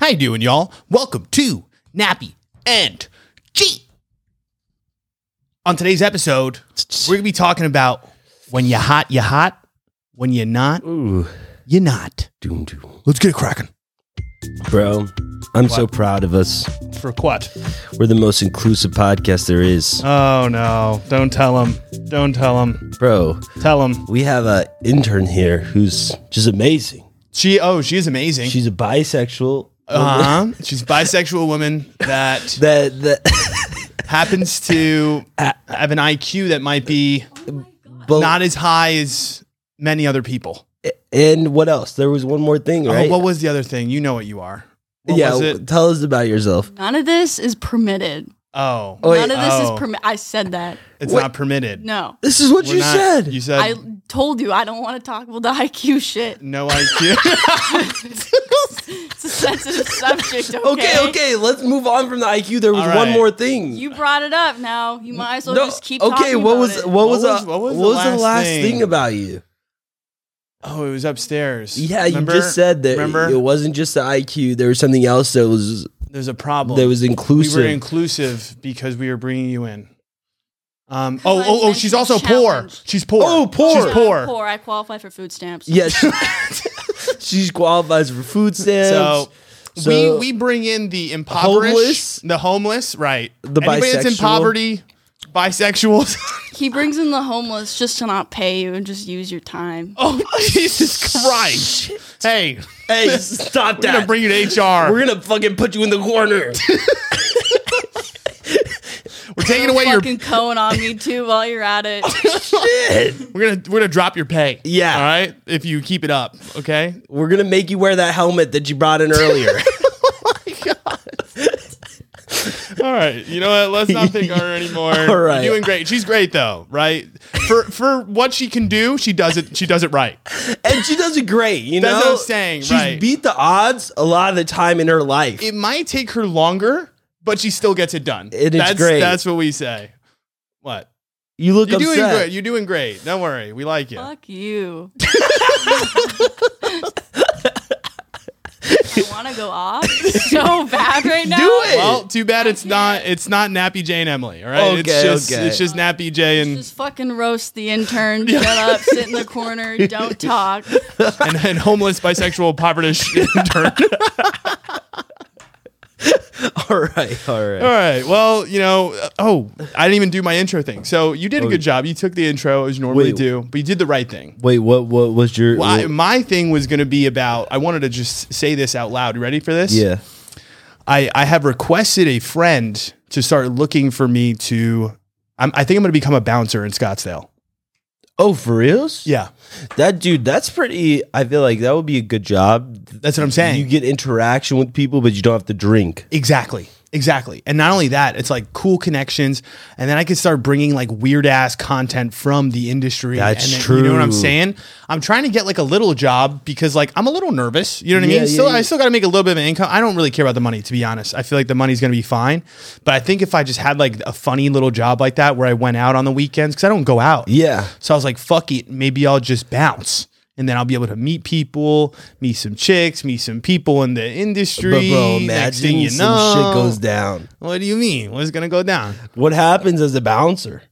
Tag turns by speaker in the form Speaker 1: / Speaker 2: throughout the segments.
Speaker 1: How you doing, y'all? Welcome to Nappy and G. On today's episode, we're gonna be talking about when you hot, you hot. When you're not,
Speaker 2: Ooh,
Speaker 1: you're not.
Speaker 2: doom doom.
Speaker 1: Let's get it cracking.
Speaker 2: Bro, I'm so proud of us.
Speaker 1: For what?
Speaker 2: We're the most inclusive podcast there is.
Speaker 1: Oh no! Don't tell him. Don't tell him.
Speaker 2: Bro,
Speaker 1: Tell him.
Speaker 2: we have a intern here who's just amazing.
Speaker 1: She. Oh, she's amazing.
Speaker 2: She's a bisexual
Speaker 1: uh-huh. she's a bisexual woman that
Speaker 2: that that
Speaker 1: happens to have an IQ that might be
Speaker 2: but,
Speaker 1: not as high as many other people.
Speaker 2: and what else? There was one more thing,
Speaker 1: Oh,
Speaker 2: right?
Speaker 1: what was the other thing? You know what you are. What
Speaker 2: yeah,
Speaker 1: was it?
Speaker 2: tell us about yourself.
Speaker 3: None of this is permitted.
Speaker 1: Oh,
Speaker 2: Oh, Uh, wait.
Speaker 3: None of this
Speaker 1: Oh.
Speaker 3: is permitted. I said that.
Speaker 1: it's
Speaker 2: wait.
Speaker 1: not permitted.
Speaker 3: No.
Speaker 2: This is what
Speaker 1: We're
Speaker 2: you
Speaker 1: not-
Speaker 2: said.
Speaker 1: You said
Speaker 3: I told you I don't want to talk about the IQ shit.
Speaker 1: no IQ.
Speaker 3: it's a sensitive subject. Okay?
Speaker 2: okay. okay, let's move on from the IQ. There was
Speaker 1: All
Speaker 2: one
Speaker 1: right.
Speaker 2: more thing.
Speaker 3: You brought it up. Now you might as well just keep.
Speaker 2: okay,
Speaker 3: Talking
Speaker 2: what
Speaker 3: about
Speaker 2: was
Speaker 3: it.
Speaker 2: what was
Speaker 1: What
Speaker 2: uh,
Speaker 1: was- what was the
Speaker 2: what was the
Speaker 1: last
Speaker 2: last
Speaker 1: thing?
Speaker 2: thing about you?
Speaker 1: oh, it was upstairs.
Speaker 2: Yeah,
Speaker 1: Remember?
Speaker 2: you just said that
Speaker 1: Remember,
Speaker 2: it wasn't just the IQ. There was something else that was
Speaker 1: there's a problem.
Speaker 2: that was
Speaker 1: we
Speaker 2: inclusive.
Speaker 1: were inclusive because we were bringing you in. Um. Oh, oh,
Speaker 3: I
Speaker 1: oh.
Speaker 3: meant
Speaker 1: she's
Speaker 3: to
Speaker 1: also poor.
Speaker 3: challenge.
Speaker 1: She's poor.
Speaker 2: Oh, poor.
Speaker 1: She's
Speaker 3: I'm
Speaker 1: poor.
Speaker 3: poor. I qualify for food stamps.
Speaker 2: yeah, she, she qualifies for food stamps.
Speaker 1: So,
Speaker 2: So-
Speaker 1: we we bring in the impoverished,
Speaker 2: Homeless?
Speaker 1: the homeless, right?
Speaker 2: The
Speaker 1: Anybody that's in
Speaker 2: bisexual.
Speaker 1: poverty, bisexuals.
Speaker 3: He brings in the homeless just to not pay you and just use your time.
Speaker 1: oh Jesus Christ! Hey,
Speaker 2: hey, stop
Speaker 1: we're gonna
Speaker 2: that!
Speaker 1: bring you to HR.
Speaker 2: we're gonna fucking put you in the corner.
Speaker 1: We're taking
Speaker 3: Throw
Speaker 1: away your.
Speaker 3: fucking Cohen on me too while you're at it.
Speaker 2: Shit.
Speaker 1: We're gonna we're gonna drop your pay.
Speaker 2: Yeah.
Speaker 1: All right. If you keep it up, okay.
Speaker 2: We're gonna make you wear that helmet that you brought in earlier.
Speaker 1: All right. You know what? Let's not pick on her anymore.
Speaker 2: All right.
Speaker 1: You're doing great. She's great though, right? For for what she can do, she does it. She does it right.
Speaker 2: and she does it great. You
Speaker 1: That's
Speaker 2: know,
Speaker 1: what I'm saying,
Speaker 2: She's
Speaker 1: right.
Speaker 2: beat the odds a lot of the time in her life.
Speaker 1: It might take her longer, but she still gets it done.
Speaker 2: It is
Speaker 1: that's,
Speaker 2: great.
Speaker 1: That's what we say. What?
Speaker 2: you look
Speaker 1: You're
Speaker 2: upset.
Speaker 1: doing good. You're doing great. Don't worry. We like you.
Speaker 3: Fuck you. I want to go off so bad right now.
Speaker 2: Do it.
Speaker 1: Well, too bad it's not it's not Nappy Jay and Emily. All right. it's
Speaker 2: Okay,
Speaker 1: just
Speaker 2: okay.
Speaker 1: it's just Nappy Jay and,
Speaker 3: Just fucking roast the intern. Shut up. Sit in the corner. Don't talk.
Speaker 1: and and homeless bisexual poverty intern.
Speaker 2: All right, all right.
Speaker 1: All right. Well, you know, uh, oh, I didn't even do my intro thing. So you did a good job. You took the intro as you normally
Speaker 2: Oh, Wait.
Speaker 1: do, but you did the right thing.
Speaker 2: Wait, what? What was your?
Speaker 1: Well, I, my thing was going to be about. I wanted to just say this out loud. You ready for this?
Speaker 2: yeah.
Speaker 1: I, I have requested a friend to start looking for me to. I'm, I think I'm going to become a bouncer in Scottsdale.
Speaker 2: Oh, for reals?
Speaker 1: Yeah,
Speaker 2: That dude, that's pretty. I feel like that would be a good job.
Speaker 1: that's what I'm saying.
Speaker 2: You get interaction with people, but you don't have to drink.
Speaker 1: Exactly. Exactly. And not only that, it's like cool connections. And then I could start bringing like weird ass content from the industry.
Speaker 2: That's
Speaker 1: and then, You know what I'm
Speaker 2: true.
Speaker 1: saying? I'm trying to get like a little job because like I'm a little nervous. You know what I
Speaker 2: Yeah,
Speaker 1: mean?
Speaker 2: yeah,
Speaker 1: still, I
Speaker 2: yeah.
Speaker 1: still got to make a little bit of an income. I don't really care about the money, to be honest. I feel like the money's going to be fine. But I think if I just had like a funny little job like that where I went out on the weekends, because I don't go out.
Speaker 2: Yeah.
Speaker 1: So I was like, fuck it, maybe I'll just bounce. And then I'll be able to meet people, meet some chicks, meet some people in the industry.
Speaker 2: But bro,
Speaker 1: Next thing
Speaker 2: imagine
Speaker 1: you
Speaker 2: some
Speaker 1: know-
Speaker 2: shit goes down.
Speaker 1: What do you mean? What's gonna go down?
Speaker 2: What happens as a bouncer?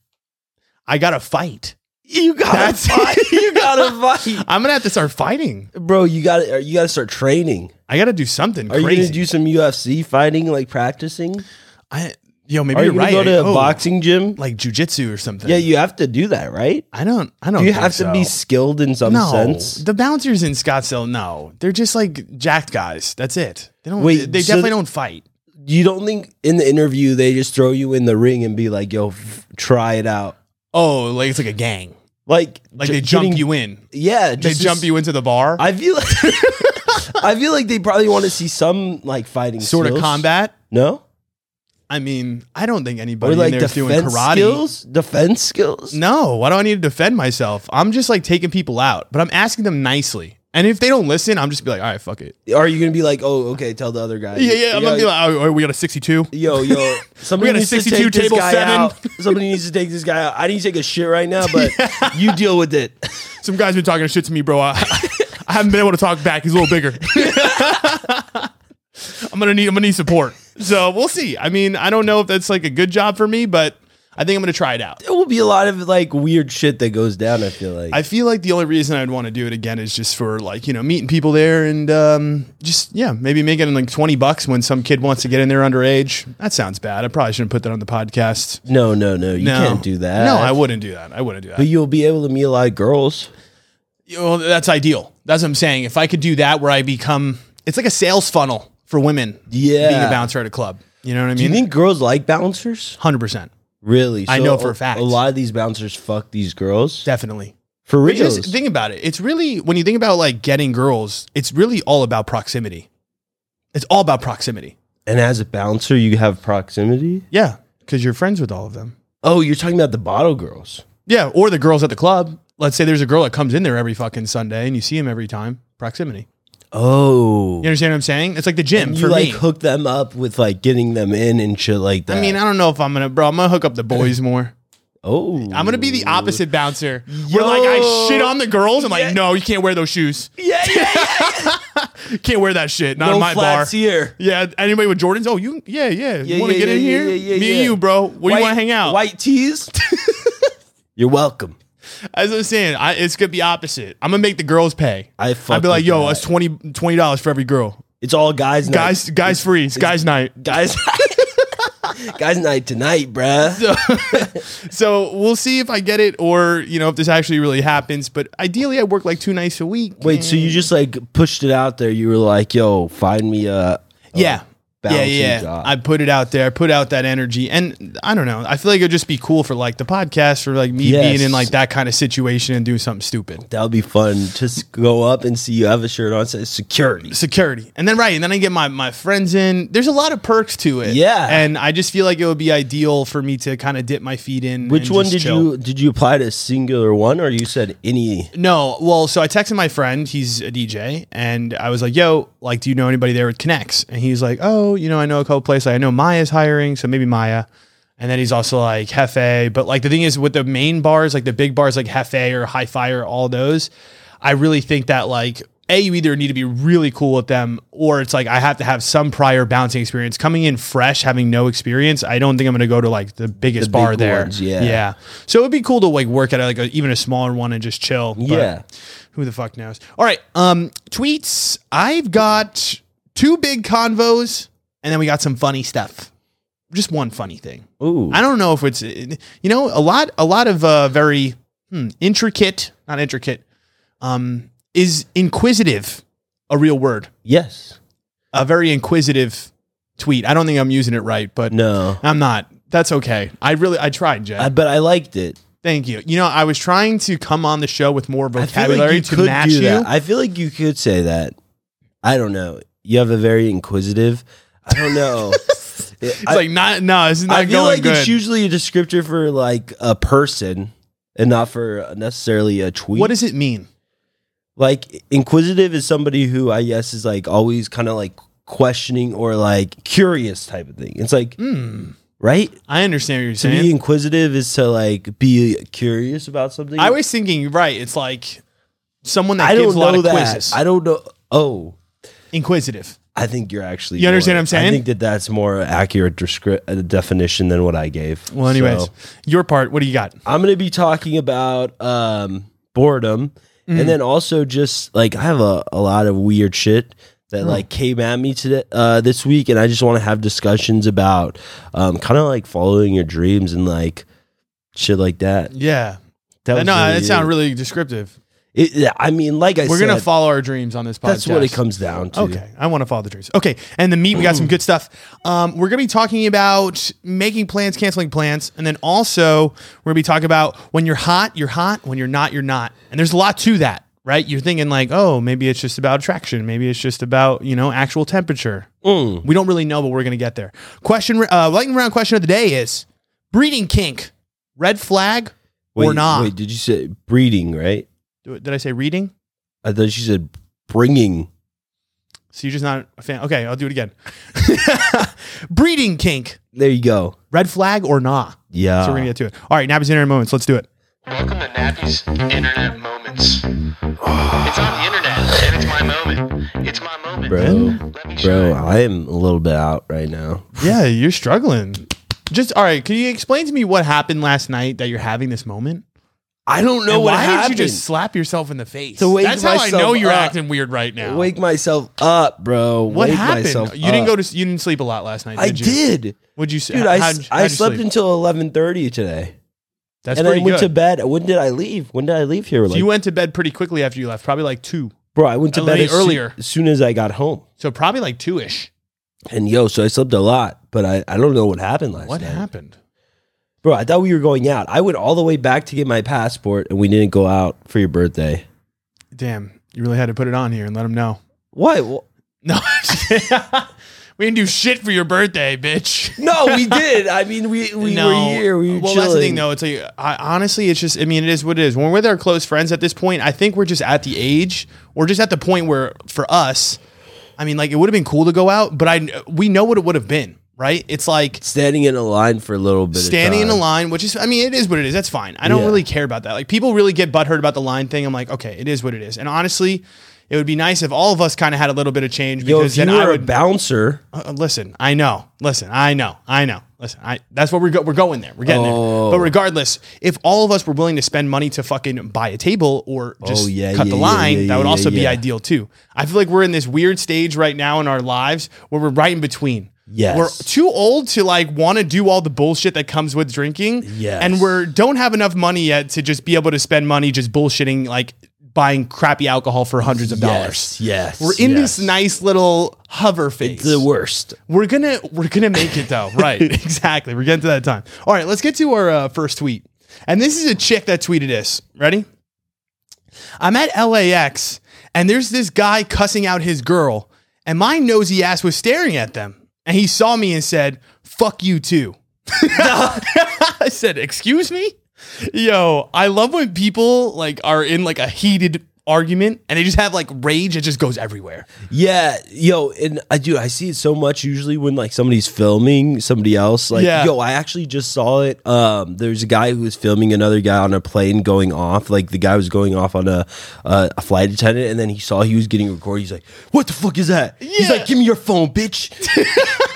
Speaker 1: I gotta fight.
Speaker 2: You gotta
Speaker 1: That's-
Speaker 2: fight. you gotta fight,
Speaker 1: I'm gonna have to start fighting.
Speaker 2: bro. You gotta you gotta start training.
Speaker 1: I gotta do something
Speaker 2: Are you
Speaker 1: crazy.
Speaker 2: gonna do some UFC fighting, like practicing?
Speaker 1: I, yo, maybe
Speaker 2: Are you
Speaker 1: you're
Speaker 2: gonna
Speaker 1: right.
Speaker 2: go to a
Speaker 1: Oh,
Speaker 2: boxing gym?
Speaker 1: like jujitsu or something?
Speaker 2: Yeah, you have to do that, right?
Speaker 1: I don't. I don't.
Speaker 2: You
Speaker 1: think
Speaker 2: have to
Speaker 1: so.
Speaker 2: be skilled in some
Speaker 1: No,
Speaker 2: sense.
Speaker 1: the bouncers in Scottsdale. No, they're just like jacked guys. That's it. They don't.
Speaker 2: Wait,
Speaker 1: Wait, they
Speaker 2: so-
Speaker 1: definitely don't fight.
Speaker 2: You don't think in the interview they just throw you in the ring and be like, "Yo, f- try it out."
Speaker 1: Oh, like it's like a gang.
Speaker 2: Like,
Speaker 1: Like
Speaker 2: ju-
Speaker 1: they jump
Speaker 2: getting-
Speaker 1: you in.
Speaker 2: Yeah,
Speaker 1: They
Speaker 2: just-
Speaker 1: jump you into the bar.
Speaker 2: I feel like I feel like they probably want to see some like fighting
Speaker 1: Sort of
Speaker 2: skills.
Speaker 1: combat.
Speaker 2: No,
Speaker 1: I mean, I don't think
Speaker 2: or
Speaker 1: anybody in
Speaker 2: like
Speaker 1: there is
Speaker 2: defense
Speaker 1: doing karate.
Speaker 2: skills. Defense skills.
Speaker 1: No, why do I need to defend myself? I'm just like taking people out, but I'm asking them nicely. And if they don't listen, I'm just be like, all right, fuck it.
Speaker 2: Are you gonna be like, oh, okay, tell the other guy?
Speaker 1: Yeah, yeah. I'm
Speaker 2: yo,
Speaker 1: gonna be like, oh, oh, we got a 62.
Speaker 2: Yo, yo, somebody
Speaker 1: We got a
Speaker 2: needs to
Speaker 1: 62
Speaker 2: take this
Speaker 1: table
Speaker 2: guy
Speaker 1: seven.
Speaker 2: out. Somebody needs to take this guy out. I need to take a shit right now, but you deal with it.
Speaker 1: Some guy's been talking shit to me, bro. I, I haven't been able to talk back. He's a little bigger. I'm I'm gonna need I'm gonna need support. So we'll see. I mean, I don't know if that's like a good job for me, but I think I'm gonna try it out.
Speaker 2: There will be a lot of like weird shit that goes down. I feel like
Speaker 1: I feel like the only reason I'd want to do it again is just for like you know meeting people there and um, just yeah maybe making like twenty bucks when some kid wants to get in there underage. That sounds bad. I probably shouldn't put that on the podcast.
Speaker 2: no, no, no. You
Speaker 1: No.
Speaker 2: can't do that.
Speaker 1: No, I wouldn't do that. I wouldn't do that.
Speaker 2: But you'll be able to meet a lot of girls.
Speaker 1: well, that's ideal. That's what I'm saying. If I could do that, where I become, it's like a sales funnel for women.
Speaker 2: Yeah.
Speaker 1: being a bouncer at a club. You know what I
Speaker 2: Do you
Speaker 1: mean?
Speaker 2: think girls like bouncers?
Speaker 1: Hundred percent,
Speaker 2: Really?
Speaker 1: I know for
Speaker 2: a-
Speaker 1: a fact.
Speaker 2: A lot of these bouncers fuck these girls.
Speaker 1: definitely.
Speaker 2: for
Speaker 1: But
Speaker 2: real.
Speaker 1: just think about it. It's really when you think about like getting girls, it's really all about proximity. It's all about proximity.
Speaker 2: And as a bouncer, you have proximity.
Speaker 1: Yeah, because you're friends with all of them.
Speaker 2: Oh, you're talking about the bottle girls.
Speaker 1: Yeah, or the girls at the club. Let's say there's a girl that comes in there every fucking Sunday and you see him every time. Proximity.
Speaker 2: Oh.
Speaker 1: You understand what I'm saying? It's like the gym
Speaker 2: you
Speaker 1: for
Speaker 2: like
Speaker 1: me.
Speaker 2: hook them up with like getting them in and shit like that.
Speaker 1: I mean, I don't know if I'm gonna, bro. I'm gonna hook up the boys more.
Speaker 2: oh,
Speaker 1: I'm gonna be the opposite bouncer. We're like, I shit on the girls. I'm like, no, you can't wear those shoes.
Speaker 2: Yeah, yeah, yeah.
Speaker 1: Can't wear that shit. Not
Speaker 2: no
Speaker 1: in my bar.
Speaker 2: flats here.
Speaker 1: Yeah, anybody with Jordans? Oh, you? Yeah, yeah.
Speaker 2: Yeah,
Speaker 1: you want to
Speaker 2: yeah,
Speaker 1: get in
Speaker 2: yeah,
Speaker 1: here?
Speaker 2: yeah, yeah,
Speaker 1: Me
Speaker 2: yeah.
Speaker 1: and you, bro. Where do you want to hang out?
Speaker 2: White tees. you're welcome.
Speaker 1: As I was saying, I, it's gonna be opposite. I'm gonna make the girls pay.
Speaker 2: I fuck
Speaker 1: I'd be like,
Speaker 2: with
Speaker 1: yo, that's
Speaker 2: that.
Speaker 1: 20 dollars for every girl.
Speaker 2: It's all guys, night.
Speaker 1: Guys, guys, free. It's guys' night.
Speaker 2: guys, guys night tonight, bruh.
Speaker 1: So we'll see if I get it, or you know, if this actually really happens. But ideally, I work like two nights a week.
Speaker 2: Wait, so you just like pushed it out there? You were like, yo, find me a
Speaker 1: yeah.
Speaker 2: bouncing
Speaker 1: Yeah, yeah.
Speaker 2: job.
Speaker 1: I put it out there, put out that energy, and I don't know. I feel like it'd just be cool for like the podcast, for like me
Speaker 2: Yes.
Speaker 1: being in like that kind of situation and doing something stupid.
Speaker 2: That would be fun. Just go up and see you have a shirt on says security.
Speaker 1: security and then right and then i get my my friends in there's a lot of perks to it
Speaker 2: Yeah.
Speaker 1: and i just feel like it would be ideal for me to kind of dip my feet in
Speaker 2: Which
Speaker 1: and
Speaker 2: one
Speaker 1: just
Speaker 2: did
Speaker 1: chill.
Speaker 2: you did you apply to a singular one or you said any?
Speaker 1: no well so i texted my friend he's a dj and i was like yo like do you know anybody there with connects and he's like oh you know i know a couple places like, i know maya's hiring so maybe maya and then he's also like Hefe. But like the thing is with the main bars, like the big bars like Hefe or Hi Fi or all those, I really think that like A, you either need to be really cool with them, or it's like I have to have some prior bouncing experience. Coming in fresh, having no experience, I don't think I'm gonna go to like the biggest
Speaker 2: The
Speaker 1: bar
Speaker 2: big
Speaker 1: there.
Speaker 2: ones, yeah.
Speaker 1: Yeah. So it'd be cool to like work at like a, even a smaller one and just chill. but
Speaker 2: Yeah.
Speaker 1: Who the fuck knows? All right. Um tweets. I've got two big convos and then we got some funny stuff. Just one funny thing.
Speaker 2: Ooh.
Speaker 1: I don't know if it's you know a lot a lot of uh, very hmm, intricate not intricate um, is inquisitive a real word
Speaker 2: yes.
Speaker 1: a very inquisitive tweet I don't think I'm using it right but
Speaker 2: No.
Speaker 1: I'm not that's okay I really I tried Jay
Speaker 2: I, but I liked it.
Speaker 1: thank you you know I was trying to come on the show with more
Speaker 2: I feel
Speaker 1: vocabulary
Speaker 2: like you
Speaker 1: to
Speaker 2: could
Speaker 1: match
Speaker 2: do
Speaker 1: you
Speaker 2: that. I feel like you could say that. I don't know. You have a very inquisitive. I don't know. it's
Speaker 1: it's like not no this is not
Speaker 2: I feel
Speaker 1: going
Speaker 2: like
Speaker 1: good
Speaker 2: it's usually a descriptor for like a person and not for necessarily a tweet.
Speaker 1: what does it mean
Speaker 2: like inquisitive is somebody who I guess is like always kind of like questioning or like curious type of thing. It's like
Speaker 1: Hmm.
Speaker 2: right
Speaker 1: I understand what you're
Speaker 2: to
Speaker 1: saying
Speaker 2: be inquisitive is to like be curious about something.
Speaker 1: I was thinking right it's like someone that
Speaker 2: I
Speaker 1: gives
Speaker 2: don't
Speaker 1: a lot
Speaker 2: know
Speaker 1: of
Speaker 2: that.
Speaker 1: quizzes
Speaker 2: I don't know. Oh,
Speaker 1: inquisitive
Speaker 2: I think you're actually.
Speaker 1: You understand what
Speaker 2: more-
Speaker 1: I'm saying?
Speaker 2: I think that that's more accurate descri- uh, definition than what I gave.
Speaker 1: Well, anyways,
Speaker 2: So,
Speaker 1: your part. What do you got?
Speaker 2: I'm going to be talking about um, boredom,
Speaker 1: Mm.
Speaker 2: and then also just like I have a, a lot of weird shit that like came at me today uh, this week, and I just want to have discussions about um, kind of like following your dreams and like shit like that.
Speaker 1: Yeah,
Speaker 2: that
Speaker 1: Uh, no,
Speaker 2: was
Speaker 1: that sounds
Speaker 2: it.
Speaker 1: really descriptive.
Speaker 2: It- I mean, like I
Speaker 1: We're
Speaker 2: said,
Speaker 1: gonna follow our dreams on this podcast.
Speaker 2: that's what it comes down to.
Speaker 1: Okay, I want to follow the dreams. Okay, and the meat. We got some good stuff. Um, we're gonna be talking about making plans, canceling plans, and then also we're gonna be talking about when you're hot, you're hot. When you're not, you're not. And there's a lot to that, right? You're thinking like, oh, maybe it's just about attraction. Maybe it's just about you know actual temperature.
Speaker 2: Mm.
Speaker 1: We don't really know, but we're gonna get there. Question, uh, lightning round question of the day is breeding kink, red flag
Speaker 2: Wait,
Speaker 1: or not?
Speaker 2: Wait, did you say breeding? Right?
Speaker 1: Do- Did I say reading?
Speaker 2: I thought you said bringing.
Speaker 1: So you're just not a fan. Okay, I'll do it again. Breeding kink,
Speaker 2: There you go.
Speaker 1: red flag or nah?
Speaker 2: Yeah. Uh.
Speaker 1: So we're gonna get to it. All right, Nappy's in a moment. So let's do it.
Speaker 4: Welcome to Nappy's Internet Moments. It's on the internet, and it's my moment. It's my moment.
Speaker 2: bro.
Speaker 4: Let me
Speaker 2: Bro,
Speaker 4: show
Speaker 2: I am a little bit out right now.
Speaker 1: Yeah, you're struggling. Just all right. Can you explain to me what happened last night that you're having this moment?
Speaker 2: I don't know
Speaker 1: And
Speaker 2: what
Speaker 1: why
Speaker 2: happened.
Speaker 1: did you just slap yourself in the face?
Speaker 2: To wake
Speaker 1: That's how I
Speaker 2: myself
Speaker 1: know you're
Speaker 2: up.
Speaker 1: acting weird right now.
Speaker 2: wake myself up, bro.
Speaker 1: what
Speaker 2: wake
Speaker 1: happened?
Speaker 2: Myself
Speaker 1: You didn't
Speaker 2: up.
Speaker 1: go to. s- You didn't sleep a lot last night. Did
Speaker 2: I
Speaker 1: you?
Speaker 2: did,
Speaker 1: Would you? s-
Speaker 2: dude. I,
Speaker 1: how'd-
Speaker 2: s-
Speaker 1: how'd
Speaker 2: I
Speaker 1: you
Speaker 2: slept
Speaker 1: sleep?
Speaker 2: until eleven thirty today,
Speaker 1: That's
Speaker 2: and I
Speaker 1: pretty
Speaker 2: went to
Speaker 1: good.
Speaker 2: bed. When did I leave? When did I leave here?
Speaker 1: So
Speaker 2: Like,
Speaker 1: you went to bed pretty quickly after you left. Probably like two.
Speaker 2: bro, I went to
Speaker 1: I
Speaker 2: bed
Speaker 1: lay
Speaker 2: as soo-
Speaker 1: earlier.
Speaker 2: as soon as I got home.
Speaker 1: So probably like two ish.
Speaker 2: And yo, so I slept a lot, but I, I don't know what happened last
Speaker 1: What
Speaker 2: night.
Speaker 1: happened?
Speaker 2: Bro, I thought we were going out. I went all the way back to get my passport and we didn't go out for your birthday.
Speaker 1: Damn, you really had to put it on here and let them know.
Speaker 2: Why? Wh-
Speaker 1: No, I'm just kidding. we didn't do shit for your birthday, bitch.
Speaker 2: No, we did. I mean, we, we were here. We were
Speaker 1: well,
Speaker 2: chilling.
Speaker 1: that's the thing, though. It's like I, honestly, it's just. I mean, it is what it is. When we're with our close friends at this point, I think we're just at the age, we're just at the point where for us, I mean, like it would have been cool to go out, but I we know what it would have been, right? It's like
Speaker 2: Standing in a line for a little bit. of
Speaker 1: standing in a
Speaker 2: time.
Speaker 1: line, which is, I mean, it is what it is. That's fine. I don't
Speaker 2: Yeah.
Speaker 1: really care about that. Like people really get butthurt about the line thing. I'm like, okay, it is what it is. And honestly, it would be nice if all of us kind of had a little bit of change
Speaker 2: Yo,
Speaker 1: because
Speaker 2: if you
Speaker 1: then I
Speaker 2: were a
Speaker 1: would
Speaker 2: bouncer,
Speaker 1: uh, listen, I know. Listen, I know. I know. Listen, I that's what we're go- we're going there. We're getting
Speaker 2: Oh.
Speaker 1: there. But regardless, if all of us were willing to spend money to fucking buy a table or just
Speaker 2: Oh, yeah,
Speaker 1: cut the
Speaker 2: yeah,
Speaker 1: line,
Speaker 2: yeah, yeah,
Speaker 1: that would
Speaker 2: yeah,
Speaker 1: also be
Speaker 2: yeah.
Speaker 1: ideal too. I feel like we're in this weird stage right now in our lives where we're right in between.
Speaker 2: Yes.
Speaker 1: We're too old to like want to do all the bullshit that comes with drinking.
Speaker 2: Yes.
Speaker 1: And we're don't have enough money yet to just be able to spend money just bullshitting like buying crappy alcohol for hundreds of dollars.
Speaker 2: Yes, yes,
Speaker 1: We're in
Speaker 2: yes.
Speaker 1: this nice little hover phase.
Speaker 2: the worst.
Speaker 1: We're gonna we're gonna make it though, right? exactly. We're getting to that time. All right, let's get to our uh, first tweet, and this is a chick that tweeted this. Ready? I'm at LAX, and there's this guy cussing out his girl, and my nosy ass was staring at them, and he saw me and said, "Fuck you too." I said, "Excuse me." Yo, I love when people like are in like a heated argument and they just have like rage. It just goes everywhere.
Speaker 2: Yeah, yo, and I do. I see it so much usually when like somebody's filming somebody else. Like,
Speaker 1: Yeah.
Speaker 2: yo, I actually just saw it. Um, there's a guy who was filming another guy on a plane going off. Like the guy was going off on a uh, a flight attendant, and then he saw he was getting recorded. He's like, "What the fuck is that?" He's
Speaker 1: Yeah.
Speaker 2: like, "Give me your phone, bitch."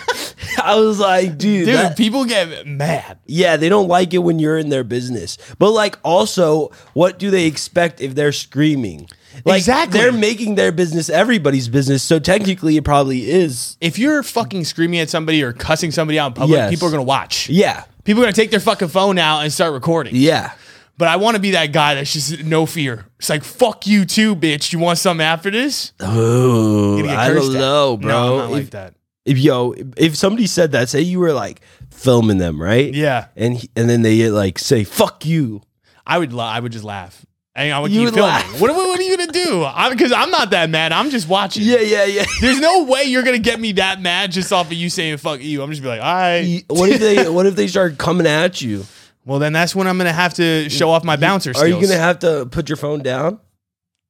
Speaker 2: I was like, dude,
Speaker 1: Dude,
Speaker 2: that-
Speaker 1: people get mad.
Speaker 2: yeah, they don't like it when you're in their business. But like also, what do they expect if they're screaming? Like
Speaker 1: Exactly.
Speaker 2: they're making their business everybody's business. So technically it probably is.
Speaker 1: if you're fucking screaming at somebody or cussing somebody out in public,
Speaker 2: Yes.
Speaker 1: people are gonna watch.
Speaker 2: Yeah.
Speaker 1: People are gonna take their fucking phone out and start recording.
Speaker 2: Yeah.
Speaker 1: But I wanna be that guy that's just no fear. It's like, fuck you too, bitch. You want something after this?
Speaker 2: Oh,
Speaker 1: You're gonna get
Speaker 2: I
Speaker 1: cursed
Speaker 2: don't
Speaker 1: at.
Speaker 2: know, bro.
Speaker 1: No, I'm not
Speaker 2: if,
Speaker 1: like that.
Speaker 2: if yo, if somebody said that, say you were like filming them, right?
Speaker 1: Yeah.
Speaker 2: And he, and then they like say "fuck you."
Speaker 1: I would la- I would just laugh. And I would
Speaker 2: You
Speaker 1: keep
Speaker 2: would
Speaker 1: filming.
Speaker 2: laugh.
Speaker 1: What, what, what are you gonna do? I'm because I'm not that mad. I'm just watching.
Speaker 2: Yeah, yeah, yeah.
Speaker 1: There's no way you're gonna get me that mad just off of you saying fuck you. I'm just be like, all right.
Speaker 2: what if they What if they start coming at you?
Speaker 1: Well then that's when I'm gonna have to show off my bouncer skills.
Speaker 2: Are you gonna have to put your phone down?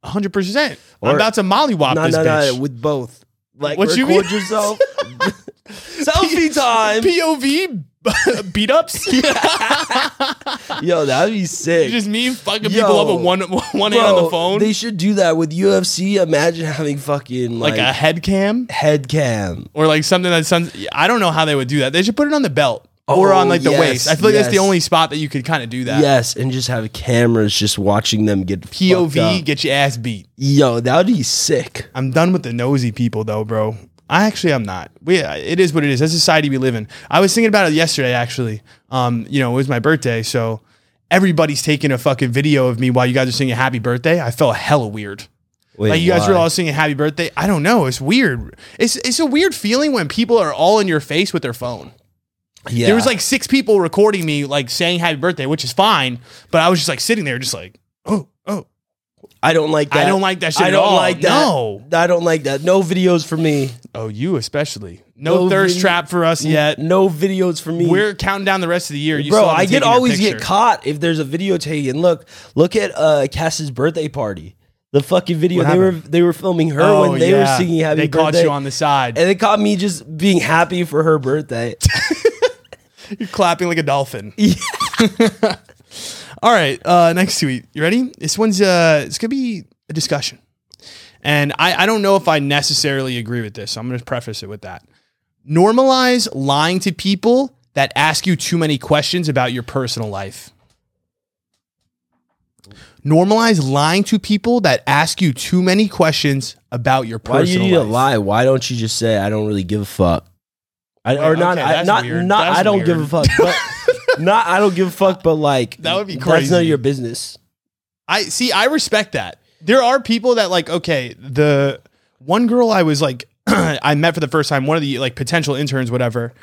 Speaker 1: hundred percent? I'm
Speaker 2: Or-
Speaker 1: about to mollywop
Speaker 2: No,
Speaker 1: this
Speaker 2: no,
Speaker 1: bitch.
Speaker 2: no. With both, like
Speaker 1: What
Speaker 2: record
Speaker 1: you mean?
Speaker 2: yourself. Selfie time.
Speaker 1: POV beat ups.
Speaker 2: Yo, that'd be sick.
Speaker 1: Just me fucking
Speaker 2: Yo,
Speaker 1: people up with one one hand on the
Speaker 2: Bro,
Speaker 1: phone,
Speaker 2: They should do that with UFC. Imagine having fucking
Speaker 1: like,
Speaker 2: like,
Speaker 1: a head cam
Speaker 2: a head cam.
Speaker 1: or like something that sounds. I don't know how they would do that. They should put it on the belt or
Speaker 2: Oh,
Speaker 1: on like the
Speaker 2: yes,
Speaker 1: waist. I feel like that's the
Speaker 2: yes.
Speaker 1: only spot that you could kind of do that.
Speaker 2: Yes, and just have cameras just watching them get
Speaker 1: POV,
Speaker 2: fucked up.
Speaker 1: get your ass beat.
Speaker 2: Yo, that would be sick.
Speaker 1: I'm done with the nosy people though, bro. I actually I'm not. We uh, it is what it is. That's the society we live in. I was thinking about it yesterday actually. Um, you know, it was my birthday, so everybody's taking a fucking video of me while you guys are singing happy birthday. I felt hella weird.
Speaker 2: Wait,
Speaker 1: like you guys
Speaker 2: why?
Speaker 1: were all singing happy birthday. I don't know. It's weird. It's it's a weird feeling when people are all in your face with their phone.
Speaker 2: yeah.
Speaker 1: There was like six people recording me like saying happy birthday, which is fine, but I was just like sitting there just like, "Oh, oh.
Speaker 2: I don't like
Speaker 1: I
Speaker 2: that.
Speaker 1: don't like that shit
Speaker 2: I
Speaker 1: at
Speaker 2: don't
Speaker 1: all.
Speaker 2: like that.
Speaker 1: No.
Speaker 2: I don't like that. No videos for me.
Speaker 1: Oh, you especially. No,
Speaker 2: No
Speaker 1: thirst
Speaker 2: video-
Speaker 1: trap for us yet.
Speaker 2: No videos for me.
Speaker 1: We're counting down the rest of the year. You
Speaker 2: Bro,
Speaker 1: still haven't
Speaker 2: I get
Speaker 1: taken your
Speaker 2: always get
Speaker 1: picture.
Speaker 2: caught if there's a video taken. Look, look at uh Cass's birthday party. The fucking video
Speaker 1: What
Speaker 2: they were
Speaker 1: happened?
Speaker 2: they were filming her
Speaker 1: Oh,
Speaker 2: when they
Speaker 1: yeah.
Speaker 2: were singing happy
Speaker 1: They
Speaker 2: birthday.
Speaker 1: caught you on the side.
Speaker 2: and they caught me just being happy for her birthday.
Speaker 1: You're clapping like a dolphin. All right, uh, next tweet. You ready? This one's uh, it's gonna be a discussion, and I, I don't know if I necessarily agree with this. So I'm gonna preface it with that. Normalize lying to people that ask you too many questions about your personal life. Normalize lying to people that ask you too many questions about your
Speaker 2: Why
Speaker 1: personal
Speaker 2: do you need
Speaker 1: life.
Speaker 2: to lie? Why don't you just say I don't really give a fuck? I, or
Speaker 1: Wait,
Speaker 2: not,
Speaker 1: okay,
Speaker 2: I,
Speaker 1: that's
Speaker 2: not,
Speaker 1: weird.
Speaker 2: not
Speaker 1: That's
Speaker 2: I don't
Speaker 1: weird.
Speaker 2: give a fuck. But not I don't give a fuck. But like
Speaker 1: That would be
Speaker 2: That's none of
Speaker 1: crazy.
Speaker 2: your business.
Speaker 1: I see. I respect that. There are people that like. Okay, the one girl I was like, I met for the first time. One of the like potential interns, whatever.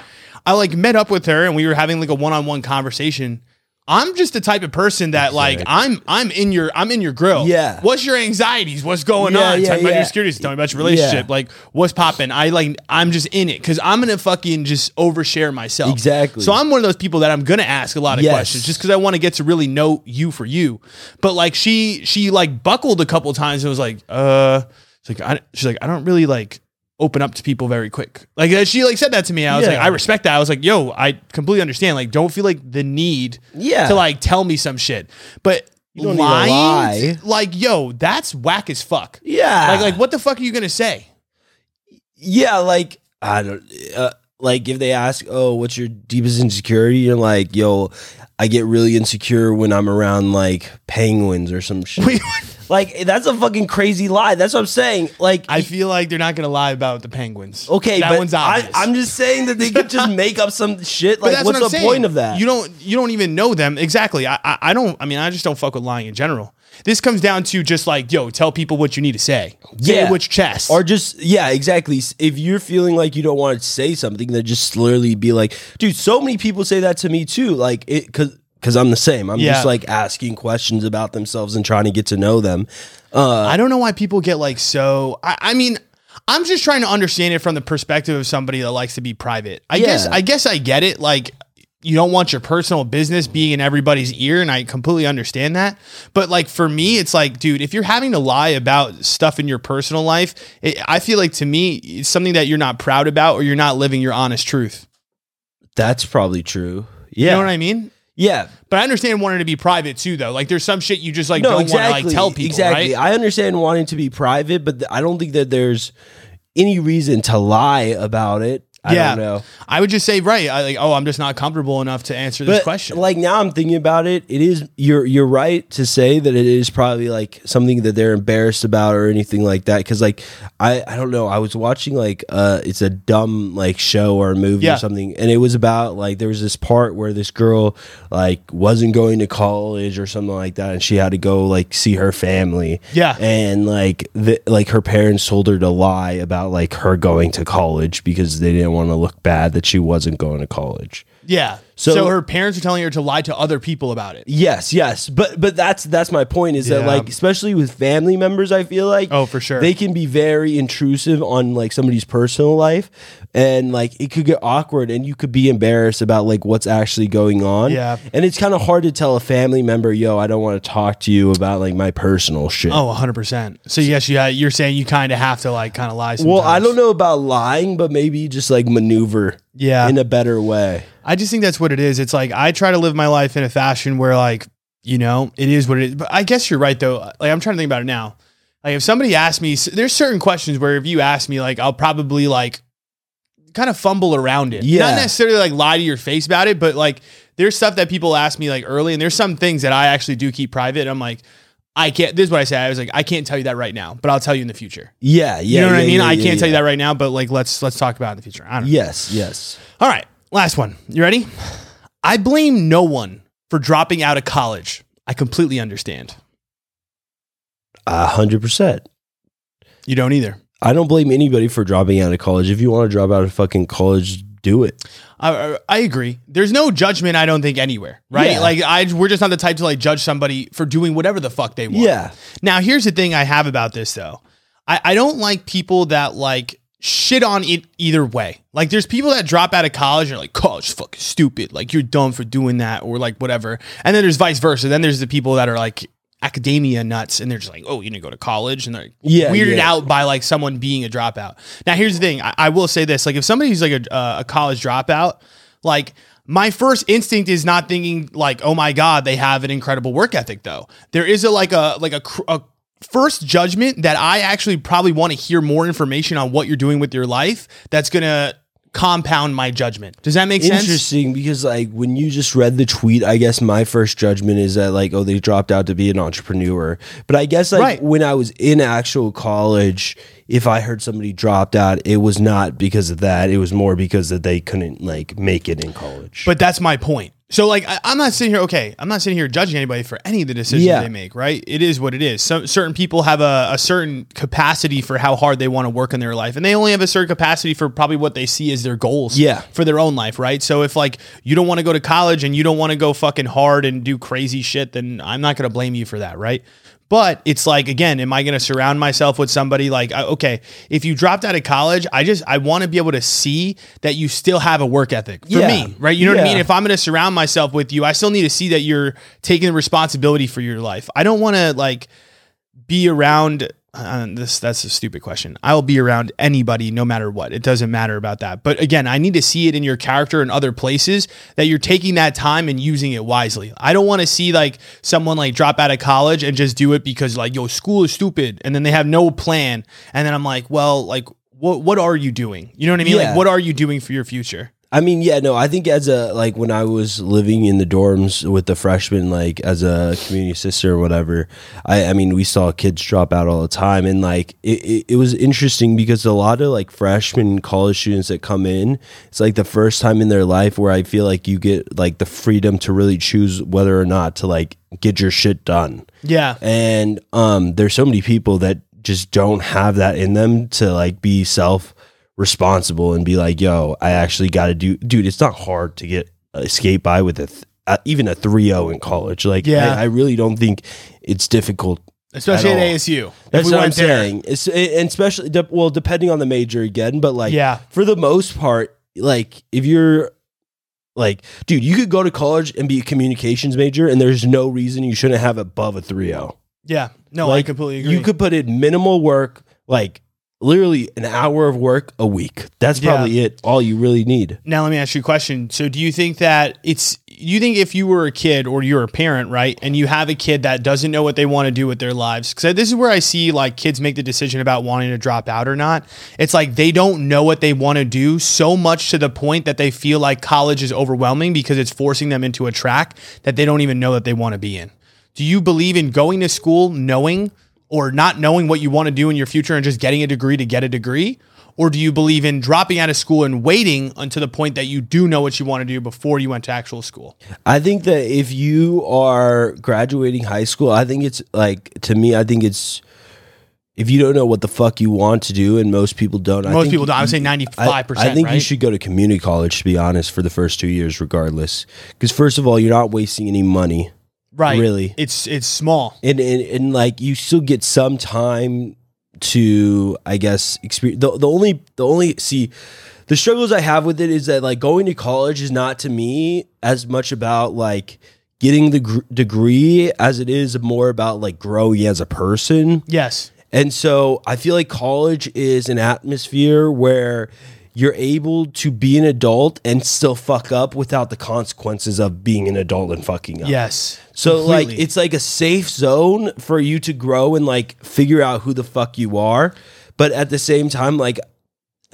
Speaker 1: I like met up with her and we were having like a one-on-one conversation. I'm just the type of person that like I'm I'm in your I'm in your grill.
Speaker 2: Yeah.
Speaker 1: What's your anxieties? What's going
Speaker 2: Yeah,
Speaker 1: on?
Speaker 2: yeah,
Speaker 1: Tell me about
Speaker 2: yeah.
Speaker 1: your securities. Tell me about your relationship.
Speaker 2: Yeah.
Speaker 1: Like what's popping? I like I'm just in it because I'm gonna fucking just overshare myself.
Speaker 2: Exactly.
Speaker 1: So I'm one of those people that I'm gonna ask a lot of
Speaker 2: Yes.
Speaker 1: questions just because I want to get to really know you for you. But like she she like buckled a couple times and was like, uh, she's like I, she's like I don't really like open up to people very quick. Like uh, she like said that to me. I was
Speaker 2: Yeah.
Speaker 1: like I respect that. I was like yo I completely understand. Like don't feel like the need
Speaker 2: Yeah.
Speaker 1: to like tell me some shit. But
Speaker 2: You don't need to
Speaker 1: lying
Speaker 2: lie.
Speaker 1: like yo that's whack as fuck.
Speaker 2: Yeah,
Speaker 1: Like like what the fuck are you gonna say?
Speaker 2: yeah, like I don't uh, like if they ask, oh, what's your deepest insecurity? You're like, yo, I get really insecure when I'm around like penguins or some shit.
Speaker 1: Wait,
Speaker 2: like that's a fucking crazy lie. That's what I'm saying. Like
Speaker 1: I feel like they're not gonna lie about the penguins.
Speaker 2: Okay,
Speaker 1: that
Speaker 2: but
Speaker 1: one's obvious.
Speaker 2: I, I'm just saying that they could just make up some shit. Like, what's the point of that?
Speaker 1: You don't you don't even know them exactly. I, I I don't. I mean, I just don't fuck with lying in general. This comes down to just like, yo, tell people what you need to say. Say
Speaker 2: Yeah.
Speaker 1: what's chest.
Speaker 2: or just yeah, exactly. S- If you're feeling like you don't want to say something, then just literally be like, dude. So many people say that to me too. Like it because. Cause I'm the same. I'm
Speaker 1: Yeah.
Speaker 2: just like asking questions about themselves and trying to get to know them.
Speaker 1: I don't know why people get like so. I, I mean, I'm just trying to understand it from the perspective of somebody that likes to be private. I guess
Speaker 2: Yeah.
Speaker 1: I guess I get it. Like you don't want your personal business being in everybody's ear, and I completely understand that. But like for me, it's like, dude, if you're having to lie about stuff in your personal life, it, I feel like to me, it's something that you're not proud about, or you're not living your honest truth.
Speaker 2: That's probably true.
Speaker 1: You
Speaker 2: Yeah.
Speaker 1: know what I mean?
Speaker 2: yeah.
Speaker 1: But I understand wanting to be private too, though. Like there's some shit you just like
Speaker 2: No,
Speaker 1: don't want
Speaker 2: exactly.
Speaker 1: to like tell people,
Speaker 2: exactly.
Speaker 1: right?
Speaker 2: I understand wanting to be private, but th- I don't think that there's any reason to lie about it. I
Speaker 1: Yeah.
Speaker 2: don't know.
Speaker 1: I would just say, right, I like, oh, I'm just not comfortable enough to answer this
Speaker 2: But,
Speaker 1: question.
Speaker 2: Like now I'm thinking about it. It is you're you're right to say that it is probably like something that they're embarrassed about or anything like that. Cause like I, I don't know. I was watching like uh it's a dumb like show or a movie
Speaker 1: Yeah.
Speaker 2: or something and it was about like there was this part where this girl like wasn't going to college or something like that and she had to go like see her family.
Speaker 1: Yeah.
Speaker 2: And like the, like her parents told her to lie about like her going to college because they didn't want to look bad that she wasn't going to college.
Speaker 1: yeah. So,
Speaker 2: So-
Speaker 1: her parents are telling her to lie to other people about it.
Speaker 2: Yes, yes, but but that's that's my point is
Speaker 1: Yeah.
Speaker 2: that like especially with family members, I feel like
Speaker 1: Oh, for sure.
Speaker 2: they can be very intrusive on like somebody's personal life, and like it could get awkward, and you could be embarrassed about like what's actually going on.
Speaker 1: Yeah.
Speaker 2: and it's kind of hard to tell a family member, yo, I don't want to talk to you about like my personal shit.
Speaker 1: Oh, 100%. So, yes, you, uh, you're saying you kind of have to like kind of lie. Sometimes.
Speaker 2: well, I don't know about lying, but maybe just like maneuver,
Speaker 1: Yeah.
Speaker 2: in a better way.
Speaker 1: I just think that's what it is. It's like I try to live my life in a fashion where like, you know, it is what it is. But I guess you're right though. Like I'm trying to think about it now. Like if somebody asked me there's certain questions where if you ask me like I'll probably like kind of fumble around it.
Speaker 2: Yeah.
Speaker 1: Not necessarily like lie to your face about it, but like there's stuff that people ask me like early and there's some things that I actually do keep private. and I'm like I can't. This is what I say. I was like, I can't tell you that right now, but I'll tell you in the future.
Speaker 2: Yeah, yeah,
Speaker 1: You know what I
Speaker 2: yeah,
Speaker 1: mean?
Speaker 2: yeah,
Speaker 1: I
Speaker 2: yeah,
Speaker 1: can't tell you
Speaker 2: yeah.
Speaker 1: that right now, but like, let's let's talk about it in the future. I don't. know.
Speaker 2: Yes, yes.
Speaker 1: All right, last one. You ready? I blame no one for dropping out of college. I completely understand.
Speaker 2: A hundred percent.
Speaker 1: You don't either.
Speaker 2: I don't blame anybody for dropping out of college. If you want to drop out of fucking college, do it.
Speaker 1: I, I- I agree. There's no judgment. I don't think anywhere, right?
Speaker 2: Yeah.
Speaker 1: Like I, we're just not the type to like judge somebody for doing whatever the fuck they want.
Speaker 2: Yeah.
Speaker 1: Now here's the thing I have about this though. I, I don't like people that like shit on it either way. Like there's people that drop out of college and are like, college is fucking stupid. Like you're dumb for doing that or like whatever. And then there's vice versa. Then there's the people that are like academia nuts and they're just like, oh, you didn't go to college and they're like,
Speaker 2: Yeah,
Speaker 1: weirded
Speaker 2: yeah.
Speaker 1: out by like someone being a dropout. Now here's the thing. I, I will say this. Like if somebody's like a, uh, a college dropout, like My first instinct is not thinking like, oh my god, they have an incredible work ethic. Though there is a like a like a, cr- a first judgment that I actually probably want to hear more information on what you're doing with your life. That's gonna compound my judgment. Does that make sense?
Speaker 2: Interesting because like when you just read the tweet, I guess my first judgment is that like, oh, they dropped out to be an entrepreneur. But I guess like
Speaker 1: Right.
Speaker 2: when I was in actual college, if I heard somebody dropped out, it was not because of that. It was more because that they couldn't like make it in college.
Speaker 1: But that's my point. So like I, I'm not sitting here okay. I'm not sitting here judging anybody for any of the decisions
Speaker 2: Yeah.
Speaker 1: they make. Right? It is what it is. So certain people have a, a certain capacity for how hard they want to work in their life, and they only have a certain capacity for probably what they see as their goals.
Speaker 2: Yeah.
Speaker 1: For their own life, right? So if like you don't want to go to college and you don't want to go fucking hard and do crazy shit, then I'm not gonna blame you for that, right? But it's like again, am I going to surround myself with somebody like I- okay, if you dropped out of college, I just I want to be able to see that you still have a work ethic for
Speaker 2: Yeah.
Speaker 1: me, right? You know what I mean?
Speaker 2: Yeah.
Speaker 1: If I'm going to surround myself with you, I still need to see that you're taking responsibility for your life. I don't want to like be around uh, this that's a stupid question. I will be around anybody no matter what. It doesn't matter about that. But again, I need to see it in your character and other places that you're taking that time and using it wisely. I don't want to see like someone like drop out of college and just do it because like yo school is stupid and then they have no plan and then I'm like, well, like what what are you doing? You know what I mean?
Speaker 2: Yeah.
Speaker 1: Like what are you doing for your future?
Speaker 2: I mean, yeah, no, I think as a like when I was living in the dorms with the freshmen, like as a community sister or whatever, I, I mean, we saw kids drop out all the time, and like it, it, it was interesting because a lot of like freshmen and college students that come in, it's like the first time in their life where I feel like you get like the freedom to really choose whether or not to like get your shit done
Speaker 1: Yeah.
Speaker 2: and um there's so many people that just don't have that in them to like be self responsible and be like yo i actually got to do dude it's not hard to get escape by with a th- uh, even a 3-0 in college like
Speaker 1: Yeah.
Speaker 2: I, I really don't think it's difficult
Speaker 1: Especially at,
Speaker 2: all.
Speaker 1: ASU. If
Speaker 2: that's
Speaker 1: we
Speaker 2: what I'm
Speaker 1: went there.
Speaker 2: saying. It's, and especially, de- well, depending on the major again, but like,
Speaker 1: Yeah.
Speaker 2: for the most part, like, if you're like, dude, you could go to college and be a communications major, and there's no reason you shouldn't have above a oh. 3.0.
Speaker 1: Yeah. No, I
Speaker 2: Like,
Speaker 1: completely agree.
Speaker 2: You could put in minimal work, like literally an hour of work a week. That's
Speaker 1: Yeah.
Speaker 2: probably it. All you really need.
Speaker 1: Now let me ask you a question. So do you think that it's you think if you were a kid or you're a parent, right, and you have a kid that doesn't know what they want to do with their lives? Cuz this is where I see like kids make the decision about wanting to drop out or not. It's like they don't know what they want to do so much to the point that they feel like college is overwhelming because it's forcing them into a track that they don't even know that they want to be in. Do you believe in going to school knowing or not knowing what you want to do in your future and just getting a degree to get a degree? Or do you believe in dropping out of school and waiting until the point that you do know what you want to do before you went to actual school?
Speaker 2: I think that if you are graduating high school, I think it's like to me, I think it's if you don't know what the fuck you want to do, and most people don't. I
Speaker 1: Most
Speaker 2: think
Speaker 1: people don't. I would
Speaker 2: you-
Speaker 1: say 95%,
Speaker 2: I, I think you
Speaker 1: right?
Speaker 2: should go to community college to be honest for the first two years, regardless. Because first of all, you're not wasting any money.
Speaker 1: Right.
Speaker 2: Really?
Speaker 1: It's it's small.
Speaker 2: and and, and like you still get some time to i guess experience the, the only the only see the struggles i have with it is that like going to college is not to me as much about like getting the gr- degree as it is more about like growing as a person
Speaker 1: Yes.
Speaker 2: and so I feel like college is an atmosphere where you're able to be an adult and still fuck up without the consequences of being an adult and fucking up.
Speaker 1: Yes.
Speaker 2: So like
Speaker 1: Completely.
Speaker 2: it's like a safe zone for you to grow and like figure out who the fuck you are. But at the same time, like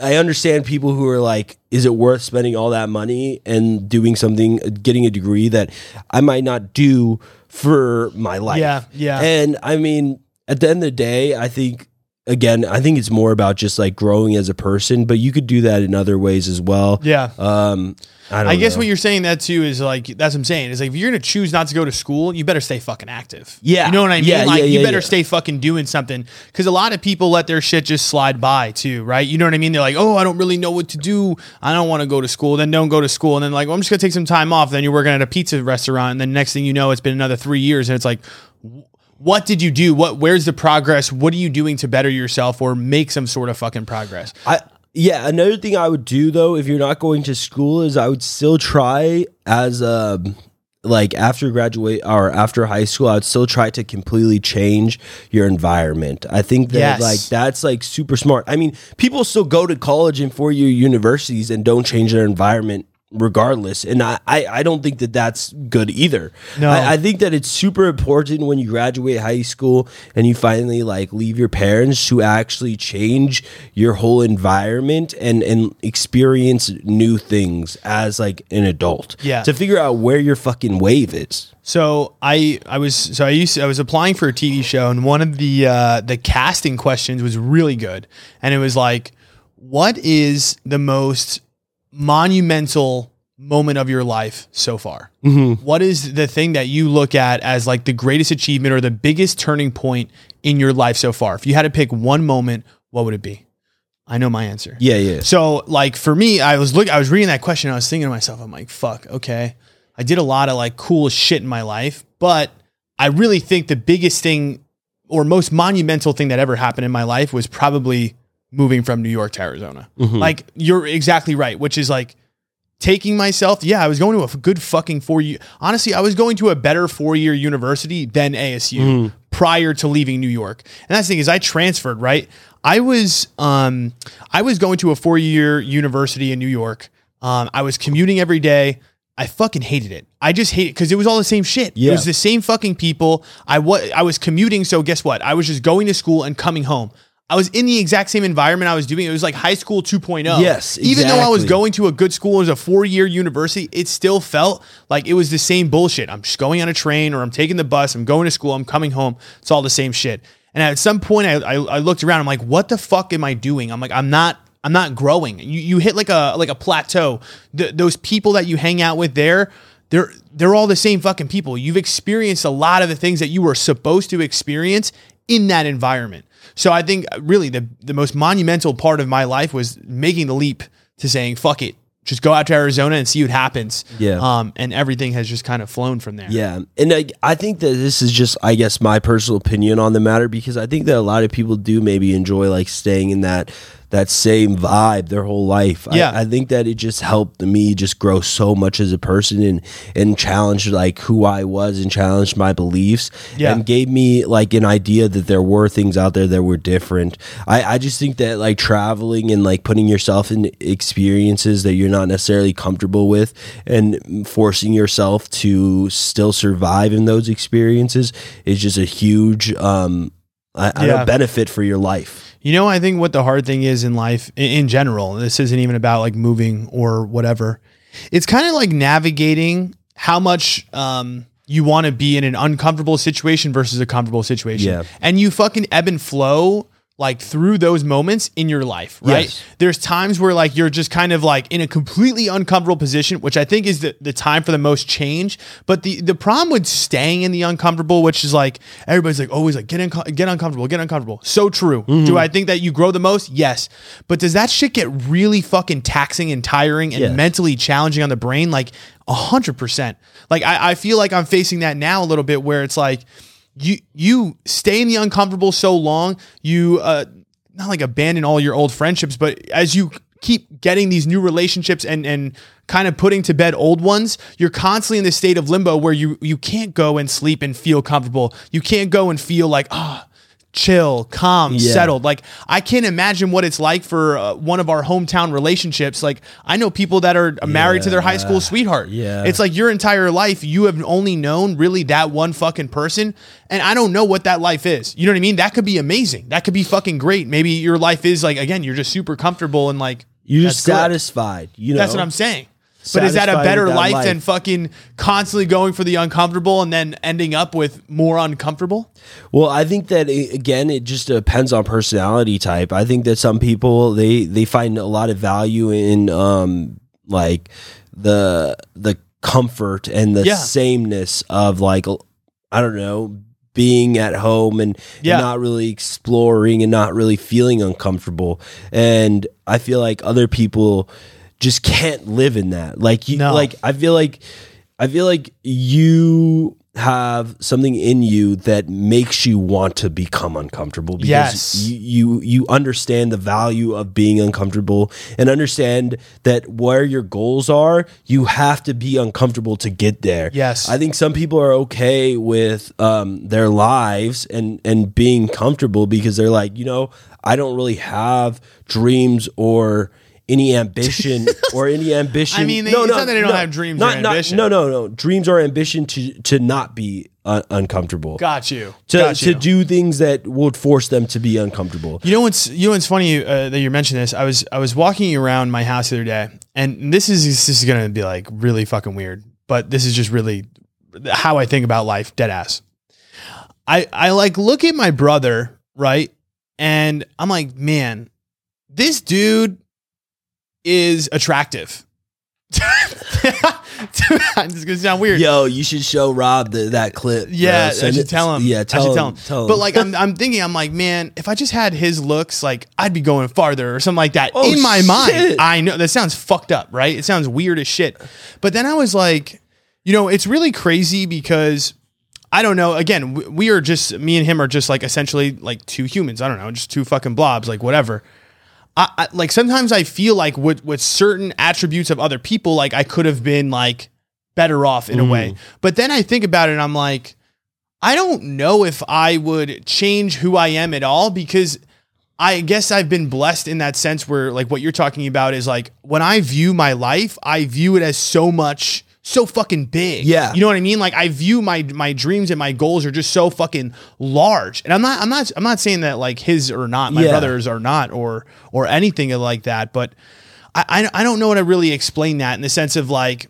Speaker 2: I understand people who are like, is it worth spending all that money and doing something, getting a degree that I might not do for my life?
Speaker 1: Yeah, yeah.
Speaker 2: And I mean, at the end of the day, I think again, I think it's more about just like growing as a person, but you could do that in other ways as well.
Speaker 1: Yeah.
Speaker 2: Um, I don't.
Speaker 1: I guess
Speaker 2: know.
Speaker 1: what you're saying that too is like that's what I'm saying is like if you're gonna choose not to go to school, you better stay fucking active.
Speaker 2: Yeah.
Speaker 1: you know what I mean.
Speaker 2: Yeah,
Speaker 1: like
Speaker 2: yeah,
Speaker 1: you
Speaker 2: yeah,
Speaker 1: better
Speaker 2: yeah.
Speaker 1: stay fucking doing something because a lot of people let their shit just slide by too, right? You know what I mean? They're like, oh, I don't really know what to do. I don't want to go to school. Then don't go to school. And then like, well, I'm just gonna take some time off. Then you're working at a pizza restaurant, and then next thing you know, it's been another three years, and it's like. wh- What did you do? What? Where's the progress? What are you doing to better yourself or make some sort of fucking progress?
Speaker 2: I yeah, another thing I would do though, if you're not going to school, is I would still try as um like after graduate or after high school, I would still try to completely change your environment. I think that
Speaker 1: Yes.
Speaker 2: like that's like super smart. I mean, people still go to college and four year universities and don't change their environment regardless. And I, I, I don't think that that's good either.
Speaker 1: No.
Speaker 2: I, I think that it's super important when you graduate high school and you finally like leave your parents to actually change your whole environment and, and experience new things as like an adult.
Speaker 1: Yeah.
Speaker 2: To figure out where your fucking wave is.
Speaker 1: So I I was so I used I was applying for a TV show and one of the uh, the casting questions was really good and it was like what is the most monumental moment of your life so far? What is the thing that you look at as like the greatest achievement or the biggest turning point in your life so far? If you had to pick one moment, what would it be? I know my answer.
Speaker 2: Yeah, yeah.
Speaker 1: So like for me, I was look I was reading that question, I was thinking to myself, I'm like, fuck, okay. I did a lot of like cool shit in my life, but I really think the biggest thing or most monumental thing that ever happened in my life was probably moving from New York to Arizona.
Speaker 2: Hmm.
Speaker 1: Like you're exactly right, which is like taking myself. Yeah, I was going to a f- good fucking four year. Honestly, I was going to a better four year university than ASU prior to leaving New York. And that's the thing is, I transferred. Right, I was um, I was going to a four year university in New York. Um, I was commuting every day. I fucking hated it. I just hate it because it was all the same shit. It
Speaker 2: Yeah.
Speaker 1: was the same fucking people. I was I was commuting, so guess what? I was just going to school and coming home. I was in the exact same environment I was doing. It was like high school oh, 2.0.
Speaker 2: Yes,
Speaker 1: Even though I was
Speaker 2: exactly.
Speaker 1: going going to a good school, it was a four year university, it still felt like it was the same bullshit. I'm just going on a train or I'm taking the bus, I'm going to school, I'm coming home. It's all the same shit. And at some point, I, I, I looked around, I'm like, what the fuck am I doing? I'm like, I'm not. I'm not growing. You, you hit like a like a plateau. Th those people that you hang out with there, they're they're all the same fucking people. You've experienced a lot of the things that you were supposed to experience in that environment. So I think uh, really the the most monumental part of my life was making the leap to saying fuck it, just go out to Arizona and see what happens.
Speaker 2: Yeah.
Speaker 1: Um, and everything has just kind of flown from there.
Speaker 2: Yeah. And I, I think that this is just, I guess, my personal opinion on the matter because I think that a lot of people do maybe enjoy like staying in that that same vibe their whole life. I-
Speaker 1: Yeah.
Speaker 2: I, think that it just helped me just grow so much as a person and and challenged like who I was and challenged my beliefs
Speaker 1: Yeah.
Speaker 2: and gave me like an idea that there were things out there that were different. I, I just think that like traveling and like putting yourself in experiences that you're not necessarily comfortable with and forcing yourself to still survive in those experiences is just a huge um I, I
Speaker 1: Yeah.
Speaker 2: don't benefit for your life.
Speaker 1: You know, I think what the hard thing is in life in, in general, this isn't even about like moving or whatever. It's kind of like navigating how much um, you want to be in an uncomfortable situation versus a comfortable situation.
Speaker 2: Yeah.
Speaker 1: And you fucking ebb and flow like through those moments in your life, right?
Speaker 2: Yes.
Speaker 1: There's times where like you're just kind of like in a completely uncomfortable position, which I think is the, the time for the most change. But the the problem with staying in the uncomfortable, which is like everybody's like always like get unco- get uncomfortable, get uncomfortable. So true.
Speaker 2: Mm-hmm.
Speaker 1: Do I think that you grow the most? Yes. But does that shit get really fucking taxing and tiring and
Speaker 2: Yes.
Speaker 1: mentally challenging on the brain? Like a hundred percent. Like I, I feel like I'm facing that now a little bit where it's like you you stay in the uncomfortable so long you uh not like abandon all your old friendships but as you keep getting these new relationships and and kind of putting to bed old ones you're constantly in this state of limbo where you you can't go and sleep and feel comfortable you can't go and feel like ah chill calm
Speaker 2: Yeah.
Speaker 1: settled like i can't imagine what it's like for uh, one of our hometown relationships like i know people that are married to their high school sweetheart
Speaker 2: Yeah.
Speaker 1: it's like like your entire life you have only known really that one fucking person and i don't know what that life is you know what i mean that could be amazing that could be fucking great maybe your life is like again you're just super comfortable and like
Speaker 2: You're
Speaker 1: that's
Speaker 2: just
Speaker 1: good.
Speaker 2: satisfied. You know
Speaker 1: that's what i'm saying but is that
Speaker 2: Satisfied
Speaker 1: a
Speaker 2: with
Speaker 1: better
Speaker 2: that
Speaker 1: life,
Speaker 2: life.
Speaker 1: than fucking constantly going for the uncomfortable and then ending up with more uncomfortable
Speaker 2: Well, I think that it, again, it just depends on personality type. I think that some people they they find a lot of value in um like the the comfort and the
Speaker 1: Yeah.
Speaker 2: sameness of like l- I don't know being at home and, and
Speaker 1: Yeah.
Speaker 2: not really exploring and not really feeling uncomfortable. And I feel like other people just can't live in that. Like you
Speaker 1: No.
Speaker 2: like I feel like I feel like you have something in you that makes you want to become uncomfortable because
Speaker 1: Yes.
Speaker 2: you, you you understand the value of being uncomfortable and understand that where your goals are you have to be uncomfortable to get there
Speaker 1: Yes.
Speaker 2: i think some people are okay with um, their lives and and being comfortable because they're like you know i don't really have dreams or any ambition or any ambition.
Speaker 1: I mean, they- it's not that they don't have dreams or
Speaker 2: not- not-
Speaker 1: ambition.
Speaker 2: No, no, no. Dreams or ambition to to not be uh, uncomfortable.
Speaker 1: Got you.
Speaker 2: to,
Speaker 1: Got you.
Speaker 2: to do things that would force them to be uncomfortable.
Speaker 1: You know what's you know what's funny uh, that you mentioned this. I was I was walking around my house the other day, and this is this is gonna be like really fucking weird, but this is just really how I think about life, dead ass. I I like look at my brother right, and I'm like, man, this dude is attractive. this is gonna sound weird.
Speaker 2: Yo, you should show Rob the, that clip. bro.
Speaker 1: Yeah, I
Speaker 2: Send
Speaker 1: should
Speaker 2: it-
Speaker 1: tell him.
Speaker 2: Yeah, tell,
Speaker 1: I should
Speaker 2: him,
Speaker 1: tell him. But like, I'm, I'm thinking, I'm like, man, if I just had his looks, like, I'd be going farther or something like that.
Speaker 2: Oh,
Speaker 1: In my mind,
Speaker 2: shit.
Speaker 1: I know that sounds fucked up, right? It sounds weird as shit. But then I was like, you know, it's really crazy because I don't know. Again, we, we are just me and him are just like essentially like two humans. I don't know, just two fucking blobs, like whatever. I, I like sometimes I feel like with with certain attributes of other people, like I could have been like better off in a way. But then I think about it, and I'm like, I don't know if I would change who I am at all because I guess I've been blessed in that sense where like what you're talking about is like when I view my life, I view it as so much so fucking big.
Speaker 2: Yeah.
Speaker 1: You know what I mean? Like I view my my dreams and my goals are just so fucking large. And I'm not I'm not I'm not saying that like his or not, my
Speaker 2: Yeah.
Speaker 1: brother's or not or or anything like that, but I, I I don't know how to really explain that in the sense of like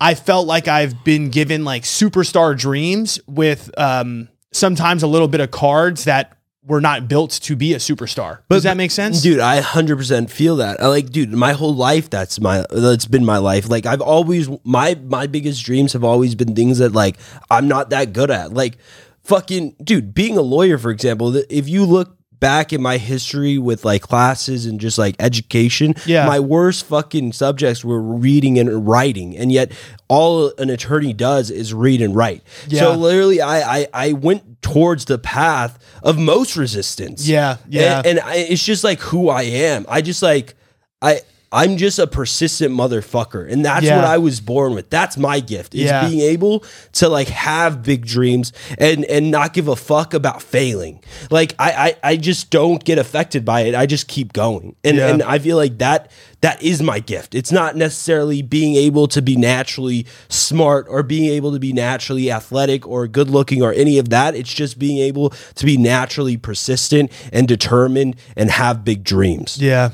Speaker 1: I felt like I've been given like superstar dreams with um sometimes a little bit of cards that were not built to be a superstar. Does that make sense?
Speaker 2: dude i 100% feel that i like dude my whole life that's my that's been my life like i've always my my biggest dreams have always been things that like i'm not that good at like fucking dude being a lawyer for example th- if you look back in my history with like classes and just like education
Speaker 1: Yeah.
Speaker 2: my worst fucking subjects were reading and writing and yet all an attorney does is read and write
Speaker 1: Yeah.
Speaker 2: so literally I, I i went towards the path of most resistance
Speaker 1: Yeah, yeah.
Speaker 2: and, and I, it's just like who I am. I just like I I'm just a persistent motherfucker, and that's
Speaker 1: Yeah.
Speaker 2: what I was born with. That's my gift. Is
Speaker 1: Yeah.
Speaker 2: being able to like have big dreams and and not give a fuck about failing. Like I I, I just don't get affected by it. I just keep going, and
Speaker 1: Yeah.
Speaker 2: and I feel like that that is my gift. It's not necessarily being able to be naturally smart or being able to be naturally athletic or good looking or any of that. It's just being able to be naturally persistent and determined and have big dreams.
Speaker 1: Yeah.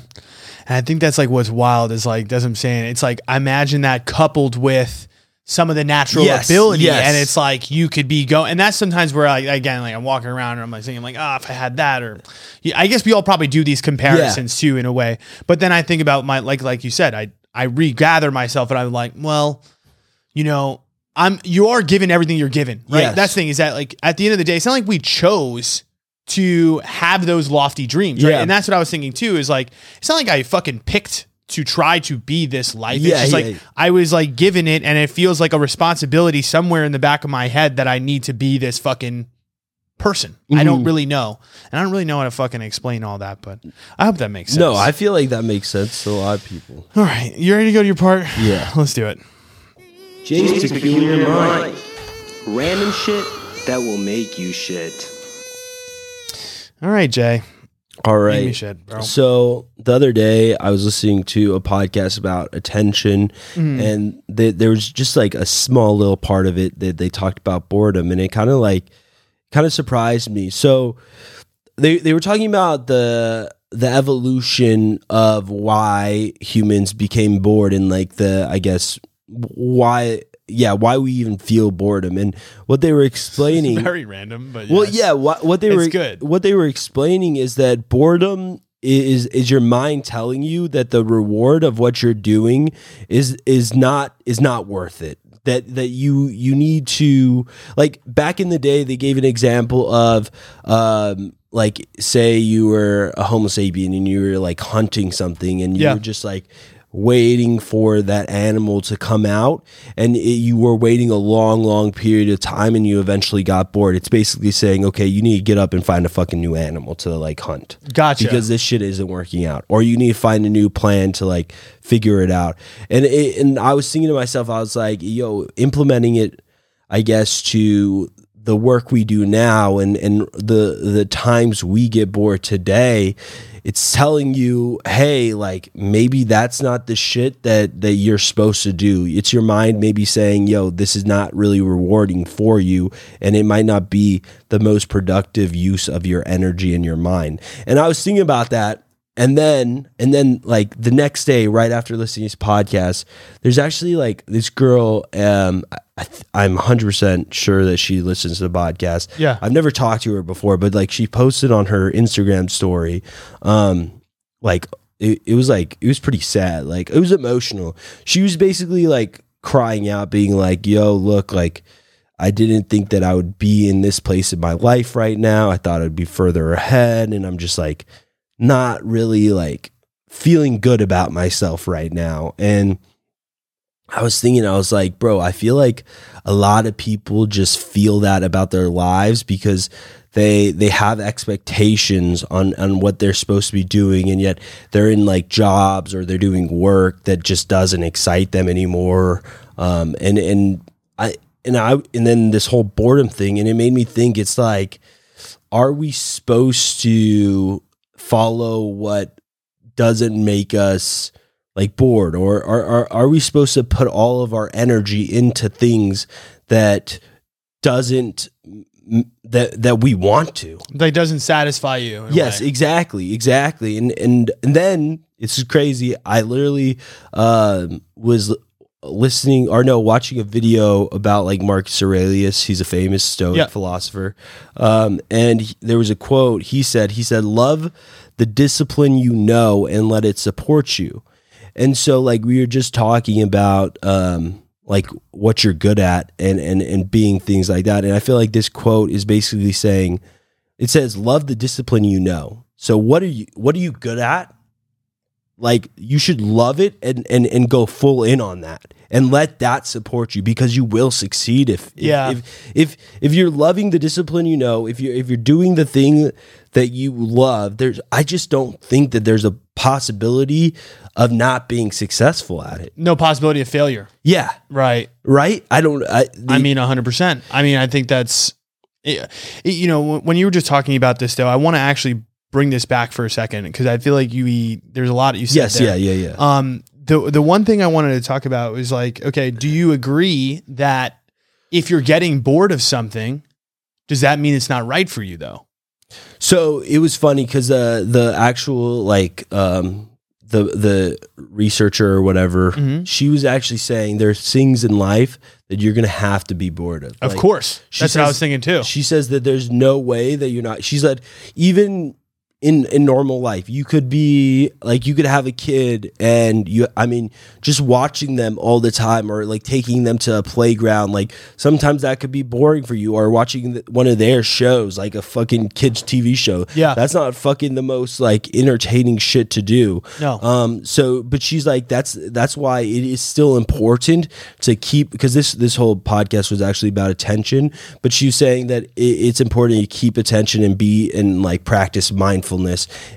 Speaker 1: And I think that's like what's wild is like, that's what I'm saying. It's like, I imagine that coupled with some of the natural
Speaker 2: Yes,
Speaker 1: ability.
Speaker 2: yes.
Speaker 1: And it's like, you could be going. And that's sometimes where I, again, like I'm walking around and I'm like thinking, like, ah, if I had that, or yeah, I guess we all probably do these comparisons too, in a way. But then I think about my, like, like you said, I, I regather myself and I'm like, well, you know, I'm, you are given everything you're given, right?
Speaker 2: Yes.
Speaker 1: That's the thing is that like, at the end of the day, it's not like we chose to have those lofty dreams, right?
Speaker 2: Yeah.
Speaker 1: And that's what I was thinking too. Is like it's not like I fucking picked to try to be this life.
Speaker 2: Yeah,
Speaker 1: it's just
Speaker 2: yeah,
Speaker 1: like
Speaker 2: yeah.
Speaker 1: I was like given it, and it feels like a responsibility somewhere in the back of my head that I need to be this fucking person. I
Speaker 2: Mm-hmm.
Speaker 1: don't really know, and I don't really know how to fucking explain all that. But I hope that makes sense.
Speaker 2: No, I feel like that makes sense to a lot of people.
Speaker 1: all right. You ready to go to your part?
Speaker 2: Yeah.
Speaker 1: let's do it.
Speaker 5: Jay's peculiar mind. Random shit that will make you shit.
Speaker 1: All right, Jay.
Speaker 2: All
Speaker 1: Give me
Speaker 2: right.
Speaker 1: shit, bro.
Speaker 2: So the other day, I was listening to a podcast about attention, and th there was just like a small little part of it that they talked about boredom, and it kind of like kind of surprised me. So they they were talking about the the evolution of why humans became bored and like the I guess why yeah why we even feel boredom and what they were explaining
Speaker 1: Very random, but
Speaker 2: well,
Speaker 1: yes.
Speaker 2: yeah. What, what they
Speaker 1: It's
Speaker 2: were
Speaker 1: good.
Speaker 2: What they were explaining is that boredom is is your mind telling you that the reward of what you're doing is is not is not worth it. That that you you need to like back in the day they gave an example of um like say you were a Homo sapien and you were like hunting something and you
Speaker 1: Yeah.
Speaker 2: were just like waiting for that animal to come out and it, you were waiting a long long period of time and you eventually got bored it's basically saying okay you need to get up and find a fucking new animal to like hunt
Speaker 1: Gotcha.
Speaker 2: because this shit isn't working out or you need to find a new plan to like figure it out and it, and i was thinking to myself i was like yo implementing it i guess to the work we do now and and the the times we get bored today it's telling you, hey, like maybe that's not the shit that that you're supposed to do. It's your mind maybe saying, yo, this is not really rewarding for you, and it might not be the most productive use of your energy and your mind. And I was thinking about that. And then, and then, like the next day, right after listening to his podcast, there's actually like this girl. Um, I- I th- I'm 100% sure that she listens to the podcast.
Speaker 1: Yeah.
Speaker 2: I've never talked to her before, but like she posted on her Instagram story, um, like it, it was like it was pretty sad. Like it was emotional. She was basically like crying out, being like, "Yo, look, like." I didn't think that I would be in this place in my life right now. I thought I'd be further ahead. And I'm just like, not really like feeling good about myself right now. And I was thinking, I was like, bro, I feel like a lot of people just feel that about their lives because they they have expectations on on what they're supposed to be doing and yet they're in like jobs or they're doing work that just doesn't excite them anymore um and and I and I and then this whole boredom thing and it made me think it's like are we supposed to follow what doesn't make us like bored or are, are are we supposed to put all of our energy into things that doesn't that that we want to
Speaker 1: That doesn't satisfy you. in a
Speaker 2: yes
Speaker 1: way.
Speaker 2: exactly exactly and and and then it's crazy i literally um was listening or no watching a video about like marcus aurelius he's a famous stoic
Speaker 1: Yeah.
Speaker 2: philosopher um and he- there was a quote he said he said love the discipline you know and let it support you and so like we were just talking about um like what you're good at and and and being things like that and i feel like this quote is basically saying it says love the discipline you know so what are you what are you good at like you should love it and and and go full in on that and let that support you because you will succeed if, if
Speaker 1: Yeah.
Speaker 2: if, if if you're loving the discipline you know if you are if you're doing the thing that you love there's i just don't think that there's a possibility of not being successful at it
Speaker 1: No possibility of failure.
Speaker 2: yeah
Speaker 1: Right.
Speaker 2: right i don't i, the-
Speaker 1: I mean, 100%. I mean, I think that's, it, it- you know, when you were just talking about this, though, I want to actually bring this back for a second because I feel like you, there's a lot that you said.
Speaker 2: yes
Speaker 1: there.
Speaker 2: yeah yeah yeah
Speaker 1: Um, the the one thing I wanted to talk about was like, okay, do you agree that if you're getting bored of something, does that mean it's not right for you though?
Speaker 2: So it was funny because uh, the actual like um, the the researcher or whatever,
Speaker 1: Mhm.
Speaker 2: she was actually saying there's things in life that you're gonna have to be bored of.
Speaker 1: Of
Speaker 2: Like,
Speaker 1: course,
Speaker 2: she
Speaker 1: that's what I
Speaker 2: says-
Speaker 1: was thinking too.
Speaker 2: she says that there's no way that you're not. She said even in in normal life, you could be like you could have a kid and you. I mean, just watching them all the time or like taking them to a playground. Like sometimes that could be boring for you. Or watching th- one of their shows, like a fucking kids TV show.
Speaker 1: Yeah.
Speaker 2: that's not fucking the most like entertaining shit to do.
Speaker 1: No.
Speaker 2: Um. So, but she's like, that's that's why it is still important to keep because this this whole podcast was actually about attention. But she's saying that it, it's important to keep attention and be and like practice mindfulness.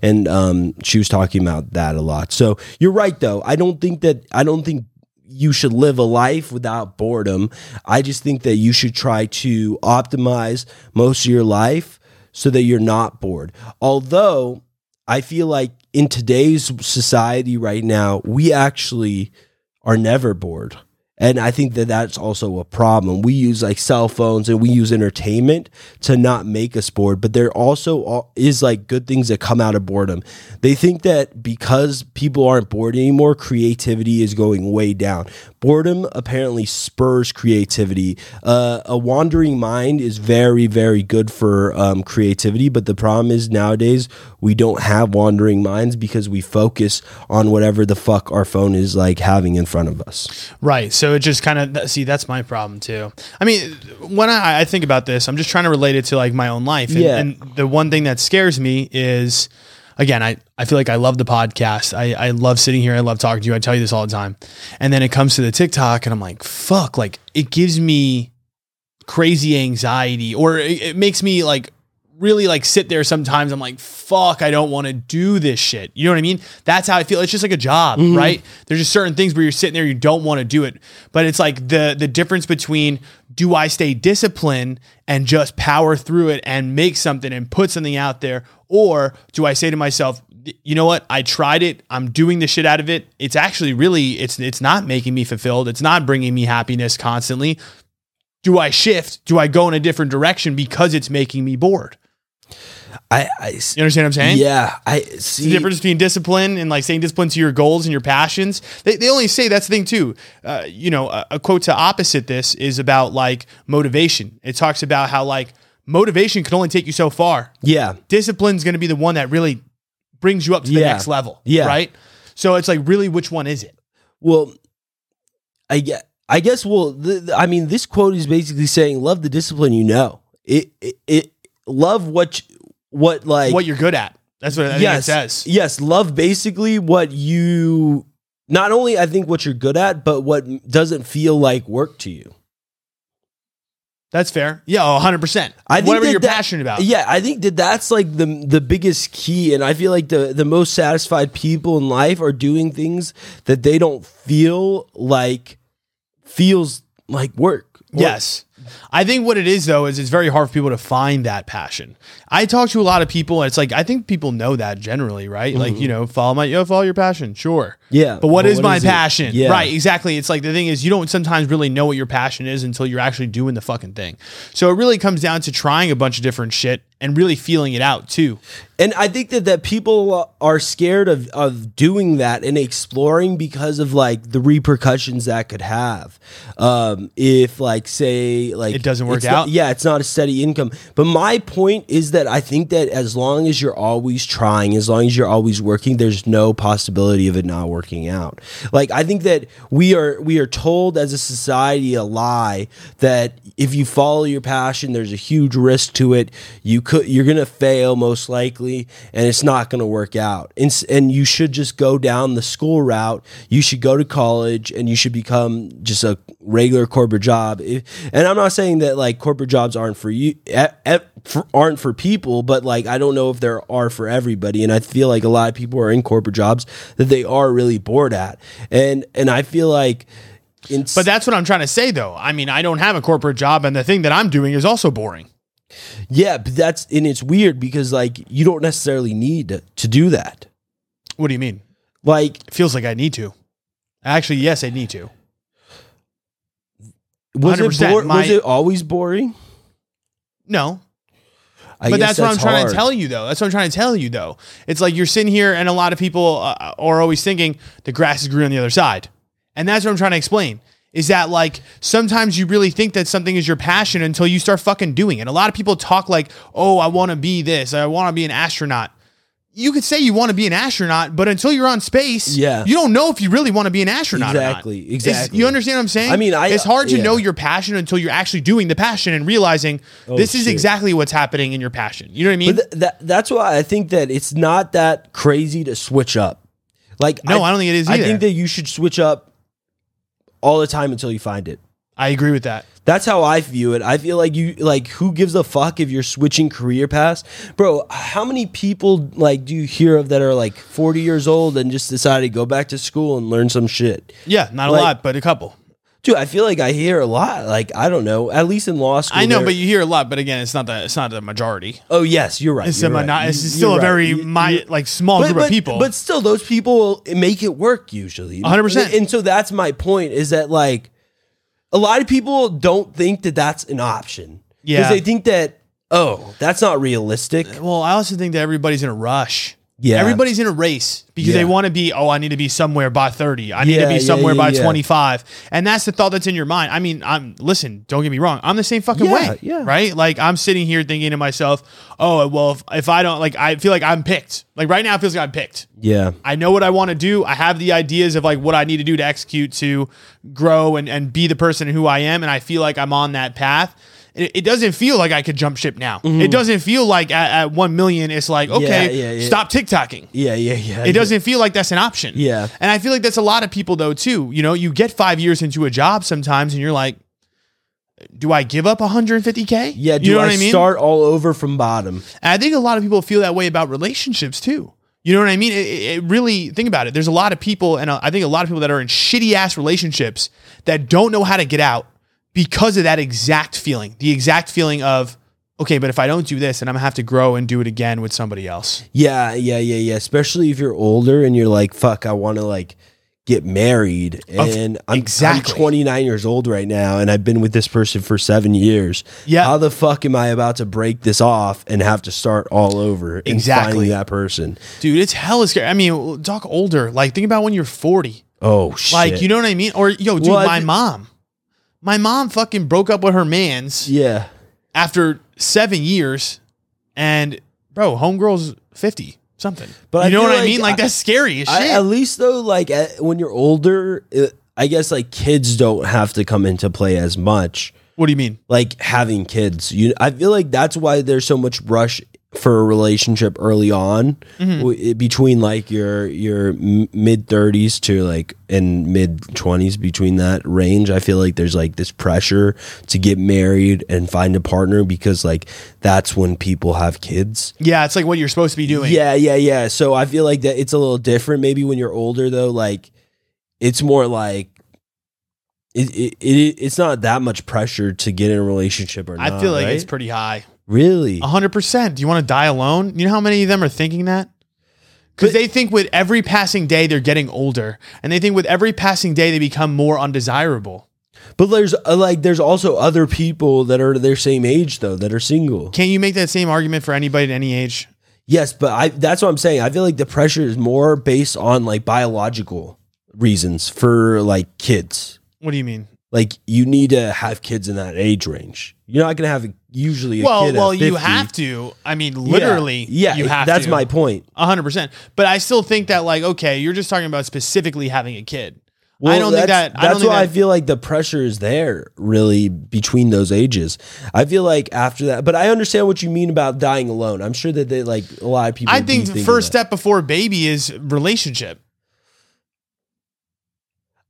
Speaker 2: And um, she was talking about that a lot. So you're right, though. I don't think that I don't think you should live a life without boredom. I just think that you should try to optimize most of your life so that you're not bored. Although I feel like in today's society right now, we actually are never bored. And I think that that's also a problem. We use like cell phones and we use entertainment to not make us bored, but there also al- is like good things that come out of boredom. They think that because people aren't bored anymore, creativity is going way down. Boredom apparently spurs creativity. Uh, a wandering mind is very, very good for um, creativity, but the problem is nowadays we don't have wandering minds because we focus on whatever the fuck our phone is like having in front of us.
Speaker 1: Right. So it just kind of see that's my problem too. I mean, when I, I think about this, I'm just trying to relate it to like my own life. And,
Speaker 2: Yeah.
Speaker 1: and the one thing that scares me is, again, I I feel like I love the podcast. I I love sitting here. I love talking to you. I tell you this all the time. And then it comes to the TikTok, and I'm like, fuck. Like it gives me crazy anxiety, or it, it makes me like really like sit there sometimes i'm like fuck i don't want to do this shit you know what i mean that's how i feel it's just like a job right there's just certain things where you're sitting there you don't want to do it but it's like the the difference between do i stay disciplined and just power through it and make something and put something out there or do i say to myself th- you know what? I tried it. I'm doing the shit out of it. It's actually really it's it's not making me fulfilled. It's not bringing me happiness constantly. Do I shift? Do I go in a different direction because it's making me bored?
Speaker 2: I, I s-
Speaker 1: You understand what I'm saying?
Speaker 2: yeah, I
Speaker 1: the
Speaker 2: see.
Speaker 1: difference between discipline and like saying discipline to your goals and your passions. They, they only say that's the thing too. Uh, you know, a, a quote to opposite this is about like motivation. It talks about how like motivation can only take you so far.
Speaker 2: yeah,
Speaker 1: Discipline's going to be the one that really brings you up to the
Speaker 2: Yeah.
Speaker 1: next level.
Speaker 2: Yeah.
Speaker 1: Right. So it's like really, which one is it?
Speaker 2: Well, I guess, I guess. Well, the, the- I mean, this quote is basically saying, "Love the discipline you know. It, it, it love what, you- what like
Speaker 1: what you're good at. That's what I think
Speaker 2: yes,
Speaker 1: it says.
Speaker 2: yes. Love basically what you. Not only I think what you're good at, but what doesn't feel like work to you.
Speaker 1: That's fair. Yeah. Oh, 100%.
Speaker 2: I think
Speaker 1: Whatever
Speaker 2: that
Speaker 1: you're
Speaker 2: that-
Speaker 1: passionate about.
Speaker 2: Yeah, I think that that's like the the biggest key, and I feel like the the most satisfied people in life are doing things that they don't feel like feels like work. Or-
Speaker 1: Yes. I think what it is though is it's very hard for people to find that passion. I talk to a lot of people and it's like I think people know that generally, right? Like, you know, follow my yo, follow your passion, sure.
Speaker 2: Mm-hmm. Yeah.
Speaker 1: But what
Speaker 2: But
Speaker 1: is
Speaker 2: what
Speaker 1: my
Speaker 2: is it?
Speaker 1: passion?
Speaker 2: Yeah.
Speaker 1: Right, exactly. It's like the thing is you don't sometimes really know what your passion is until you're actually doing the fucking thing. So it really comes down to trying a bunch of different shit and really feeling it out too.
Speaker 2: And I think that that people are scared of of doing that and exploring because of like the repercussions that could have. Um, if like say like
Speaker 1: It doesn't work
Speaker 2: it's not-
Speaker 1: out?
Speaker 2: yeah, it's not a steady income. But my point is that I think that as long as you're always trying, as long as you're always working, there's no possibility of it not working out. Like I think that we are we are told as a society a lie that if you follow your passion, there's a huge risk to it. You could you're gonna fail most likely, and it's not gonna work out. And s- and you should just go down the school route. You should go to college, and you should become just a regular corporate job. If- And I'm not saying that like corporate jobs aren't for you, e- e- for- aren't for people, but like I don't know if there are for everybody. And I feel like a lot of people are in corporate jobs that they are really bored at. And and I feel like, in,
Speaker 1: But that's what I'm trying to say though. I mean, I don't have a corporate job and the thing that I'm doing is also boring.
Speaker 2: yeah, but that's and it's weird because like you don't necessarily need to, to do that.
Speaker 1: What do you mean?
Speaker 2: Like
Speaker 1: It feels like I need to. Actually, yes, I need to.
Speaker 2: was it
Speaker 1: 100%,
Speaker 2: bor-
Speaker 1: my-
Speaker 2: was it always boring?
Speaker 1: No,
Speaker 2: I
Speaker 1: but
Speaker 2: guess
Speaker 1: that's, what I'm trying
Speaker 2: hard.
Speaker 1: to tell you, though. That's what I'm trying to tell you, though. It's like you're sitting here, and a lot of people uh, are always thinking the grass is green on the other side, and that's what I'm trying to explain. Is that like sometimes you really think that something is your passion until you start fucking doing it? A lot of people talk like, "Oh, I want to be this. I want to be an astronaut." You could say you want to be an astronaut, but until you're on space,
Speaker 2: Yeah.
Speaker 1: you don't know if you really want to be an astronaut. or not.
Speaker 2: Exactly,
Speaker 1: Is-
Speaker 2: exactly.
Speaker 1: you understand what I'm saying?
Speaker 2: I mean, I-
Speaker 1: it's hard to
Speaker 2: yeah.
Speaker 1: know your passion until you're actually doing the passion and realizing this is
Speaker 2: Oh, shit.
Speaker 1: exactly what's happening in your passion. You know what I mean?
Speaker 2: But th- that that's why I think that it's not that crazy to switch up. Like
Speaker 1: No, I don't think it is
Speaker 2: I
Speaker 1: either.
Speaker 2: think that you should switch up all the time until you find it.
Speaker 1: I agree with that.
Speaker 2: That's how I view it. I feel like you like who gives a fuck if you're switching career paths? Bro, how many people like do you hear of that are like 40 years old and just decided to go back to school and learn some shit?
Speaker 1: Yeah, not
Speaker 2: Like-
Speaker 1: a lot, but a couple.
Speaker 2: Dude, I feel like I hear a lot. Like I don't know, at least in law school.
Speaker 1: I know,
Speaker 2: there-
Speaker 1: but you hear a lot. But again, it's not the it's not the majority.
Speaker 2: Oh yes, you're right.
Speaker 1: It's,
Speaker 2: you're
Speaker 1: a
Speaker 2: right.
Speaker 1: mono-
Speaker 2: You-
Speaker 1: it's
Speaker 2: you're
Speaker 1: still a
Speaker 2: right.
Speaker 1: very
Speaker 2: You-
Speaker 1: mi-
Speaker 2: you're-
Speaker 1: like small group of people.
Speaker 2: But still, those people make it work usually.
Speaker 1: 100%.
Speaker 2: And so that's my point is that like a lot of people don't think that that's an option.
Speaker 1: Yeah.
Speaker 2: they think that, oh, that's not realistic.
Speaker 1: well, I also think that everybody's in a rush.
Speaker 2: Yeah.
Speaker 1: everybody's in a race because
Speaker 2: Yeah.
Speaker 1: they want to be. Oh, I need to be somewhere by thirty. I need
Speaker 2: Yeah,
Speaker 1: to
Speaker 2: yeah,
Speaker 1: be somewhere
Speaker 2: yeah,
Speaker 1: by
Speaker 2: yeah.
Speaker 1: twenty-five. And that's the thought that's in your mind. I mean, I'm listen. Don't get me wrong. I'm the same fucking
Speaker 2: Yeah,
Speaker 1: way.
Speaker 2: yeah.
Speaker 1: Right. Like I'm sitting here thinking to myself, oh well, if, if I don't like, I feel like I'm picked. Like right now, it feels like I'm picked.
Speaker 2: Yeah.
Speaker 1: I know what I want to do. I have the ideas of like what I need to do to execute to grow and, and be the person who I am. And I feel like I'm on that path. It, it doesn't feel like I could jump ship now. It doesn't feel like at, at 1 million, it's like, okay,
Speaker 2: Mm-hmm. yeah, yeah.
Speaker 1: stop TikToking.
Speaker 2: Yeah, yeah, yeah.
Speaker 1: It doesn't feel like that's an option.
Speaker 2: Yeah.
Speaker 1: And I feel like that's a lot of people though, too. You know, you get five years into a job sometimes and you're like, do I give up 150K?
Speaker 2: Yeah, do
Speaker 1: you know
Speaker 2: I,
Speaker 1: what I mean?
Speaker 2: start all over from bottom?
Speaker 1: And I think a lot of people feel that way about relationships too. You know what I mean? It, it- it really think about it. There's a lot of people, and uh, I think a lot of people that are in shitty ass relationships that don't know how to get out because of that exact feeling. The exact feeling of okay, but if I don't do this, then I'm gonna have to grow and do it again with somebody else.
Speaker 2: Yeah, yeah, yeah, yeah. Especially if you're older and you're like, fuck, I want to like get married.
Speaker 1: Of-
Speaker 2: And I'm,
Speaker 1: exactly.
Speaker 2: I'm 29 years old right now and I've been with this person for seven years.
Speaker 1: Yeah.
Speaker 2: How the fuck am I about to break this off and have to start all over and
Speaker 1: Exactly.
Speaker 2: finding that person?
Speaker 1: Dude, it's hella scary. I mean, talk older. Like, think about when you're 40.
Speaker 2: Oh, shit.
Speaker 1: Like, you know what I mean? Or, yo, dude,
Speaker 2: Well, I
Speaker 1: my
Speaker 2: thi-
Speaker 1: mom. My mom fucking broke up with her man's
Speaker 2: Yeah.
Speaker 1: after seven years, and bro, homegirl's 50 something.
Speaker 2: But
Speaker 1: But
Speaker 2: I
Speaker 1: you know
Speaker 2: feel
Speaker 1: what I
Speaker 2: like
Speaker 1: mean? Like,
Speaker 2: I-
Speaker 1: that's scary as shit.
Speaker 2: I, at least though, like at, when you're older, it, I guess like kids don't have to come into play as much.
Speaker 1: what do you mean?
Speaker 2: Like having kids, you, I feel like that's why there's so much rush for a relationship early on
Speaker 1: Hmm.
Speaker 2: w- i- between like your your m- mid 30s to like and mid 20s between that range i feel like there's like this pressure to get married and find a partner because like that's when people have kids
Speaker 1: Yeah, it's like what you're supposed to be doing.
Speaker 2: yeah, yeah, yeah. So I feel like that it's a little different. Maybe when you're older, though, like it's more like it, it, it it's not that much pressure to get in a relationship or
Speaker 1: I
Speaker 2: not.
Speaker 1: feel like
Speaker 2: right?
Speaker 1: it's Oh. pretty high.
Speaker 2: really.
Speaker 1: 100%. Do you want to die alone? You know how many of them are thinking that?
Speaker 2: But-
Speaker 1: Because they think with every passing day, they're getting older. And they think with every passing day, they become more undesirable.
Speaker 2: But there's uh, like there's also other people that are their same age though that are single.
Speaker 1: Can you make that same argument for anybody at any age?
Speaker 2: Yes, but I that's what I'm saying. I feel like the pressure is more based on like biological reasons for like kids.
Speaker 1: What do you mean?
Speaker 2: Like you need to have kids in that age range. You're not gonna have a, usually a
Speaker 1: Well,
Speaker 2: kid at
Speaker 1: well, you
Speaker 2: 50.
Speaker 1: have to. I mean, literally,
Speaker 2: yeah,
Speaker 1: you have
Speaker 2: that's
Speaker 1: to.
Speaker 2: my point
Speaker 1: 100%. But I still think that, like, okay, you're just talking about specifically having a kid. I don't think
Speaker 2: that's-
Speaker 1: that. I don't
Speaker 2: that's
Speaker 1: think
Speaker 2: why
Speaker 1: that,
Speaker 2: I feel like the pressure is there, really, between those ages. I feel like after that, but I understand what you mean about dying alone. I'm sure that they like a lot of people.
Speaker 1: I
Speaker 2: do
Speaker 1: think the
Speaker 2: of
Speaker 1: first
Speaker 2: that.
Speaker 1: step before baby is relationship.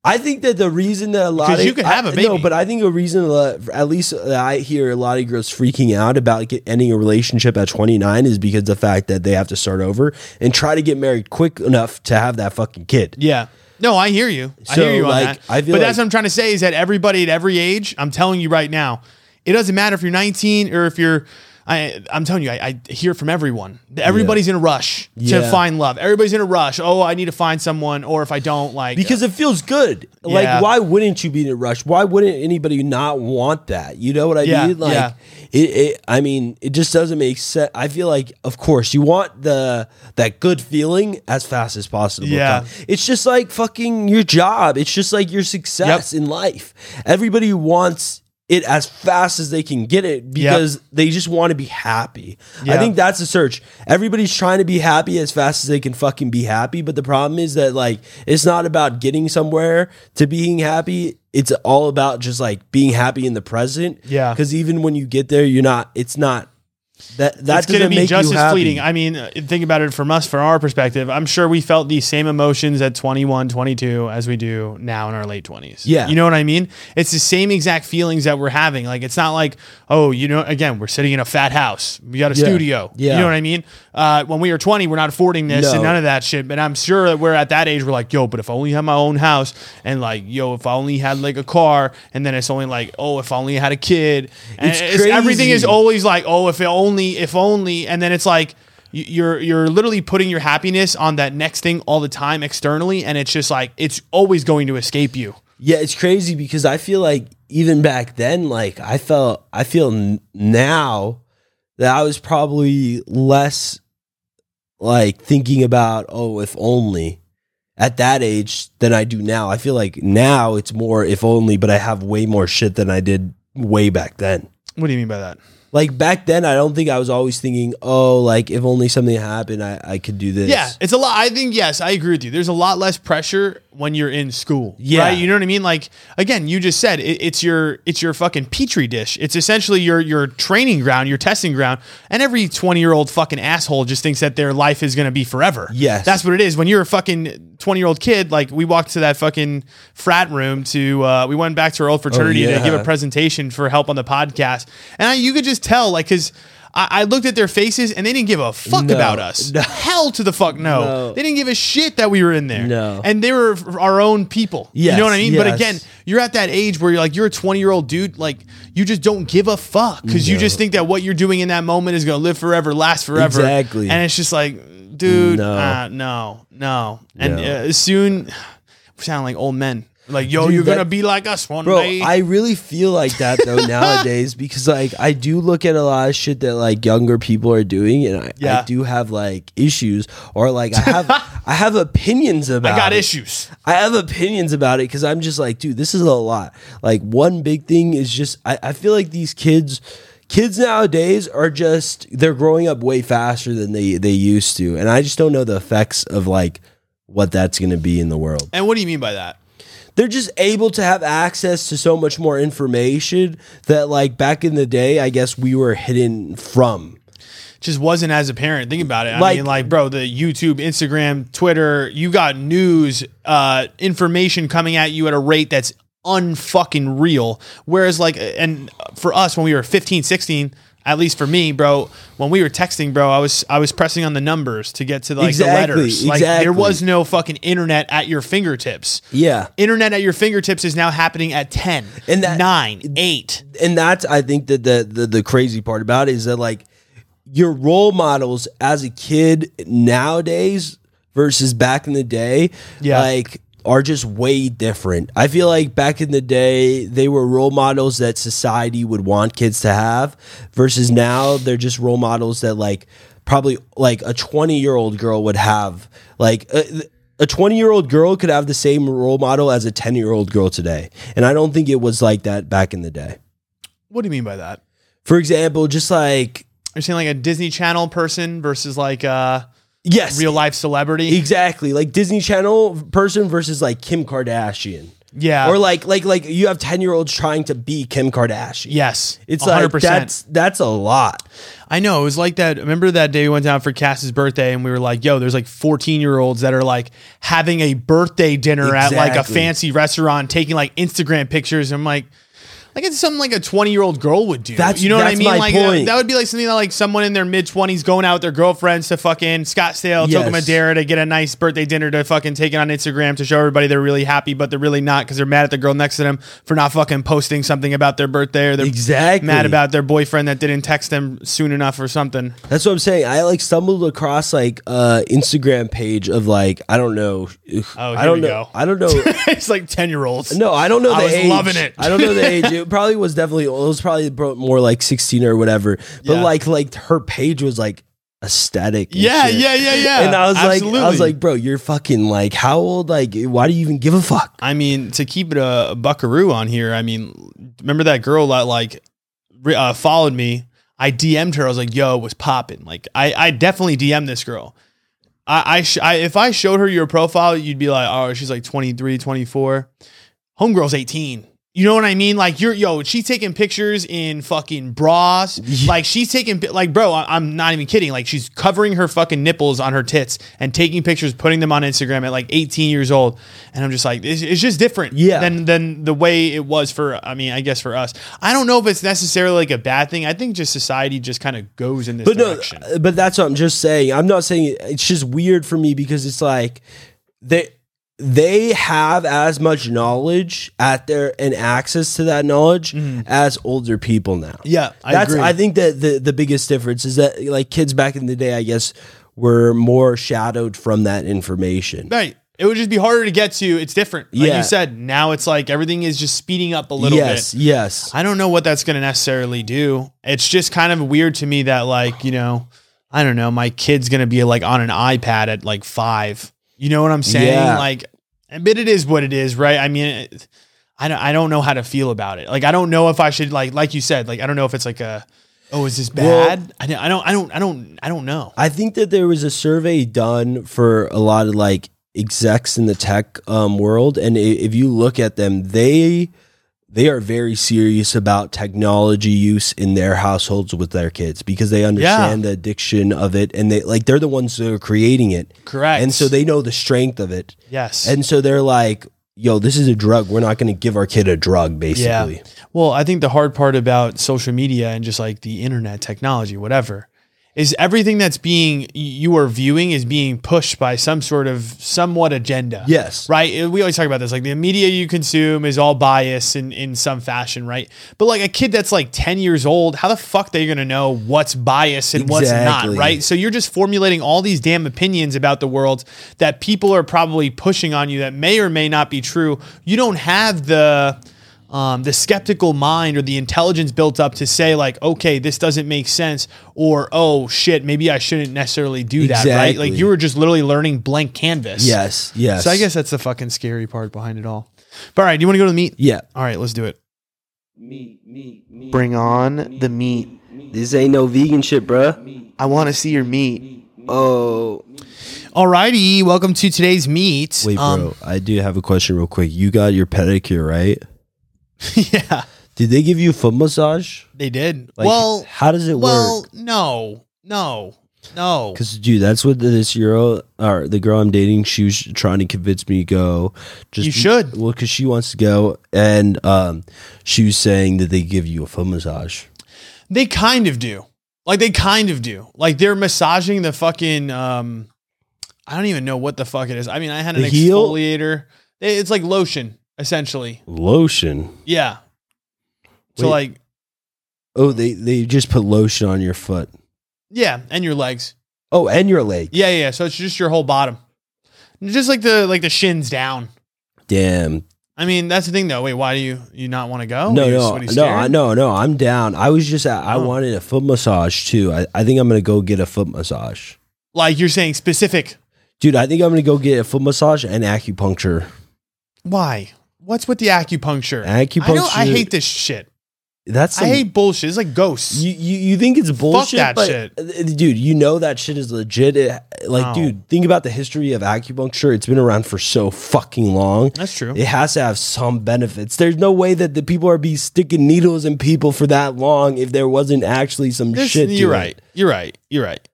Speaker 2: I think that the reason that a lot
Speaker 1: 'Cause
Speaker 2: of
Speaker 1: you could have
Speaker 2: a
Speaker 1: a baby.
Speaker 2: no, but I think a reason, a lot- at least that I hear a lot of girls freaking out about get, ending a relationship at 29 is because the fact that they have to start over and try to get married quick enough to have that fucking kid.
Speaker 1: Yeah. No, I hear you. I
Speaker 2: So,
Speaker 1: hear you on
Speaker 2: like,
Speaker 1: that.
Speaker 2: I feel
Speaker 1: but
Speaker 2: like-
Speaker 1: that's what I'm trying to say is that everybody at every age, I'm telling you right now, it doesn't matter if you're 19 or if you're. I, I'm telling you, I, I hear from everyone. Everybody's in a rush
Speaker 2: Yeah.
Speaker 1: to find love. Everybody's in a rush. Oh, I need to find someone, or if I don't, like
Speaker 2: because it feels good. Like,
Speaker 1: Yeah.
Speaker 2: why wouldn't you be in a rush? Why wouldn't anybody not want that? You know what I
Speaker 1: Yeah,
Speaker 2: mean? Like,
Speaker 1: yeah.
Speaker 2: it, it. I mean, it just doesn't make sense. I feel like, of course, you want the that good feeling as fast as possible.
Speaker 1: Yeah.
Speaker 2: it's just like fucking your job. It's just like your success in life. Everybody wants. It as fast as they can get it because they just want to be happy. I
Speaker 1: Yeah.
Speaker 2: think that's the search. Everybody's trying to be happy as fast as they can fucking be happy, but the problem is that like it's not about getting somewhere to being happy. It's all about just like being happy in the present.
Speaker 1: Yeah.
Speaker 2: Because even when you get there, you're not. It's not that. That
Speaker 1: it's going to
Speaker 2: doesn't
Speaker 1: be
Speaker 2: make
Speaker 1: just
Speaker 2: you
Speaker 1: as
Speaker 2: happy.
Speaker 1: fleeting. I mean, uh, think about it from us, from our perspective. I'm sure we felt the same emotions at 21, 22 as we do now in our late 20s.
Speaker 2: Yeah.
Speaker 1: You know what I mean? It's the same exact feelings that we're having. Like, it's not like, oh, you know, again, we're sitting in a fat house. We got a
Speaker 2: Yeah.
Speaker 1: studio.
Speaker 2: Yeah.
Speaker 1: You know what I mean? Uh, when we were 20, we're not affording this
Speaker 2: No.
Speaker 1: and none of that shit. But I'm sure that we're at that age, we're like, yo, but if I only had my own house and like, yo, if I only had like a car and then it's only like, oh, if I only had a kid. And
Speaker 2: It's
Speaker 1: it's- Everything is
Speaker 2: crazy.
Speaker 1: always always like, oh, if it only, if only, and then it's like y- you're you're literally putting your happiness on that next thing all the time externally, and it's just like it's always going to escape you.
Speaker 2: Yeah, it's crazy because I feel like even back then, like I felt, I feel n- now that I was probably less like thinking about, oh, if only at that age than I do now. I feel like now it's more if only, but I have way more shit than I did way back then.
Speaker 1: What do you mean by that?
Speaker 2: Like back then, I don't think I was always thinking, oh, like if only something happened, I, I could do this.
Speaker 1: Yeah, it's a lot. I think yes, I agree with you. There's a lot less pressure when you're in school.
Speaker 2: Yeah.
Speaker 1: right? you know what I mean. Like again, you just said it, it's your it's your fucking petri dish. It's essentially your your training ground, your testing ground, and every twenty year old fucking asshole just thinks that their life is gonna be forever.
Speaker 2: Yes.
Speaker 1: that's what it is. When you're a fucking twenty year old kid, like we walked to that fucking frat room to uh, we went back to our old fraternity
Speaker 2: Oh, yeah.
Speaker 1: to give a presentation for help on the podcast, and I, you could just tell like because. I, I looked at their faces and they didn't give a fuck
Speaker 2: No.
Speaker 1: about us.
Speaker 2: No.
Speaker 1: Hell to the fuck no.
Speaker 2: No.
Speaker 1: They didn't give a shit that we were in there.
Speaker 2: No.
Speaker 1: And they were f- our own people. You
Speaker 2: Yes,
Speaker 1: know what I mean? But
Speaker 2: yes.
Speaker 1: again, you're at that age where you're like, you're a 20 year old dude. Like, you just don't give a fuck because you
Speaker 2: No.
Speaker 1: just think that what you're doing in that moment is going to live forever, last forever.
Speaker 2: Exactly.
Speaker 1: And it's just like, dude,
Speaker 2: No.
Speaker 1: no, no, no. And
Speaker 2: No.
Speaker 1: Uh, soon, we sound like old men. Like, yo,
Speaker 2: Dude,
Speaker 1: you're
Speaker 2: that-
Speaker 1: going to be like us one
Speaker 2: Bro,
Speaker 1: day.
Speaker 2: I really feel like that though nowadays because like I do look at a lot of shit that like younger people are doing and I, I
Speaker 1: Yeah.
Speaker 2: do have like issues or like I have I have opinions about
Speaker 1: I got
Speaker 2: it.
Speaker 1: issues.
Speaker 2: I have opinions about it because I'm just like, dude, this is a lot. Like one big thing is just I, I feel like these kids kids nowadays are just they're growing up way faster than they they used to. And I just don't know the effects of like what that's gonna be in the world.
Speaker 1: And what do you mean by that?
Speaker 2: They're just able to have access to so much more information that like back in the day, I guess we were hidden from.
Speaker 1: just wasn't as apparent. Think about it. I
Speaker 2: Like-
Speaker 1: mean, like, bro, the YouTube, Instagram, Twitter, you got news, uh, information coming at you at a rate that's unfucking real. Whereas, like, and for us, when we were 15, 16, at least for me, bro, when we were texting, bro, I was I was pressing on the numbers to get to like
Speaker 2: Exactly,
Speaker 1: the letters. Like
Speaker 2: exactly.
Speaker 1: there was no fucking internet at your fingertips.
Speaker 2: Yeah.
Speaker 1: Internet at your fingertips is now happening at 10,
Speaker 2: And that-
Speaker 1: 9, 8.
Speaker 2: and that's I think that the, the the crazy part about it is that like your role models as a kid nowadays versus back in the day,
Speaker 1: Yeah.
Speaker 2: like are just way different. I feel like back in the day they were role models that society would want kids to have versus now they're just role models that like probably like a 20-year-old girl would have. Like a, a 20-year-old girl could have the same role model as a 10-year-old girl today. And I don't think it was like that back in the day.
Speaker 1: What do you mean by that?
Speaker 2: For example, just like
Speaker 1: You're saying like a Disney Channel person versus like uh
Speaker 2: yes,
Speaker 1: real life celebrity.
Speaker 2: exactly, like Disney Channel person versus like Kim Kardashian,
Speaker 1: yeah.
Speaker 2: or like like like you have ten year olds trying to be Kim Kardashian.
Speaker 1: yes.
Speaker 2: it's like
Speaker 1: 100%.
Speaker 2: that's that's a lot.
Speaker 1: I know. It was like that. Remember that day we went down for Cass's birthday and we were like, yo, there's like 14 year olds that are like having a birthday dinner at like a
Speaker 2: Exactly.
Speaker 1: fancy restaurant, taking like Instagram pictures. I'm like, like it's something like a 20 year old girl would do.
Speaker 2: That's-
Speaker 1: you know what I
Speaker 2: that's
Speaker 1: mean?
Speaker 2: my
Speaker 1: like that-
Speaker 2: point.
Speaker 1: That, would be like something that like someone in their mid 20s going out with their girlfriends to fucking Scottsdale,
Speaker 2: Yes.
Speaker 1: yes. Madeira to get a nice birthday dinner to fucking take it on Instagram to show everybody they're really happy, but they're really not because they're mad at the girl next to them for not fucking posting something about their birthday or they're
Speaker 2: Exactly.
Speaker 1: mad about their boyfriend that didn't text them soon enough or something.
Speaker 2: That's what I'm saying. I like stumbled across like uh Instagram page of like I don't know.
Speaker 1: Oh,
Speaker 2: I
Speaker 1: here
Speaker 2: don't
Speaker 1: we
Speaker 2: know.
Speaker 1: go.
Speaker 2: I don't know.
Speaker 1: it's like 10 year olds.
Speaker 2: No, I don't know. The
Speaker 1: I was
Speaker 2: age.
Speaker 1: loving it.
Speaker 2: I don't know the age. It probably was definitely. It was probably bro- more like sixteen or whatever. But
Speaker 1: Yeah.
Speaker 2: like, like her page was like aesthetic. and
Speaker 1: Yeah,
Speaker 2: shit.
Speaker 1: yeah, yeah, yeah.
Speaker 2: And I was like, I was
Speaker 1: Absolutely.
Speaker 2: like, bro, you're fucking like, how old? Like, why do you even give a fuck?
Speaker 1: I mean, to keep it a, a buckaroo on here, I mean, remember that girl that like re- uh, followed me? I DM'd her. I was like, yo, it was popping. Like, I, I definitely DM'd this girl. I, I, sh- I if I showed her your profile, you'd be like, oh, she's like 23, 24. Homegirl's 18. You know what I mean? Like you're yo, she's taking pictures in fucking bras. Like she's taking pi- like bro, I, I'm not even kidding. Like she's covering her fucking nipples on her tits and taking pictures, putting them on Instagram at like 18 years old. And I'm just like, it's, it's just different
Speaker 2: Yeah.
Speaker 1: than than the way it was for. I mean, I guess for us, I don't know if it's necessarily like a bad thing. I think just society just kind of goes in this
Speaker 2: But no, uh,
Speaker 1: direction.
Speaker 2: but that's what I'm just saying. I'm not saying it's just weird for me because it's like they they have as much knowledge at their and access to that knowledge as older people now.
Speaker 1: Mm-hmm. yeah, I
Speaker 2: that's
Speaker 1: agree.
Speaker 2: I think that the the biggest difference is that like kids back in the day, I guess, were more shadowed from that information.
Speaker 1: Right. It would just be harder to get to. It's different. Like
Speaker 2: Yeah.
Speaker 1: you said, now it's like everything is just speeding up a little
Speaker 2: yes,
Speaker 1: bit.
Speaker 2: yes.
Speaker 1: I don't know what that's going to necessarily do. It's just kind of weird to me that, like, you know, I don't know, my kid's going to be like on an iPad at like five. You know what I'm saying?
Speaker 2: Yeah.
Speaker 1: Like, but it is what it is, right? I mean, it, I don't, I don't know how to feel about it. Like, I don't know if I should, like, like you said, like, I don't know if it's like a, oh, is this
Speaker 2: Well-
Speaker 1: bad? I don't, I don't, I don't, I don't, I don't know.
Speaker 2: I think that there was a survey done for a lot of like execs in the tech um, world, and i- if you look at them, they they are very serious about technology use in their households with their kids because they understand the addiction of it, and they like they're the ones that are creating it,
Speaker 1: Correct.
Speaker 2: and so they know the strength of it.
Speaker 1: yes.
Speaker 2: And so they're like, yo, this is a drug. We're not going to give our kid a drug, basically.
Speaker 1: Well, I think the hard part about social media and just like the internet technology, whatever, is everything that's being you are viewing is being pushed by some sort of somewhat agenda.
Speaker 2: Yes.
Speaker 1: Right? Uh, We always talk about this. Like the media you consume is all bias in, in some fashion, right? But like a kid that's like 10 years old, how the fuck are you going to know what's bias and what's
Speaker 2: Exactly.
Speaker 1: not, right? So you're just formulating all these damn opinions about the world that people are probably pushing on you that may or may not be true. You don't have the um, the skeptical mind or the intelligence built up to say like, okay, this doesn't make sense, or oh shit, maybe I shouldn't necessarily do that, right? Like
Speaker 2: Exactly.
Speaker 1: you were just literally learning blank canvas.
Speaker 2: Yes. Yes.
Speaker 1: So I guess that's the fucking scary part behind it all. But all right, do you want to go to the meat?
Speaker 2: Yeah.
Speaker 1: All right, let's do it.
Speaker 5: Bring on the meat.
Speaker 6: This ain't no vegan shit, bruh.
Speaker 5: I want to see your meat.
Speaker 6: Oh,
Speaker 1: All righty, welcome to today's meat.
Speaker 2: Wait, bro.
Speaker 1: Um,
Speaker 2: I do have a question real quick. You got your pedicure, right?
Speaker 1: yeah,
Speaker 2: Did they give you a foot massage?
Speaker 1: they did.
Speaker 2: Like,
Speaker 1: well,
Speaker 2: how does it
Speaker 1: well,
Speaker 2: work?
Speaker 1: no, no, no.
Speaker 2: Because, dude, that's what this girl or the girl I'm dating, she was trying to convince me to go. Just
Speaker 1: You should.
Speaker 2: Well, because she wants to go, and um, she was saying that they give you a foot massage.
Speaker 1: They kind of do. Like they kind of do. Like they're massaging the fucking um I don't even know what the fuck it is. I mean, I had an
Speaker 2: The heel?
Speaker 1: exfoliator. It- It's like lotion essentially.
Speaker 2: Lotion.
Speaker 1: Yeah. So
Speaker 2: Wait.
Speaker 1: like
Speaker 2: Oh, they they just put lotion on your foot.
Speaker 1: yeah, and your legs.
Speaker 2: Oh, and your leg.
Speaker 1: Yeah, yeah, yeah. So it's just your whole bottom. Just like the like the shins down.
Speaker 2: Damn.
Speaker 1: I mean, that's the thing though. Wait, why do you you not want to go?
Speaker 2: no,
Speaker 1: Are you-
Speaker 2: no,
Speaker 1: what are you
Speaker 2: no,
Speaker 1: scared?
Speaker 2: I, no, no. I'm down. I was just. I, I
Speaker 1: Oh.
Speaker 2: wanted a foot massage too. I, I think I'm gonna go get a foot massage,
Speaker 1: Like you're saying specific.
Speaker 2: dude. I think I'm gonna go get a foot massage and acupuncture.
Speaker 1: Why? What's with the acupuncture? I, know, I
Speaker 2: Acupuncture-
Speaker 1: hate this shit.
Speaker 2: That's some,
Speaker 1: I hate bullshit. It's like ghosts.
Speaker 2: You, you you think it's bullshit?
Speaker 1: that
Speaker 2: but-
Speaker 1: shit.
Speaker 2: uh, dude. You know that shit is legit. It- like,
Speaker 1: No.
Speaker 2: dude, think about the history of acupuncture. It's been around for so fucking long.
Speaker 1: That's true.
Speaker 2: It has to have some benefits. There's no way that the people are be sticking needles in people for that long if there wasn't actually some
Speaker 1: This-
Speaker 2: shit. to
Speaker 1: You're
Speaker 2: it.
Speaker 1: right. You're right. You're right.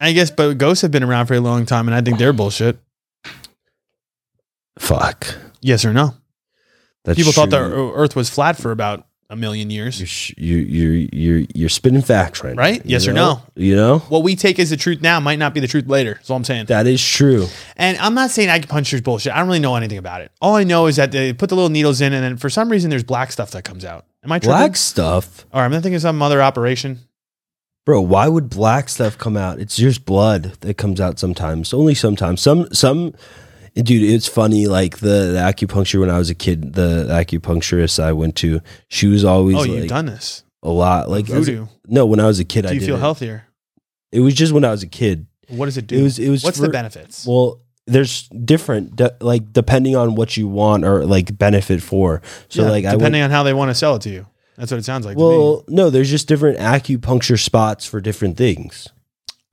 Speaker 1: I guess, but ghosts have been around for a long time, and I think they're bullshit.
Speaker 2: Fuck.
Speaker 1: Yes or no?
Speaker 2: That's
Speaker 1: People thought the
Speaker 2: true.
Speaker 1: Ear- Earth was flat for about a million years.
Speaker 2: You're sh- you you you're you're spinning facts right now,
Speaker 1: Right?
Speaker 2: you
Speaker 1: Yes or
Speaker 2: know? You know
Speaker 1: What we take as the truth now might not be the truth later. That's all I'm saying.
Speaker 2: that is true.
Speaker 1: And I'm not saying acupuncture is bullshit. I don't really know anything about it. All I know is that they put the little needles in, and then for some reason there's black stuff that comes out. Am I tripping?
Speaker 2: Black stuff,
Speaker 1: Or I'm thinking of some other operation.
Speaker 2: bro. Why would black stuff come out? It's just blood that comes out sometimes. Only sometimes. Some some. Dude, it's funny. Like the, the acupuncture when I was a kid, the acupuncturist I went to, she was always
Speaker 1: oh,
Speaker 2: like
Speaker 1: you've done this.
Speaker 2: a lot. Like as a-
Speaker 1: Voodoo.
Speaker 2: no, when I was a kid, I
Speaker 1: Do you
Speaker 2: did
Speaker 1: feel
Speaker 2: it.
Speaker 1: healthier?
Speaker 2: It was just when I was a kid.
Speaker 1: What does it do?
Speaker 2: It was- it was
Speaker 1: What's
Speaker 2: for-
Speaker 1: the benefits?
Speaker 2: Well, there's different, de- like depending on what you want or like benefit for. So
Speaker 1: Yeah,
Speaker 2: like I went,
Speaker 1: depending on how they want to sell it to you. That's what it sounds like. to me.
Speaker 2: Well, no, there's just different acupuncture spots for different things.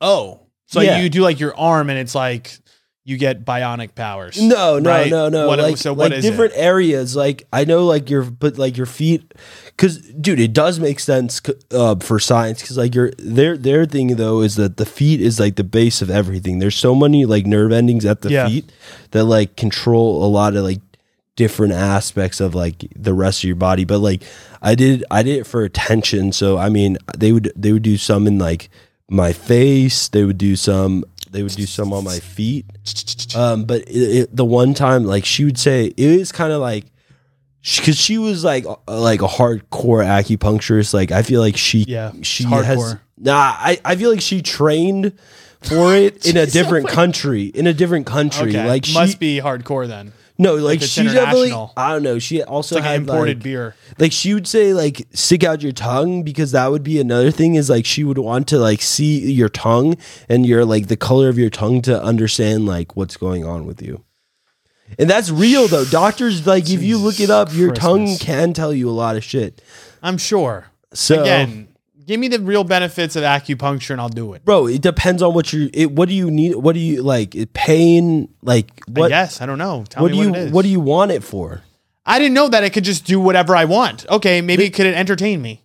Speaker 1: Oh, so
Speaker 2: Yeah.
Speaker 1: you do like your arm, and it's like you get bionic powers.
Speaker 2: No, no,
Speaker 1: right?
Speaker 2: no, no.
Speaker 1: What-
Speaker 2: like,
Speaker 1: so what
Speaker 2: like
Speaker 1: is
Speaker 2: different
Speaker 1: it?
Speaker 2: areas. Like I know, like your but like your feet, because dude, it does make sense c- uh, for science. Because like your their their thing though is that the feet is like the base of everything. There's so many like nerve endings at the
Speaker 1: Yeah.
Speaker 2: feet that like control a lot of like different aspects of like the rest of your body. But like I did, I did it for attention. So I mean, they would they would do some in like my face. They would do some. They would do some on my feet. Um, but it, it, the one time, like she would say, it is kind of like because she was like uh, like a hardcore acupuncturist. Like I feel like she
Speaker 1: Yeah,
Speaker 2: she
Speaker 1: it's
Speaker 2: has
Speaker 1: hardcore.
Speaker 2: nah. I I feel like she trained for it in a different country. In a different country,
Speaker 1: Okay,
Speaker 2: like she
Speaker 1: must be hardcore then.
Speaker 2: no, like
Speaker 1: it's
Speaker 2: she definitely.
Speaker 1: international.
Speaker 2: I don't know. She also
Speaker 1: It's like an
Speaker 2: had
Speaker 1: imported
Speaker 2: like,
Speaker 1: beer.
Speaker 2: like she would say like stick out your tongue because that would be another thing is like she would want to like see your tongue and your like the color of your tongue to understand like what's going on with you and that's real though doctors like if you look it up your tongue
Speaker 1: Christmas.
Speaker 2: can tell you a lot of shit
Speaker 1: I'm sure.
Speaker 2: so
Speaker 1: Again, give me the real benefits of acupuncture, and I'll do it.
Speaker 2: bro it depends on what you it what do you need what do you like it- pain like what
Speaker 1: yes, I don't know. Tell
Speaker 2: what
Speaker 1: me
Speaker 2: do you
Speaker 1: what it is.
Speaker 2: what do you want it for
Speaker 1: I didn't know that it could just do whatever I want. Okay, maybe it could entertain me.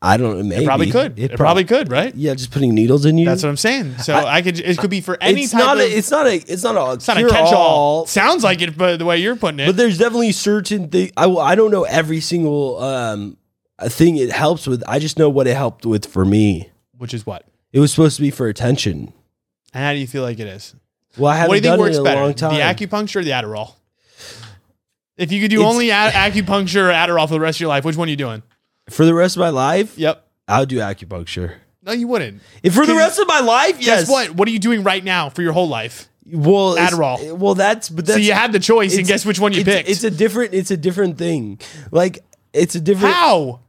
Speaker 2: I don't know. Maybe.
Speaker 1: It probably could. It, probably could, right?
Speaker 2: Yeah, just putting needles in you.
Speaker 1: That's what I'm saying. So I, could. It could be for any
Speaker 2: it's
Speaker 1: type
Speaker 2: not
Speaker 1: of.
Speaker 2: a, it's not a it's not a
Speaker 1: it's not a catch-all. Sounds like it, but the way you're putting it,
Speaker 2: But there's definitely certain things. I will- I don't know every single um thing it helps with. I just know what it helped with for me.
Speaker 1: which is what?
Speaker 2: It was supposed to be for attention.
Speaker 1: And how do you feel like it is?
Speaker 2: Well, I haven't
Speaker 1: What do you
Speaker 2: done
Speaker 1: think works
Speaker 2: it in a
Speaker 1: better,
Speaker 2: long time.
Speaker 1: the acupuncture or the Adderall? If you could do
Speaker 2: It's-
Speaker 1: only a- acupuncture or Adderall for the rest of your life, which one are you doing?
Speaker 2: for the rest of my life,
Speaker 1: Yep.
Speaker 2: I'll do acupuncture.
Speaker 1: No, you wouldn't.
Speaker 2: If for the
Speaker 1: Can-
Speaker 2: rest of my life, yes.
Speaker 1: Guess what? What are you doing right now for your whole life?
Speaker 2: Well, it's-
Speaker 1: Adderall.
Speaker 2: Well, that's but that's
Speaker 1: so you had the choice, and
Speaker 2: it's-
Speaker 1: guess which one you
Speaker 2: it's,
Speaker 1: picked?
Speaker 2: It's a different. It's a different thing. Like it's a different.
Speaker 1: how?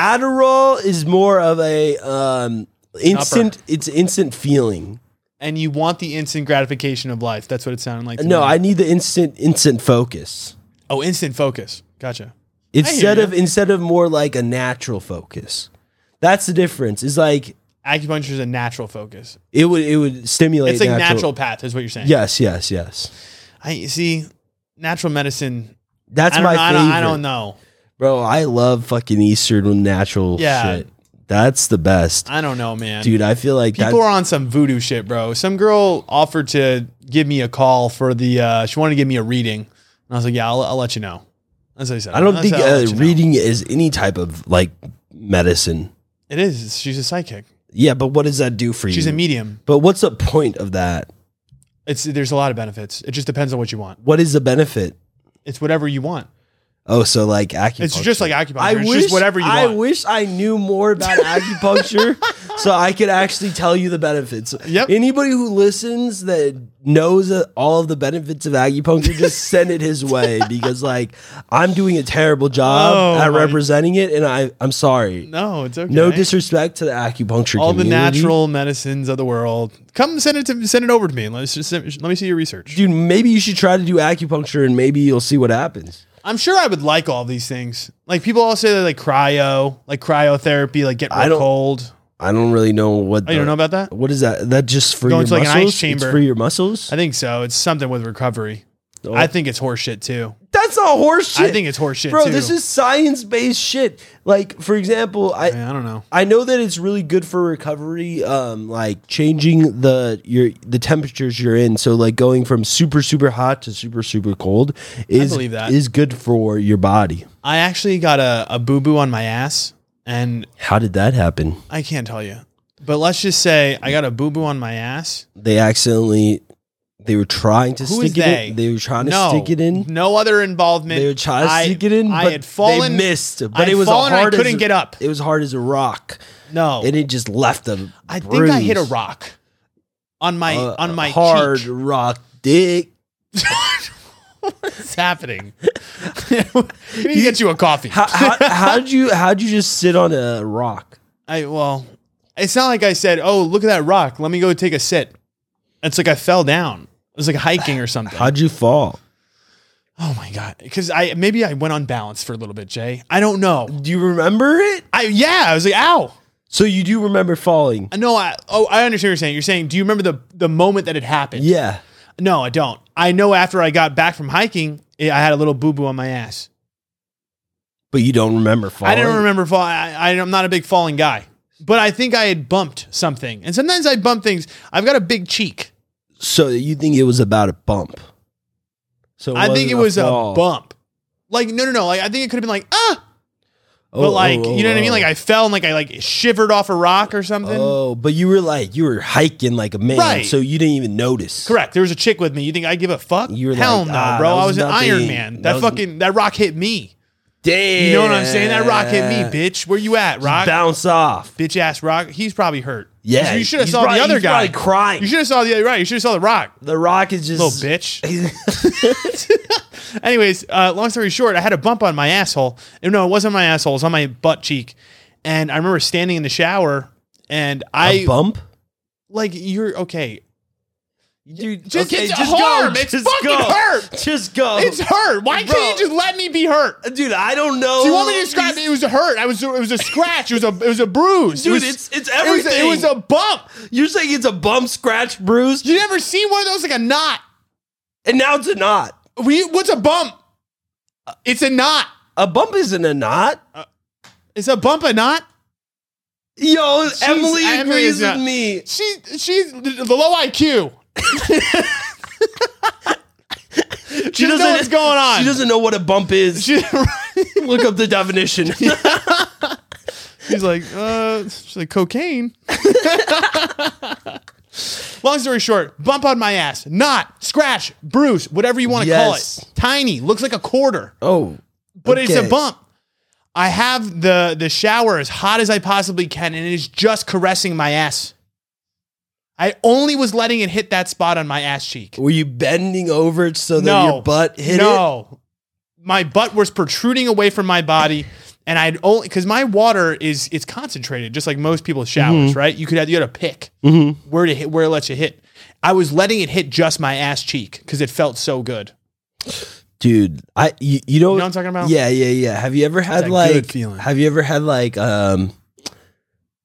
Speaker 2: Adderall is more of a um instant. It's instant feeling.
Speaker 1: And you want the instant gratification of life. That's what it sounded like. to
Speaker 2: No,
Speaker 1: me.
Speaker 2: I need the instant instant focus.
Speaker 1: Oh, instant focus. Gotcha.
Speaker 2: instead
Speaker 1: you.
Speaker 2: of instead of more like a natural focus. That's the difference. Is like
Speaker 1: Acupuncture is a natural focus.
Speaker 2: it would it would stimulate.
Speaker 1: It's like natural path, is what you're saying.
Speaker 2: Yes, yes, yes.
Speaker 1: I you see natural medicine.
Speaker 2: That's
Speaker 1: I don't,
Speaker 2: my
Speaker 1: know, I,
Speaker 2: favorite.
Speaker 1: don't, I don't know.
Speaker 2: bro. I love fucking Eastern natural
Speaker 1: Yeah.
Speaker 2: shit. That's the best,
Speaker 1: I don't know, man.
Speaker 2: dude. I feel like that,
Speaker 1: People are on some voodoo shit, bro. Some girl offered to give me a call for the. Uh, she wanted to give me a reading, and I was like, "Yeah, I'll, I'll let you know." That's what I said.
Speaker 2: I don't
Speaker 1: That's
Speaker 2: think
Speaker 1: how I'll
Speaker 2: uh,
Speaker 1: let you know.
Speaker 2: reading is any type of like medicine.
Speaker 1: It is. She's a psychic.
Speaker 2: Yeah, but what does that do for you?
Speaker 1: She's a medium.
Speaker 2: But what's the point of that?
Speaker 1: It's there's a lot of benefits. It just depends on what you want.
Speaker 2: What is the benefit?
Speaker 1: It's whatever you want.
Speaker 2: Oh, so like acupuncture.
Speaker 1: It's just like acupuncture.
Speaker 2: I
Speaker 1: it's
Speaker 2: wish
Speaker 1: just whatever you
Speaker 2: I
Speaker 1: want.
Speaker 2: wish I knew more about acupuncture so I could actually tell you the benefits.
Speaker 1: Yep.
Speaker 2: Anybody who listens that knows uh, all of the benefits of acupuncture, just send it his way because like I'm doing a terrible job
Speaker 1: Oh,
Speaker 2: at
Speaker 1: my-
Speaker 2: representing it, and I I'm sorry.
Speaker 1: no, it's okay.
Speaker 2: No disrespect to the acupuncture.
Speaker 1: All the
Speaker 2: community.
Speaker 1: natural medicines of the world. Come send it to send it over to me. and Let's just let me see your research.
Speaker 2: Dude, maybe you should try to do acupuncture and maybe you'll see what happens.
Speaker 1: I'm sure I would like all these things. Like people all say that like cryo, like cryotherapy, like get real
Speaker 2: I don't-
Speaker 1: cold.
Speaker 2: I don't really know what.
Speaker 1: Oh, you don't know about that?
Speaker 2: What is that? That just for
Speaker 1: Go
Speaker 2: your
Speaker 1: into, like, an
Speaker 2: muscles?
Speaker 1: ice chamber.
Speaker 2: It's for your muscles.
Speaker 1: I think so. It's something with recovery.
Speaker 2: Oh.
Speaker 1: I think it's horseshit too.
Speaker 2: That's not horseshit.
Speaker 1: I think it's horseshit
Speaker 2: bro.
Speaker 1: too.
Speaker 2: This is science based shit. Like for example, I
Speaker 1: I don't know.
Speaker 2: I know that it's really good for recovery. Um, like changing the your the temperatures you're in. So like going from super super hot to super super cold is
Speaker 1: believe that.
Speaker 2: is good for your body.
Speaker 1: I actually got a, a boo boo on my ass, and
Speaker 2: How did that happen?
Speaker 1: I can't tell you. But let's just say I got a boo boo on my ass.
Speaker 2: They accidentally they were trying to
Speaker 1: Who
Speaker 2: stick
Speaker 1: is
Speaker 2: it.
Speaker 1: they?
Speaker 2: In. They were trying to
Speaker 1: no,
Speaker 2: stick it in.
Speaker 1: No other involvement.
Speaker 2: They were trying to
Speaker 1: I-
Speaker 2: stick it in.
Speaker 1: I
Speaker 2: but
Speaker 1: had fallen,
Speaker 2: They missed, but
Speaker 1: I had
Speaker 2: it was
Speaker 1: fallen. and
Speaker 2: hard.
Speaker 1: I couldn't
Speaker 2: as,
Speaker 1: get up.
Speaker 2: It was hard as a rock,
Speaker 1: No,
Speaker 2: and it just left a.
Speaker 1: I think I hit a
Speaker 2: bruise.
Speaker 1: rock on my
Speaker 2: A-
Speaker 1: on
Speaker 2: a
Speaker 1: my
Speaker 2: Uh, hard
Speaker 1: cheek.
Speaker 2: rock dick.
Speaker 1: What's happening? We need to get you a coffee.
Speaker 2: How, how, how'd you how'd you just sit on a rock?
Speaker 1: I well, it's not like I said, "Oh, look at that rock. Let me go take a sit." It's like I fell down. It was like hiking or something.
Speaker 2: How'd you fall?
Speaker 1: oh my god! Because I maybe I went on balance for a little bit, Jay. I don't know.
Speaker 2: Do you remember it?
Speaker 1: I yeah, I was like, "Ow!"
Speaker 2: So you do remember falling?
Speaker 1: No, I oh, I understand what you're saying. You're saying, do you remember the the moment that it happened?
Speaker 2: Yeah.
Speaker 1: No, I don't. I know after I got back from hiking, eh, I had a little boo boo on my ass.
Speaker 2: But you don't remember falling.
Speaker 1: I didn't remember fall. I, I, I'm not a big falling guy, but I think I had bumped something. And sometimes I bump things. I've got a big cheek.
Speaker 2: So you think it was about a bump? So
Speaker 1: I think it
Speaker 2: wasn't
Speaker 1: was a,
Speaker 2: fall.
Speaker 1: bump. Like no, no, no. Like I think it could have been like ah,
Speaker 2: Oh,
Speaker 1: but like
Speaker 2: oh,
Speaker 1: you know what
Speaker 2: oh,
Speaker 1: I mean. Like I fell and like I like shivered off a rock or something.
Speaker 2: Oh, but you were like you were hiking like a man,
Speaker 1: Right.
Speaker 2: so you didn't even notice.
Speaker 1: Correct. There was a chick with me. You think I give a fuck?
Speaker 2: You were
Speaker 1: Hell
Speaker 2: like,
Speaker 1: no,
Speaker 2: ah,
Speaker 1: bro.
Speaker 2: that
Speaker 1: I
Speaker 2: was
Speaker 1: was an
Speaker 2: not
Speaker 1: Iron
Speaker 2: the-
Speaker 1: Man.
Speaker 2: that
Speaker 1: That,
Speaker 2: was-
Speaker 1: fucking that rock hit me.
Speaker 2: Damn.
Speaker 1: You know what I'm saying? That rock hit me, bitch. Where you at, rock?
Speaker 2: Bounce off.
Speaker 1: bitch ass rock. He's probably hurt.
Speaker 2: Yeah,
Speaker 1: you should have
Speaker 2: he's
Speaker 1: saw
Speaker 2: probably-
Speaker 1: the other
Speaker 2: he's
Speaker 1: guy.
Speaker 2: probably crying.
Speaker 1: You should have saw the other right. You should have saw the rock.
Speaker 2: The rock is just
Speaker 1: Little bitch. Anyways, uh, long story short, I had a bump on my asshole. And No, it wasn't my asshole. It was on my butt cheek. And I remember standing in the shower, and
Speaker 2: A
Speaker 1: I
Speaker 2: bump.
Speaker 1: like you're okay.
Speaker 2: Dude,
Speaker 1: Just- it's harm. It's fucking hurt.
Speaker 2: Just go.
Speaker 1: It's hurt. Why
Speaker 2: Bro. Oh,
Speaker 1: can't you just let me be hurt?
Speaker 2: Dude, I don't know.
Speaker 1: Do you want me to describe it? It was a hurt. I was. It was a scratch. It was a. It was a bruise.
Speaker 2: Dude,
Speaker 1: it was,
Speaker 2: it's- it's
Speaker 1: it was-
Speaker 2: everything.
Speaker 1: It was, a bump.
Speaker 2: You're saying it's a bump, scratch, bruise,
Speaker 1: You never seen one of those like a knot.
Speaker 2: and now it's a knot.
Speaker 1: We, what's a bump? It's a knot.
Speaker 2: A bump isn't a knot.
Speaker 1: It's a bump a knot?
Speaker 2: Yo, Emily
Speaker 1: She's- Emily
Speaker 2: agrees
Speaker 1: is not-
Speaker 2: with me.
Speaker 1: She she's the the low IQ. she doesn't know what's going on.
Speaker 2: She doesn't know what a bump is.
Speaker 1: She,
Speaker 2: Look up the definition.
Speaker 1: she's like, uh, she's like cocaine. Long story short, bump on my ass, not scratch, bruise, whatever you want to
Speaker 2: Yes.
Speaker 1: call it. Tiny, looks like a quarter.
Speaker 2: oh,
Speaker 1: but it's a
Speaker 2: Okay.
Speaker 1: bump. I have the the shower as hot as I possibly can, and it is just caressing my ass. I only was letting it hit that spot on my ass cheek.
Speaker 2: were you bending over so that
Speaker 1: no,
Speaker 2: your butt hit it?
Speaker 1: no, my butt was protruding away from my body, and I'd only because my water is it's concentrated, just like most people's showers,
Speaker 2: Mm-hmm.
Speaker 1: right? You could have you had to pick where to hit where it lets you hit. I was letting it hit just my ass cheek because it felt so good.
Speaker 2: Dude, I you, you know
Speaker 1: You know what I'm talking about?
Speaker 2: Yeah, yeah, yeah. Have you ever had
Speaker 1: that
Speaker 2: like
Speaker 1: good feeling.
Speaker 2: Have you ever had like um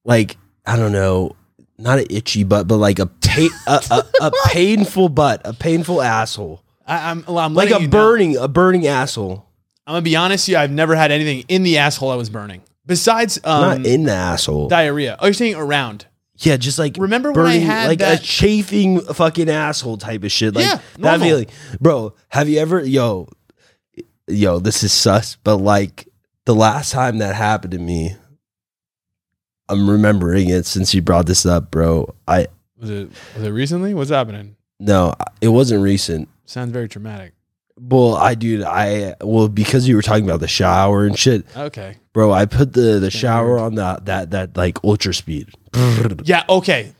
Speaker 2: like I don't know, not an itchy butt, but like a pa- a, a, a painful butt, a painful asshole.
Speaker 1: I, I'm, well, I'm
Speaker 2: Like
Speaker 1: letting you
Speaker 2: a
Speaker 1: know.
Speaker 2: burning, a burning asshole.
Speaker 1: I'm gonna be honest with you, I've never had anything in the asshole I was burning. Besides um,
Speaker 2: not in the asshole.
Speaker 1: diarrhea. Oh, you're saying around.
Speaker 2: yeah, just like
Speaker 1: Remember when I
Speaker 2: burning,
Speaker 1: had
Speaker 2: like
Speaker 1: that-
Speaker 2: a chafing fucking asshole type of shit. Like
Speaker 1: Yeah,
Speaker 2: that
Speaker 1: normal.
Speaker 2: feeling. Bro, have you ever yo yo, this is sus, but like the last time that happened to me, I'm remembering it since you brought this up, bro. I
Speaker 1: Was it was it recently? What's happening?
Speaker 2: no, it wasn't recent.
Speaker 1: Sounds very traumatic.
Speaker 2: Well, I dude, I well because you were talking about the shower and shit,
Speaker 1: Okay.
Speaker 2: bro. I put the the shower on that that that like ultra speed, that
Speaker 1: Yeah, okay.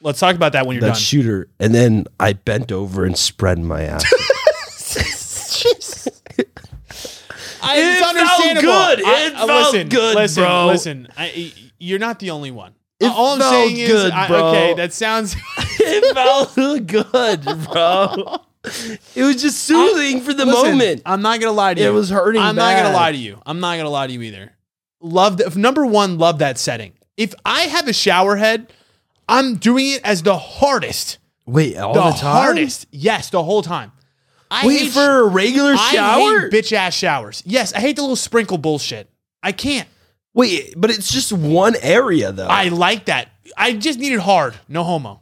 Speaker 1: Let's talk about that when you're done.
Speaker 2: shooter, and then I bent over and spread my ass.
Speaker 1: I,
Speaker 2: It felt good. It felt
Speaker 1: listen,
Speaker 2: good,
Speaker 1: listen,
Speaker 2: bro.
Speaker 1: Listen, I, you're not the only one.
Speaker 2: It
Speaker 1: All I'm
Speaker 2: felt
Speaker 1: saying is,
Speaker 2: good,
Speaker 1: I-
Speaker 2: bro.
Speaker 1: okay, that sounds.
Speaker 2: it felt good, bro. It was just soothing for the
Speaker 1: Listen,
Speaker 2: moment.
Speaker 1: I'm not gonna lie to you.
Speaker 2: It was hurting
Speaker 1: I'm not
Speaker 2: bad.
Speaker 1: gonna lie to you. I'm not gonna lie to you either. Love the, number one. Love that setting. If I have a shower head, I'm doing it as the hardest.
Speaker 2: Wait, all
Speaker 1: The,
Speaker 2: the, time.
Speaker 1: hardest. Yes, the whole time. I
Speaker 2: Wait
Speaker 1: hate
Speaker 2: for a regular
Speaker 1: I
Speaker 2: shower.
Speaker 1: hate bitch ass showers. Yes, I hate the little sprinkle bullshit. I can't.
Speaker 2: Wait, but it's just one area though.
Speaker 1: I like that. I just need it hard. No homo.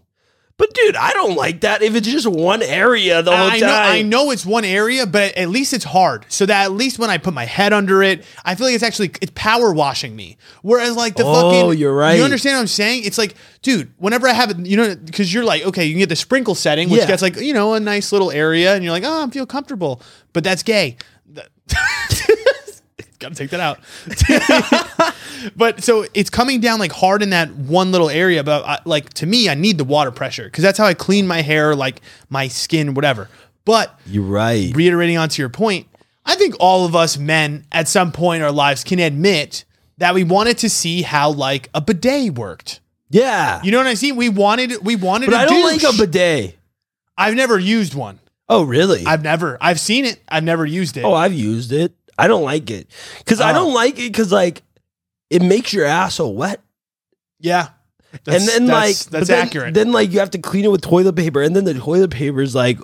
Speaker 2: but dude, I don't like that. If it's just one area the whole
Speaker 1: I
Speaker 2: time,
Speaker 1: know, I know it's one area, but at least it's hard. So that at least when I put my head under it, I feel like it's actually it's power washing me. Whereas like the
Speaker 2: Oh,
Speaker 1: fucking,
Speaker 2: you're right.
Speaker 1: You understand what I'm saying? It's like, dude, whenever I have it, you know, because you're like, okay, you can get the sprinkle setting, which
Speaker 2: Yeah.
Speaker 1: gets like you know a nice little area, and you're like, oh, I feel comfortable, but that's gay. That- Gotta take that out. but so it's coming down like hard in that one little area. But I, like to me, I need the water pressure because that's how I clean my hair, like my skin, whatever. But
Speaker 2: You're right.
Speaker 1: reiterating onto your point, I think all of us men at some point in our lives can admit that we wanted to see how like a bidet worked.
Speaker 2: Yeah.
Speaker 1: You know what I see? We wanted we wanted
Speaker 2: but
Speaker 1: a
Speaker 2: I don't
Speaker 1: douche.
Speaker 2: like a bidet.
Speaker 1: I've never used one.
Speaker 2: Oh, really?
Speaker 1: I've never I've seen it. I've never used it.
Speaker 2: oh, I've used it. I don't like it because I
Speaker 1: Oh.
Speaker 2: don't like it because like it makes your asshole wet.
Speaker 1: yeah. That's-
Speaker 2: and then
Speaker 1: that's-
Speaker 2: like
Speaker 1: that's
Speaker 2: but then-
Speaker 1: accurate.
Speaker 2: Then like you have to clean it with toilet paper, and then the toilet paper is like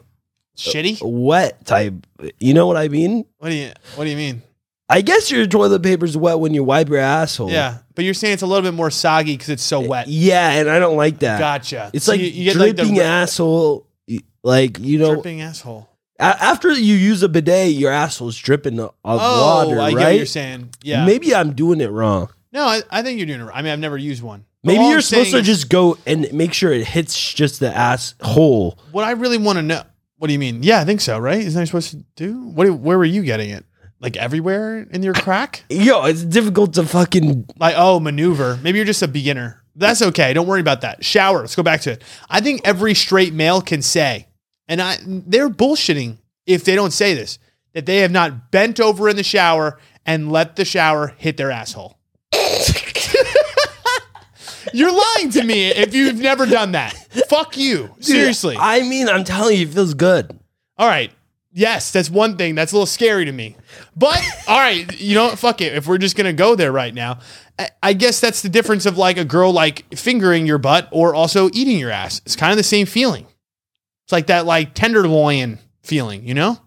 Speaker 1: Shitty?
Speaker 2: Oh. wet type. You know what I mean?
Speaker 1: What do you what do you mean?
Speaker 2: I guess your toilet paper's wet when you wipe your asshole.
Speaker 1: Yeah, but you're saying it's a little bit more soggy because it's so wet.
Speaker 2: Oh. Eh, Yeah, and I don't like that.
Speaker 1: Gotcha.
Speaker 2: It's
Speaker 1: So
Speaker 2: like
Speaker 1: you, you get like
Speaker 2: dripping
Speaker 1: the
Speaker 2: asshole. y- Like you know,
Speaker 1: dripping asshole.
Speaker 2: a- after you use a bidet, your asshole's dripping of
Speaker 1: Oh,
Speaker 2: water,
Speaker 1: I
Speaker 2: right?
Speaker 1: get what you're saying. Yeah.
Speaker 2: Maybe I'm doing it wrong.
Speaker 1: no, I, I think you're doing it. right. I mean, I've never used one. But
Speaker 2: Maybe
Speaker 1: all
Speaker 2: you're
Speaker 1: I'm
Speaker 2: supposed to
Speaker 1: saying-
Speaker 2: just go and make sure it hits just the asshole.
Speaker 1: What I really want to know. What do you mean? Yeah, I think so. Right? Isn't that supposed to do? What? do- Where were you getting it? Like everywhere in your crack?
Speaker 2: Yo, it's difficult to fucking
Speaker 1: Like oh, maneuver. Maybe you're just a beginner. That's okay. Don't worry about that. Shower. Let's go back to it. I think every straight male can say, and I they're bullshitting if they don't say this that they have not bent over in the shower and let the shower hit their asshole. you're lying to me if you've never done that. Fuck you. Seriously.
Speaker 2: I mean, I'm telling you, it feels good.
Speaker 1: All right. Yes, that's one thing. That's a little scary to me. But all right, you know, what? fuck it. If we're just gonna go there right now, I, I guess that's the difference of like a girl like fingering your butt or also eating your ass. It's kind of the same feeling. It's like that like tenderloin feeling, you know?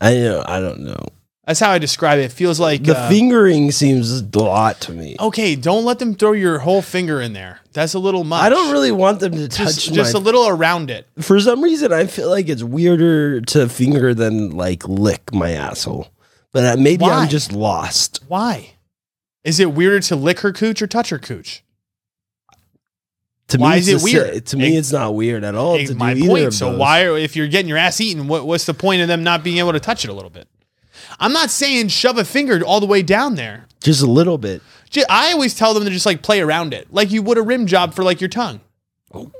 Speaker 2: I know. I don't know.
Speaker 1: That's how I describe it. It feels like
Speaker 2: The
Speaker 1: uh,
Speaker 2: fingering seems a lot to me.
Speaker 1: Okay, don't let them throw your whole finger in there. That's a little much.
Speaker 2: I don't really want them to touch
Speaker 1: just,
Speaker 2: my
Speaker 1: just a little around it.
Speaker 2: for some reason I feel like it's weirder to finger than like lick my asshole. But uh, maybe
Speaker 1: Why?
Speaker 2: I'm just lost.
Speaker 1: Why? Is it weirder to lick her cooch or touch her cooch?
Speaker 2: To
Speaker 1: Why
Speaker 2: me,
Speaker 1: is
Speaker 2: it's
Speaker 1: it
Speaker 2: the sa-
Speaker 1: weird?
Speaker 2: to me,
Speaker 1: It-
Speaker 2: it's not weird at all. to
Speaker 1: Hey, my
Speaker 2: do either
Speaker 1: point.
Speaker 2: of
Speaker 1: So
Speaker 2: those.
Speaker 1: why, are- if you're getting your ass eaten, what, what's the point of them not being able to touch it a little bit? I'm not saying shove a finger all the way down there.
Speaker 2: Just a little bit.
Speaker 1: Ju- I always tell them to just like play around it, like you would a rim job for like your tongue.
Speaker 2: Oh.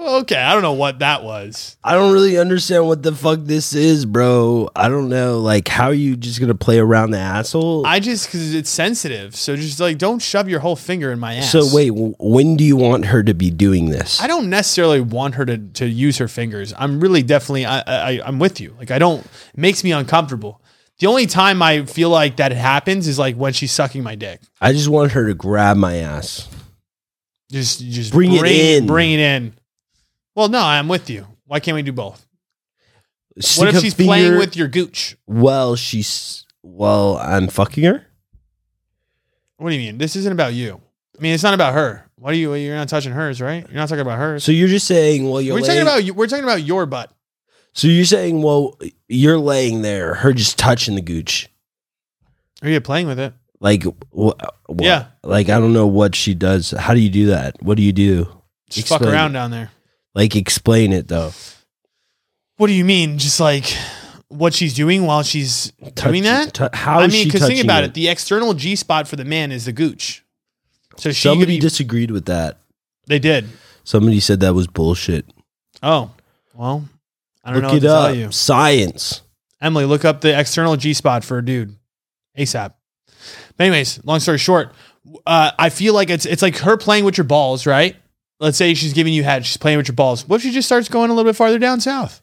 Speaker 1: Oh, Okay, I don't know what that was.
Speaker 2: I don't really understand what the fuck this is, bro. I don't know. Like, how are you just gonna play around the asshole?
Speaker 1: I just because it's sensitive, so just like don't shove your whole finger in my ass.
Speaker 2: So wait, w- when do you want her to be doing this?
Speaker 1: I don't necessarily want her to, to use her fingers. I'm really definitely I, I I'm with you. Like I don't it makes me uncomfortable. The only time I feel like that happens is like when she's sucking my dick.
Speaker 2: I just want her to grab my ass.
Speaker 1: Just just
Speaker 2: Bring it in.
Speaker 1: Bring it in. Well, no, I'm with you. Why can't we do both?
Speaker 2: Stick
Speaker 1: What
Speaker 2: a
Speaker 1: if she's playing
Speaker 2: finger
Speaker 1: with your gooch?
Speaker 2: while she's while I'm fucking her?
Speaker 1: What do you mean? This isn't about you. I mean, it's not about her. What do you? You're not touching hers, right? You're not talking about hers.
Speaker 2: So you're just saying, well, you're
Speaker 1: we're talking
Speaker 2: laying-
Speaker 1: about you. We're talking about your butt.
Speaker 2: So you're saying, well, you're laying there, her just touching the gooch.
Speaker 1: Are you playing with it?
Speaker 2: Like, wh- wh-
Speaker 1: Yeah.
Speaker 2: Like, I don't know what she does. How do you do that? What do you do?
Speaker 1: Just fuck
Speaker 2: Explain.
Speaker 1: around down there.
Speaker 2: Like, explain it though.
Speaker 1: What do you mean? Just like what she's doing while she's doing that?
Speaker 2: tou- how
Speaker 1: I
Speaker 2: is
Speaker 1: mean,
Speaker 2: she touching
Speaker 1: think about it.
Speaker 2: it?
Speaker 1: The external G spot for the man is the gooch. So she could
Speaker 2: Somebody
Speaker 1: be-
Speaker 2: disagreed with that.
Speaker 1: they did.
Speaker 2: Somebody said that was bullshit.
Speaker 1: Oh, well, I don't
Speaker 2: Look
Speaker 1: know
Speaker 2: it
Speaker 1: what to
Speaker 2: up.
Speaker 1: tell you.
Speaker 2: Science.
Speaker 1: Emily, look up the external G spot for a dude ASAP. But anyways, long story short, uh, I feel like it's it's like her playing with your balls, right? Let's say she's giving you head, she's playing with your balls. What if she just starts going a little bit farther down south?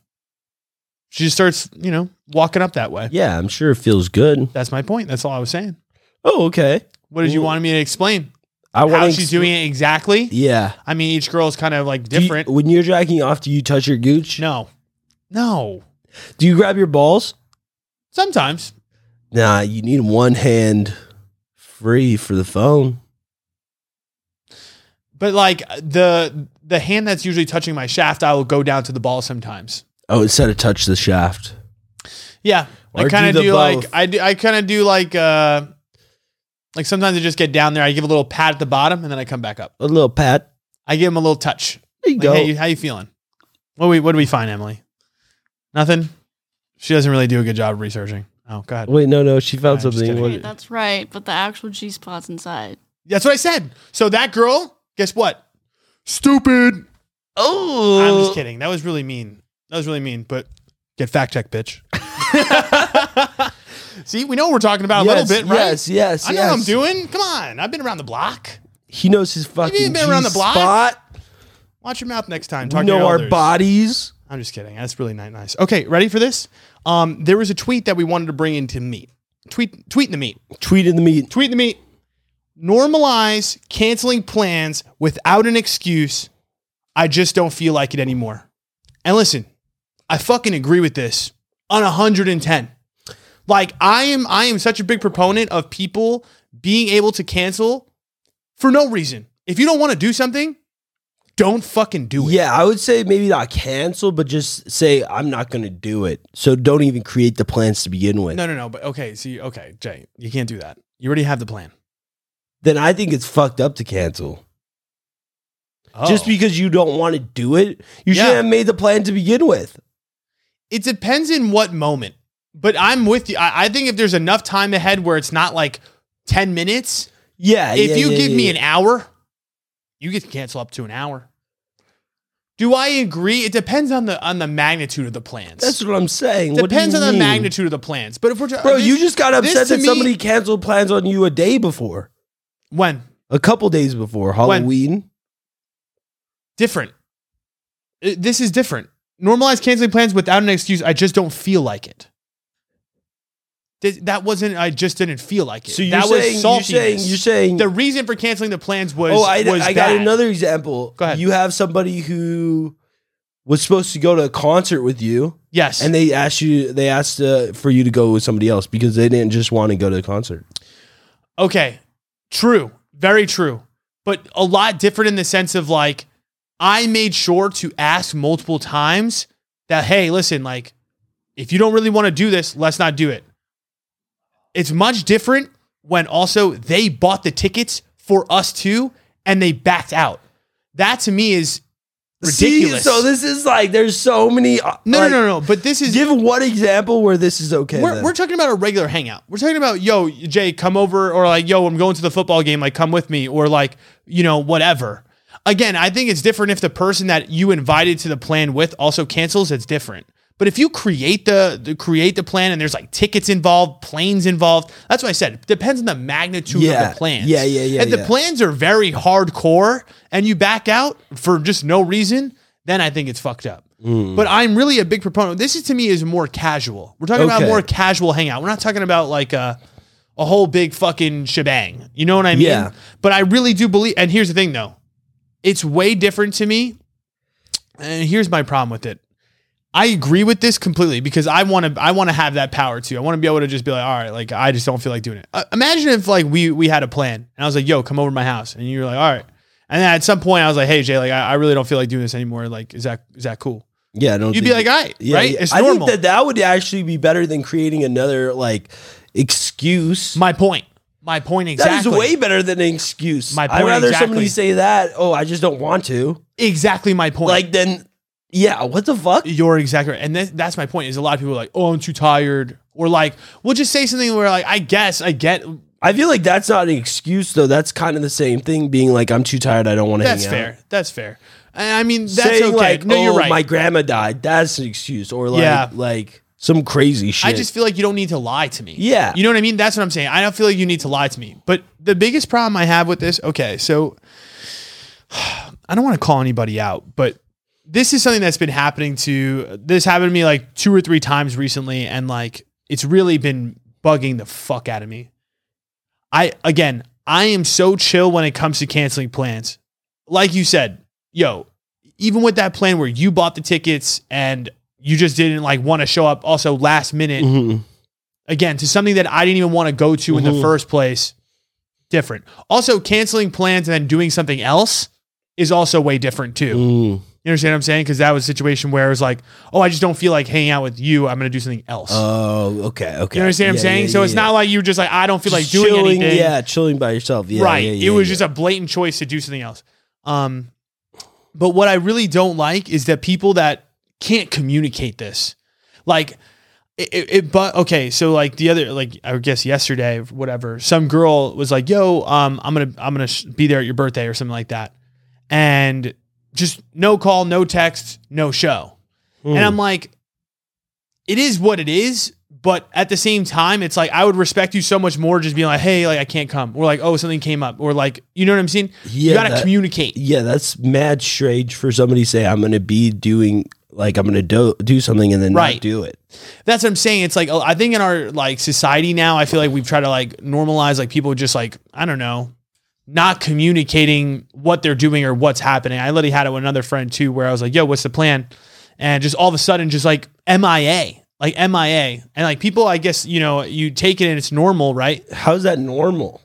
Speaker 1: She just starts, you know, walking up that way.
Speaker 2: Yeah, I'm sure it feels good.
Speaker 1: That's my point. That's all I was saying.
Speaker 2: Oh, okay.
Speaker 1: What did you
Speaker 2: Ooh.
Speaker 1: want me to explain?
Speaker 2: I want
Speaker 1: How she's doing it exactly?
Speaker 2: Yeah.
Speaker 1: I mean, each girl is kind of like
Speaker 2: Do you-
Speaker 1: different.
Speaker 2: when you're jacking off, do you touch your gooch?
Speaker 1: no, no.
Speaker 2: Do you grab your balls?
Speaker 1: Sometimes
Speaker 2: Nah, you need one hand free for the phone.
Speaker 1: But like the the hand that's usually touching my shaft, I will go down to the ball sometimes.
Speaker 2: Oh, instead of touch the shaft.
Speaker 1: Yeah, I
Speaker 2: Or
Speaker 1: kind of
Speaker 2: do
Speaker 1: do,
Speaker 2: the both.
Speaker 1: like I do. I kind of do like uh, like sometimes I just get down there. I give a little pat at the bottom, and then I come back up.
Speaker 2: A little pat.
Speaker 1: I give him a little touch.
Speaker 2: There you
Speaker 1: Like,
Speaker 2: go.
Speaker 1: hey, you- how you feeling? What do we what do we find, Emily? Nothing. She doesn't really do a good job researching. Oh God,
Speaker 2: Wait, no, no, she found
Speaker 1: I'm just
Speaker 2: something.
Speaker 1: kidding.
Speaker 3: Wait,
Speaker 2: What-
Speaker 3: that's right, but the actual G spot's inside.
Speaker 1: that's what I said. So that girl, guess what? Stupid.
Speaker 2: Oh,
Speaker 1: I'm just kidding. That was really mean. That was really mean. But get fact checked, bitch. See, we know what we're talking about a
Speaker 2: Yes,
Speaker 1: little bit, right?
Speaker 2: Yes, yes,
Speaker 1: I know
Speaker 2: yes.
Speaker 1: what I'm doing. Come on, I've been around the block.
Speaker 2: He knows his fucking
Speaker 1: ain't been around the
Speaker 2: G
Speaker 1: block.
Speaker 2: spot.
Speaker 1: Watch your mouth next time.
Speaker 2: We
Speaker 1: Talk to
Speaker 2: know
Speaker 1: your
Speaker 2: our
Speaker 1: elders.
Speaker 2: bodies.
Speaker 1: I'm just kidding. That's really not nice. Okay, ready for this? Um, there was a tweet that we wanted to bring into meat. Tweet, tweet in the meat.
Speaker 2: Tweet in the meat.
Speaker 1: Tweet in the meat. Normalize canceling plans without an excuse. I just don't feel like it anymore. And listen, I fucking agree with this on 110. Like I am I am such a big proponent of people being able to cancel for no reason. If you don't want to do something, don't fucking do it.
Speaker 2: Yeah, I would say maybe not cancel, but just say I'm not going to do it. So don't even create the plans to begin with.
Speaker 1: No, no, no. But okay, see, okay, Jay, you can't do that. You already have the plan.
Speaker 2: Then I think it's fucked up to cancel. Just
Speaker 1: Oh.
Speaker 2: because you don't want to do it, you
Speaker 1: Yeah.
Speaker 2: should have made the plan to begin with.
Speaker 1: it depends in what moment. But I'm with you. I, I think if there's enough time ahead where it's not like 10 minutes,
Speaker 2: Uh, Yeah.
Speaker 1: if
Speaker 2: yeah,
Speaker 1: you
Speaker 2: yeah,
Speaker 1: give
Speaker 2: yeah,
Speaker 1: me
Speaker 2: yeah.
Speaker 1: an hour, you get to cancel up to an hour. Do I agree? It depends on the on the magnitude of the plans.
Speaker 2: That's what I'm saying. What do
Speaker 1: depends
Speaker 2: you
Speaker 1: on the
Speaker 2: mean?
Speaker 1: magnitude of the plans. But if we're
Speaker 2: Bro, you just got
Speaker 1: this
Speaker 2: upset
Speaker 1: to
Speaker 2: that
Speaker 1: me-
Speaker 2: somebody canceled plans on you a day before,
Speaker 1: when
Speaker 2: a couple days before Halloween.
Speaker 1: different. Uh, This is different. Normalized canceling plans without an excuse. I just don't feel like it. Th- That wasn't. I just didn't feel like it.
Speaker 2: So you're
Speaker 1: that
Speaker 2: saying,
Speaker 1: was
Speaker 2: you're
Speaker 1: saltiness.
Speaker 2: saying, you're saying,
Speaker 1: the reason for canceling the plans was
Speaker 2: oh, I,
Speaker 1: was
Speaker 2: I got
Speaker 1: bad.
Speaker 2: another example.
Speaker 1: Go ahead.
Speaker 2: You have somebody who was supposed to go to a concert with you,
Speaker 1: Yes.
Speaker 2: and they asked you they asked uh, for you to go with somebody else because they didn't just want to go to the concert.
Speaker 1: Okay. True. Very true. But a lot different in the sense of like, I made sure to ask multiple times that, hey, listen, like, if you don't really want to do this, let's not do it. It's much different when also they bought the tickets for us too and they backed out. That to me is ridiculous.
Speaker 2: See, so this is like there's so many. uh,
Speaker 1: no, no, no,
Speaker 2: like,
Speaker 1: no, no. But this is
Speaker 2: Give one example where this is okay.
Speaker 1: we're,
Speaker 2: then.
Speaker 1: we're talking about a regular hangout. We're talking about, yo, Jay, come over, or like, yo, I'm going to the football game, like, come with me, or like, you know, whatever. Again, I think it's different if the person that you invited to the plan with also cancels, it's different. But if you create the, the create the plan and there's like tickets involved, planes involved, that's what I said. It depends on the magnitude
Speaker 2: Yeah.
Speaker 1: of the plans.
Speaker 2: Yeah, yeah, yeah,
Speaker 1: If the
Speaker 2: yeah.
Speaker 1: plans are very hardcore and you back out for just no reason, then I think it's fucked up. But I'm really a big proponent. This is to me is more casual. We're talking
Speaker 2: Okay.
Speaker 1: about more casual hangout. We're not talking about like uh, a a whole big fucking shebang. You know what I mean?
Speaker 2: Yeah.
Speaker 1: But I really do believe. And here's the thing, though, it's way different to me. And here's my problem with it. I agree with this completely because I want to. I want to have that power too. I want to be able to just be like, all right, like I just don't feel like doing it. Uh, imagine if like we we had a plan and I was like, yo, come over to my house, and you were like, all right. And then at some point, I was like, hey Jay, like I, I really don't feel like doing this anymore. Like, is that is that cool?
Speaker 2: yeah, I don't
Speaker 1: You'd be
Speaker 2: think-
Speaker 1: like, all right,
Speaker 2: Yeah,
Speaker 1: right?
Speaker 2: yeah.
Speaker 1: It's
Speaker 2: I
Speaker 1: normal.
Speaker 2: think that that would actually be better than creating another like excuse.
Speaker 1: My point. My point
Speaker 2: that
Speaker 1: exactly.
Speaker 2: is way better than an excuse.
Speaker 1: My
Speaker 2: I'd
Speaker 1: point
Speaker 2: rather somebody
Speaker 1: exactly.
Speaker 2: say that. Oh, I just don't want to.
Speaker 1: exactly my point.
Speaker 2: Like then, yeah. What the fuck?
Speaker 1: you're exactly right. And that, that's my point is a lot of people are like, oh, I'm too tired. Or like, we'll just say something where like, I guess I get
Speaker 2: I feel like that's not an excuse though. That's kind of the same thing. Being like, I'm too tired. I don't want to.
Speaker 1: that's
Speaker 2: hang
Speaker 1: fair.
Speaker 2: Out.
Speaker 1: That's fair. And I mean, that's
Speaker 2: Saying
Speaker 1: okay.
Speaker 2: like,
Speaker 1: no, you're
Speaker 2: "Oh,
Speaker 1: right.
Speaker 2: My grandma died. That's an excuse. Or like,
Speaker 1: Yeah.
Speaker 2: like some crazy shit.
Speaker 1: I just feel like you don't need to lie to me.
Speaker 2: Yeah.
Speaker 1: You know what I mean? That's what I'm saying. I don't feel like you need to lie to me. But the biggest problem I have with this, okay, so I don't want to call anybody out, but this is something that's been happening to this happened to me like two or three times recently, and like it's really been bugging the fuck out of me. I again, I am so chill when it comes to canceling plans. Like you said, yo, even with that plan where you bought the tickets and you just didn't like want to show up also last minute
Speaker 2: Mhm.
Speaker 1: again to something that I didn't even want to go to in the
Speaker 2: Mhm.
Speaker 1: first place. Different. Also, canceling plans and then doing something else is also way different too.
Speaker 2: Mm.
Speaker 1: You understand what I'm saying? Because that was a situation where it was like, oh, I just don't feel like hanging out with you. I'm gonna do something else.
Speaker 2: Oh, okay, okay.
Speaker 1: you understand what
Speaker 2: Yeah,
Speaker 1: I'm saying?
Speaker 2: yeah,
Speaker 1: so
Speaker 2: yeah,
Speaker 1: it's
Speaker 2: yeah.
Speaker 1: not like you were just like, I don't feel like
Speaker 2: Just
Speaker 1: doing
Speaker 2: chilling,
Speaker 1: anything.
Speaker 2: Yeah, chilling by yourself. Yeah,
Speaker 1: right.
Speaker 2: yeah, yeah,
Speaker 1: it was
Speaker 2: yeah.
Speaker 1: just a blatant choice to do something else. Um, but what I really don't like is that people that can't communicate this, like it, it, it- But okay, so like the other, like I guess yesterday, whatever, some girl was like, "Yo, um, I'm gonna, I'm gonna sh- be there at your birthday or something like that," and just no call, no text, no show, and I'm like, it is what it is. But at the same time, it's like I would respect you so much more just being like, hey, like I can't come. Or like, oh, something came up. Or like, you know what I'm saying?
Speaker 2: Yeah,
Speaker 1: you gotta
Speaker 2: that-
Speaker 1: communicate.
Speaker 2: yeah. That's mad strange for somebody to say I'm going to be doing like I'm going to do do something and then
Speaker 1: Right.
Speaker 2: not do it.
Speaker 1: That's what I'm saying. It's like I think in our like society now, I feel like we've tried to like normalize like people just like, I don't know, not communicating what they're doing or what's happening. I literally had it with another friend too, where I was like, yo, what's the plan? And just all of a sudden, just like MIA. Like MIA. And like people, I guess, you know, you take it and it's normal, right?
Speaker 2: How's that normal?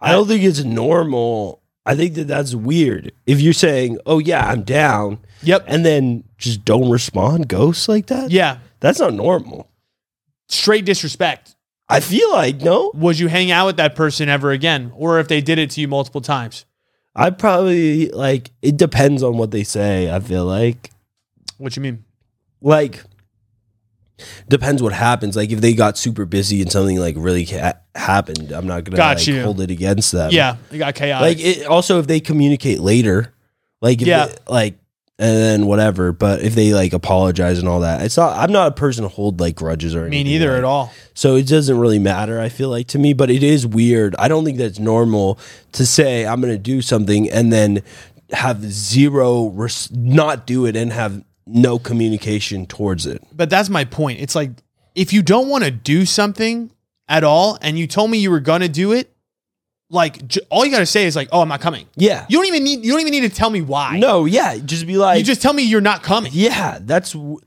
Speaker 2: I don't think it's normal. I think that that's weird. If you're saying, "Oh yeah, I'm down,"
Speaker 1: Yep.
Speaker 2: and then just don't respond, ghosts like that.
Speaker 1: Yeah.
Speaker 2: that's not normal.
Speaker 1: Straight disrespect.
Speaker 2: I feel like no.
Speaker 1: would you hang out with that person ever again or if they did it to you multiple times
Speaker 2: I probably like it depends on what they say. I feel like
Speaker 1: what you mean
Speaker 2: like depends what happens like if they got super busy and something like really ca- happened i'm not gonna
Speaker 1: Got
Speaker 2: like,
Speaker 1: you.
Speaker 2: hold it against them
Speaker 1: yeah it got chaotic
Speaker 2: like it, also if they communicate later like if
Speaker 1: Yeah.
Speaker 2: they- like and then whatever but if they like apologize and all that it's not i'm not a person to hold like grudges or
Speaker 1: me
Speaker 2: anything
Speaker 1: neither
Speaker 2: like
Speaker 1: at all
Speaker 2: so it doesn't really matter, I feel like, to me, but it is weird. I don't think that's normal to say, I'm going to do something and then have zero, res- not do it and have no communication towards it.
Speaker 1: but that's my point it's like if you don't want to do something at all and you told me you were gonna do it like j- all you gotta say is like, "Oh, I'm not coming."
Speaker 2: Yeah.
Speaker 1: you don't even need you don't even need to tell me why.
Speaker 2: No, yeah, just be like,
Speaker 1: you just tell me you're not coming.
Speaker 2: yeah, that's you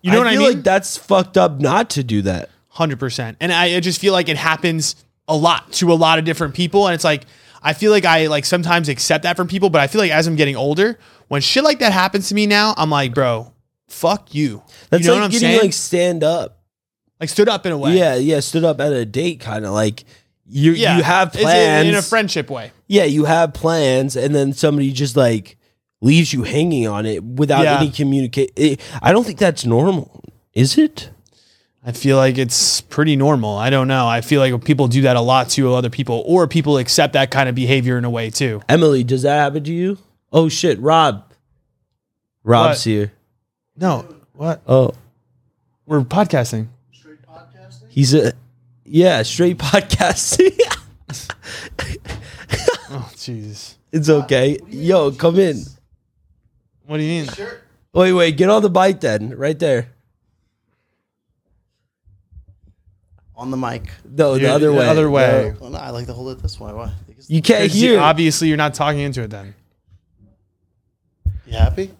Speaker 1: You know what I
Speaker 2: feel
Speaker 1: mean?
Speaker 2: Like that's fucked up not to do that.
Speaker 1: Hundred percent. And I, I just feel like it happens a lot to a lot of different people, and it's like I feel like I like sometimes accept that from people, but I feel like as I'm getting older, when shit like that happens to me now, I'm like, bro, fuck you.
Speaker 2: That's
Speaker 1: you know
Speaker 2: like
Speaker 1: what I'm
Speaker 2: getting
Speaker 1: saying? Like,
Speaker 2: like stand up.
Speaker 1: stood up in a way.
Speaker 2: Yeah, yeah, stood up at a date kind of like you
Speaker 1: yeah.
Speaker 2: you have
Speaker 1: It's in-
Speaker 2: plans
Speaker 1: in a friendship way.
Speaker 2: Yeah, you have plans and then somebody just like leaves you hanging on it without
Speaker 1: Yeah.
Speaker 2: any communication. I don't think that's normal. Is it?
Speaker 1: I feel like it's pretty normal. I don't know. I feel like people do that a lot to other people, or people accept that kind of behavior in a way too.
Speaker 2: Emily, does that happen to you? Oh shit, Rob. Rob's
Speaker 1: What?
Speaker 2: here.
Speaker 1: No, what?
Speaker 2: Oh,
Speaker 1: We're podcasting.
Speaker 2: he's a yeah, straight podcasting.
Speaker 1: Oh, Jesus.
Speaker 2: it's okay. Yo, come in.
Speaker 1: What do you mean?
Speaker 2: Wait, wait, get on the bike then. Right there.
Speaker 7: on the mic.
Speaker 2: No, the
Speaker 1: You're-
Speaker 2: other
Speaker 1: the
Speaker 2: way.
Speaker 1: other way.
Speaker 2: No.
Speaker 7: Well, no, I like to hold it this way. Why? You
Speaker 2: You can't
Speaker 1: Because you-
Speaker 2: hear.
Speaker 1: Obviously, you're not talking into it then.
Speaker 7: happy?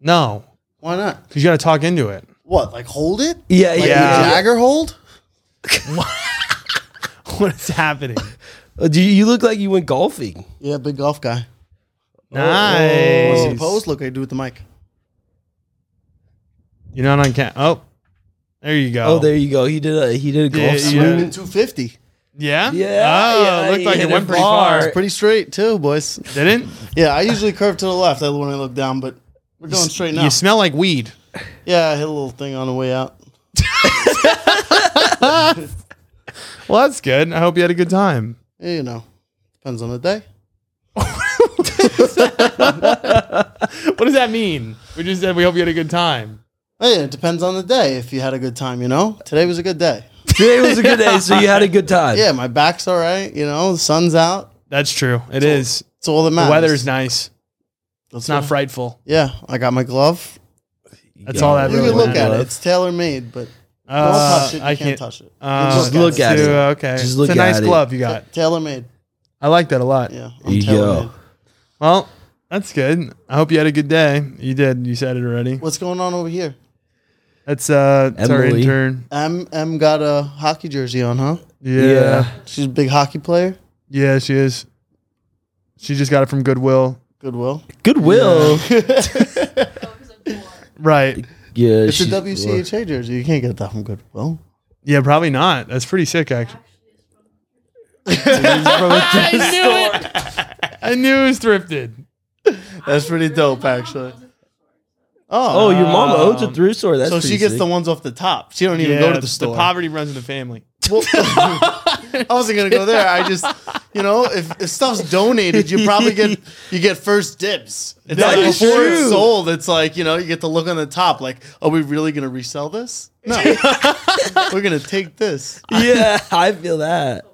Speaker 1: No,
Speaker 7: Why not?
Speaker 1: because you got to talk into it.
Speaker 7: What? Like hold it?
Speaker 2: yeah,
Speaker 7: Like
Speaker 2: yeah.
Speaker 1: Yeah.
Speaker 7: the Jagger hold?
Speaker 1: What is happening?
Speaker 2: Uh, Do you, you look like you went golfing?
Speaker 7: Yeah, big golf guy.
Speaker 1: nice.
Speaker 7: Suppose look I do with the mic.
Speaker 1: You're not on cam. Oh, there you go.
Speaker 2: Oh, there you go. He did a he did a golf
Speaker 1: Yeah,
Speaker 2: swing.
Speaker 1: yeah.
Speaker 7: Two fifty.
Speaker 1: Yeah.
Speaker 2: Yeah,
Speaker 1: Oh,
Speaker 2: yeah,
Speaker 1: looked like
Speaker 2: yeah,
Speaker 1: it went pretty
Speaker 2: bar.
Speaker 1: far.
Speaker 7: Pretty straight too, boys.
Speaker 1: Didn't?
Speaker 7: Yeah, I usually curve to the left when I look down, but we're going straight now.
Speaker 1: You smell like weed.
Speaker 7: yeah, I hit a little thing on the way out.
Speaker 1: Well, that's good. I hope you had a good time.
Speaker 7: Yeah, You know, depends on the day.
Speaker 1: What does that mean? We just said we hope you had a good time.
Speaker 7: Hey, it depends on the day. If you had a good time, you know. Today was a good day.
Speaker 2: Today was a good day, so you had a good time.
Speaker 7: Yeah, my back's all right. You know, the sun's out.
Speaker 1: That's true. It is.
Speaker 7: It's all that
Speaker 1: The
Speaker 7: matters.
Speaker 1: weather's nice. It's not
Speaker 7: Friday.
Speaker 1: frightful.
Speaker 7: Yeah, I got my glove.
Speaker 1: That's all that
Speaker 7: You
Speaker 1: really
Speaker 7: can look at
Speaker 1: matters.
Speaker 7: it. It's tailor made, but don't
Speaker 1: Uh,
Speaker 7: touch it. You
Speaker 1: I
Speaker 7: can't, touch it.
Speaker 1: Uh,
Speaker 2: Just look at
Speaker 1: too,
Speaker 2: it.
Speaker 1: Okay.
Speaker 2: Just look
Speaker 1: it's a nice
Speaker 2: at it.
Speaker 1: glove you got.
Speaker 7: Tailor made.
Speaker 1: I like that a lot.
Speaker 7: Yeah.
Speaker 2: There you go.
Speaker 7: tailor-made.
Speaker 1: Well, that's good. I hope you had a good day. You did. You said it already.
Speaker 7: What's going on over here?
Speaker 1: That's uh, it's our
Speaker 2: Emily.
Speaker 1: intern.
Speaker 7: M M got a hockey jersey on, huh?
Speaker 1: Yeah. yeah,
Speaker 2: Yeah.
Speaker 7: She's a big hockey player.
Speaker 1: she is. She just got it from Goodwill.
Speaker 7: Goodwill.
Speaker 2: Goodwill. Yeah,
Speaker 1: Right.
Speaker 7: It's a
Speaker 2: she's-
Speaker 7: WCHA jersey. You can't get that from Goodwill.
Speaker 1: Yeah, probably not. That's pretty sick, actually.
Speaker 3: I knew it.
Speaker 1: I knew it was thrifted.
Speaker 7: That's pretty dope, actually. Oh,
Speaker 2: Oh, your mom owns a thrift store. That's
Speaker 7: so she
Speaker 2: pretty
Speaker 7: gets
Speaker 2: sick.
Speaker 7: the ones off the top. She don't even go to the store.
Speaker 1: poverty runs in the family.
Speaker 7: Well, I wasn't gonna go there. I just, you know, if, if stuff's donated, you probably get you get first dibs. It's
Speaker 2: That
Speaker 7: like
Speaker 2: is
Speaker 7: before
Speaker 2: true.
Speaker 7: it's sold, it's like you know you get to look on the top. Like, are we really gonna resell this? No, we're gonna take this.
Speaker 2: Yeah, I feel that.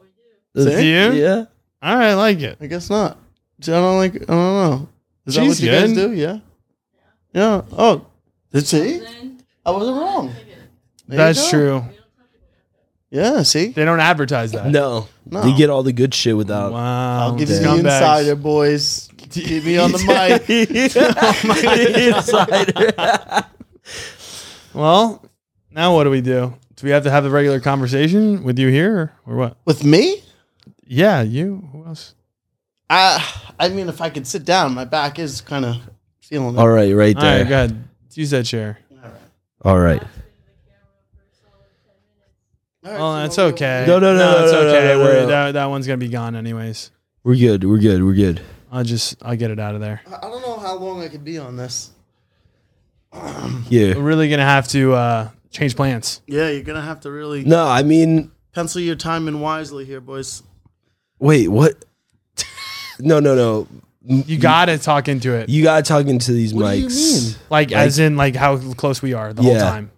Speaker 7: See?
Speaker 1: You?
Speaker 2: Yeah.
Speaker 1: All right, I like it.
Speaker 7: I guess not. See, I don't like. I don't know. Is that
Speaker 1: She's
Speaker 7: what you guys
Speaker 1: good.
Speaker 7: do? Yeah. Yeah. Oh, did see? I wasn't wrong. There you
Speaker 1: That's
Speaker 7: go.
Speaker 1: true.
Speaker 7: Yeah. See,
Speaker 1: They don't advertise that.
Speaker 2: No.
Speaker 7: No.
Speaker 2: You get all the good shit without.
Speaker 1: Wow.
Speaker 7: I'll give you the
Speaker 1: scumbags.
Speaker 7: insider, boys. Keep me on the mic.
Speaker 2: Insider.
Speaker 1: Well, now what do we do? Do we have to have a regular conversation with you here or, or what?
Speaker 7: With me?
Speaker 1: Yeah, you. Who else?
Speaker 7: I I mean, if I could sit down, my back is kind of feeling it.
Speaker 2: all right, right
Speaker 1: All right, go
Speaker 2: there.
Speaker 1: ahead. Use that chair.
Speaker 2: All right.
Speaker 1: Oh, that's okay.
Speaker 2: No, no, no, no,
Speaker 1: it's
Speaker 2: no, no,
Speaker 1: okay.
Speaker 2: no, no,
Speaker 1: We're,
Speaker 2: no.
Speaker 1: That, that one's gonna be gone anyways.
Speaker 2: We're good. We're good. We're good.
Speaker 1: I'll just I'll get it out of there.
Speaker 7: I I don't know how long I could be on this.
Speaker 1: We're
Speaker 2: Yeah.
Speaker 1: really gonna have to uh, change plans.
Speaker 7: Yeah, you're gonna have to really
Speaker 2: No, I mean,
Speaker 7: pencil your time in wisely here, boys.
Speaker 2: wait, what? No, no, no.
Speaker 1: You gotta talk into it,
Speaker 2: You got talking to these
Speaker 7: What do you
Speaker 2: mics.
Speaker 7: mean?
Speaker 1: like, as in like how close we are the whole
Speaker 2: Yeah.
Speaker 1: time.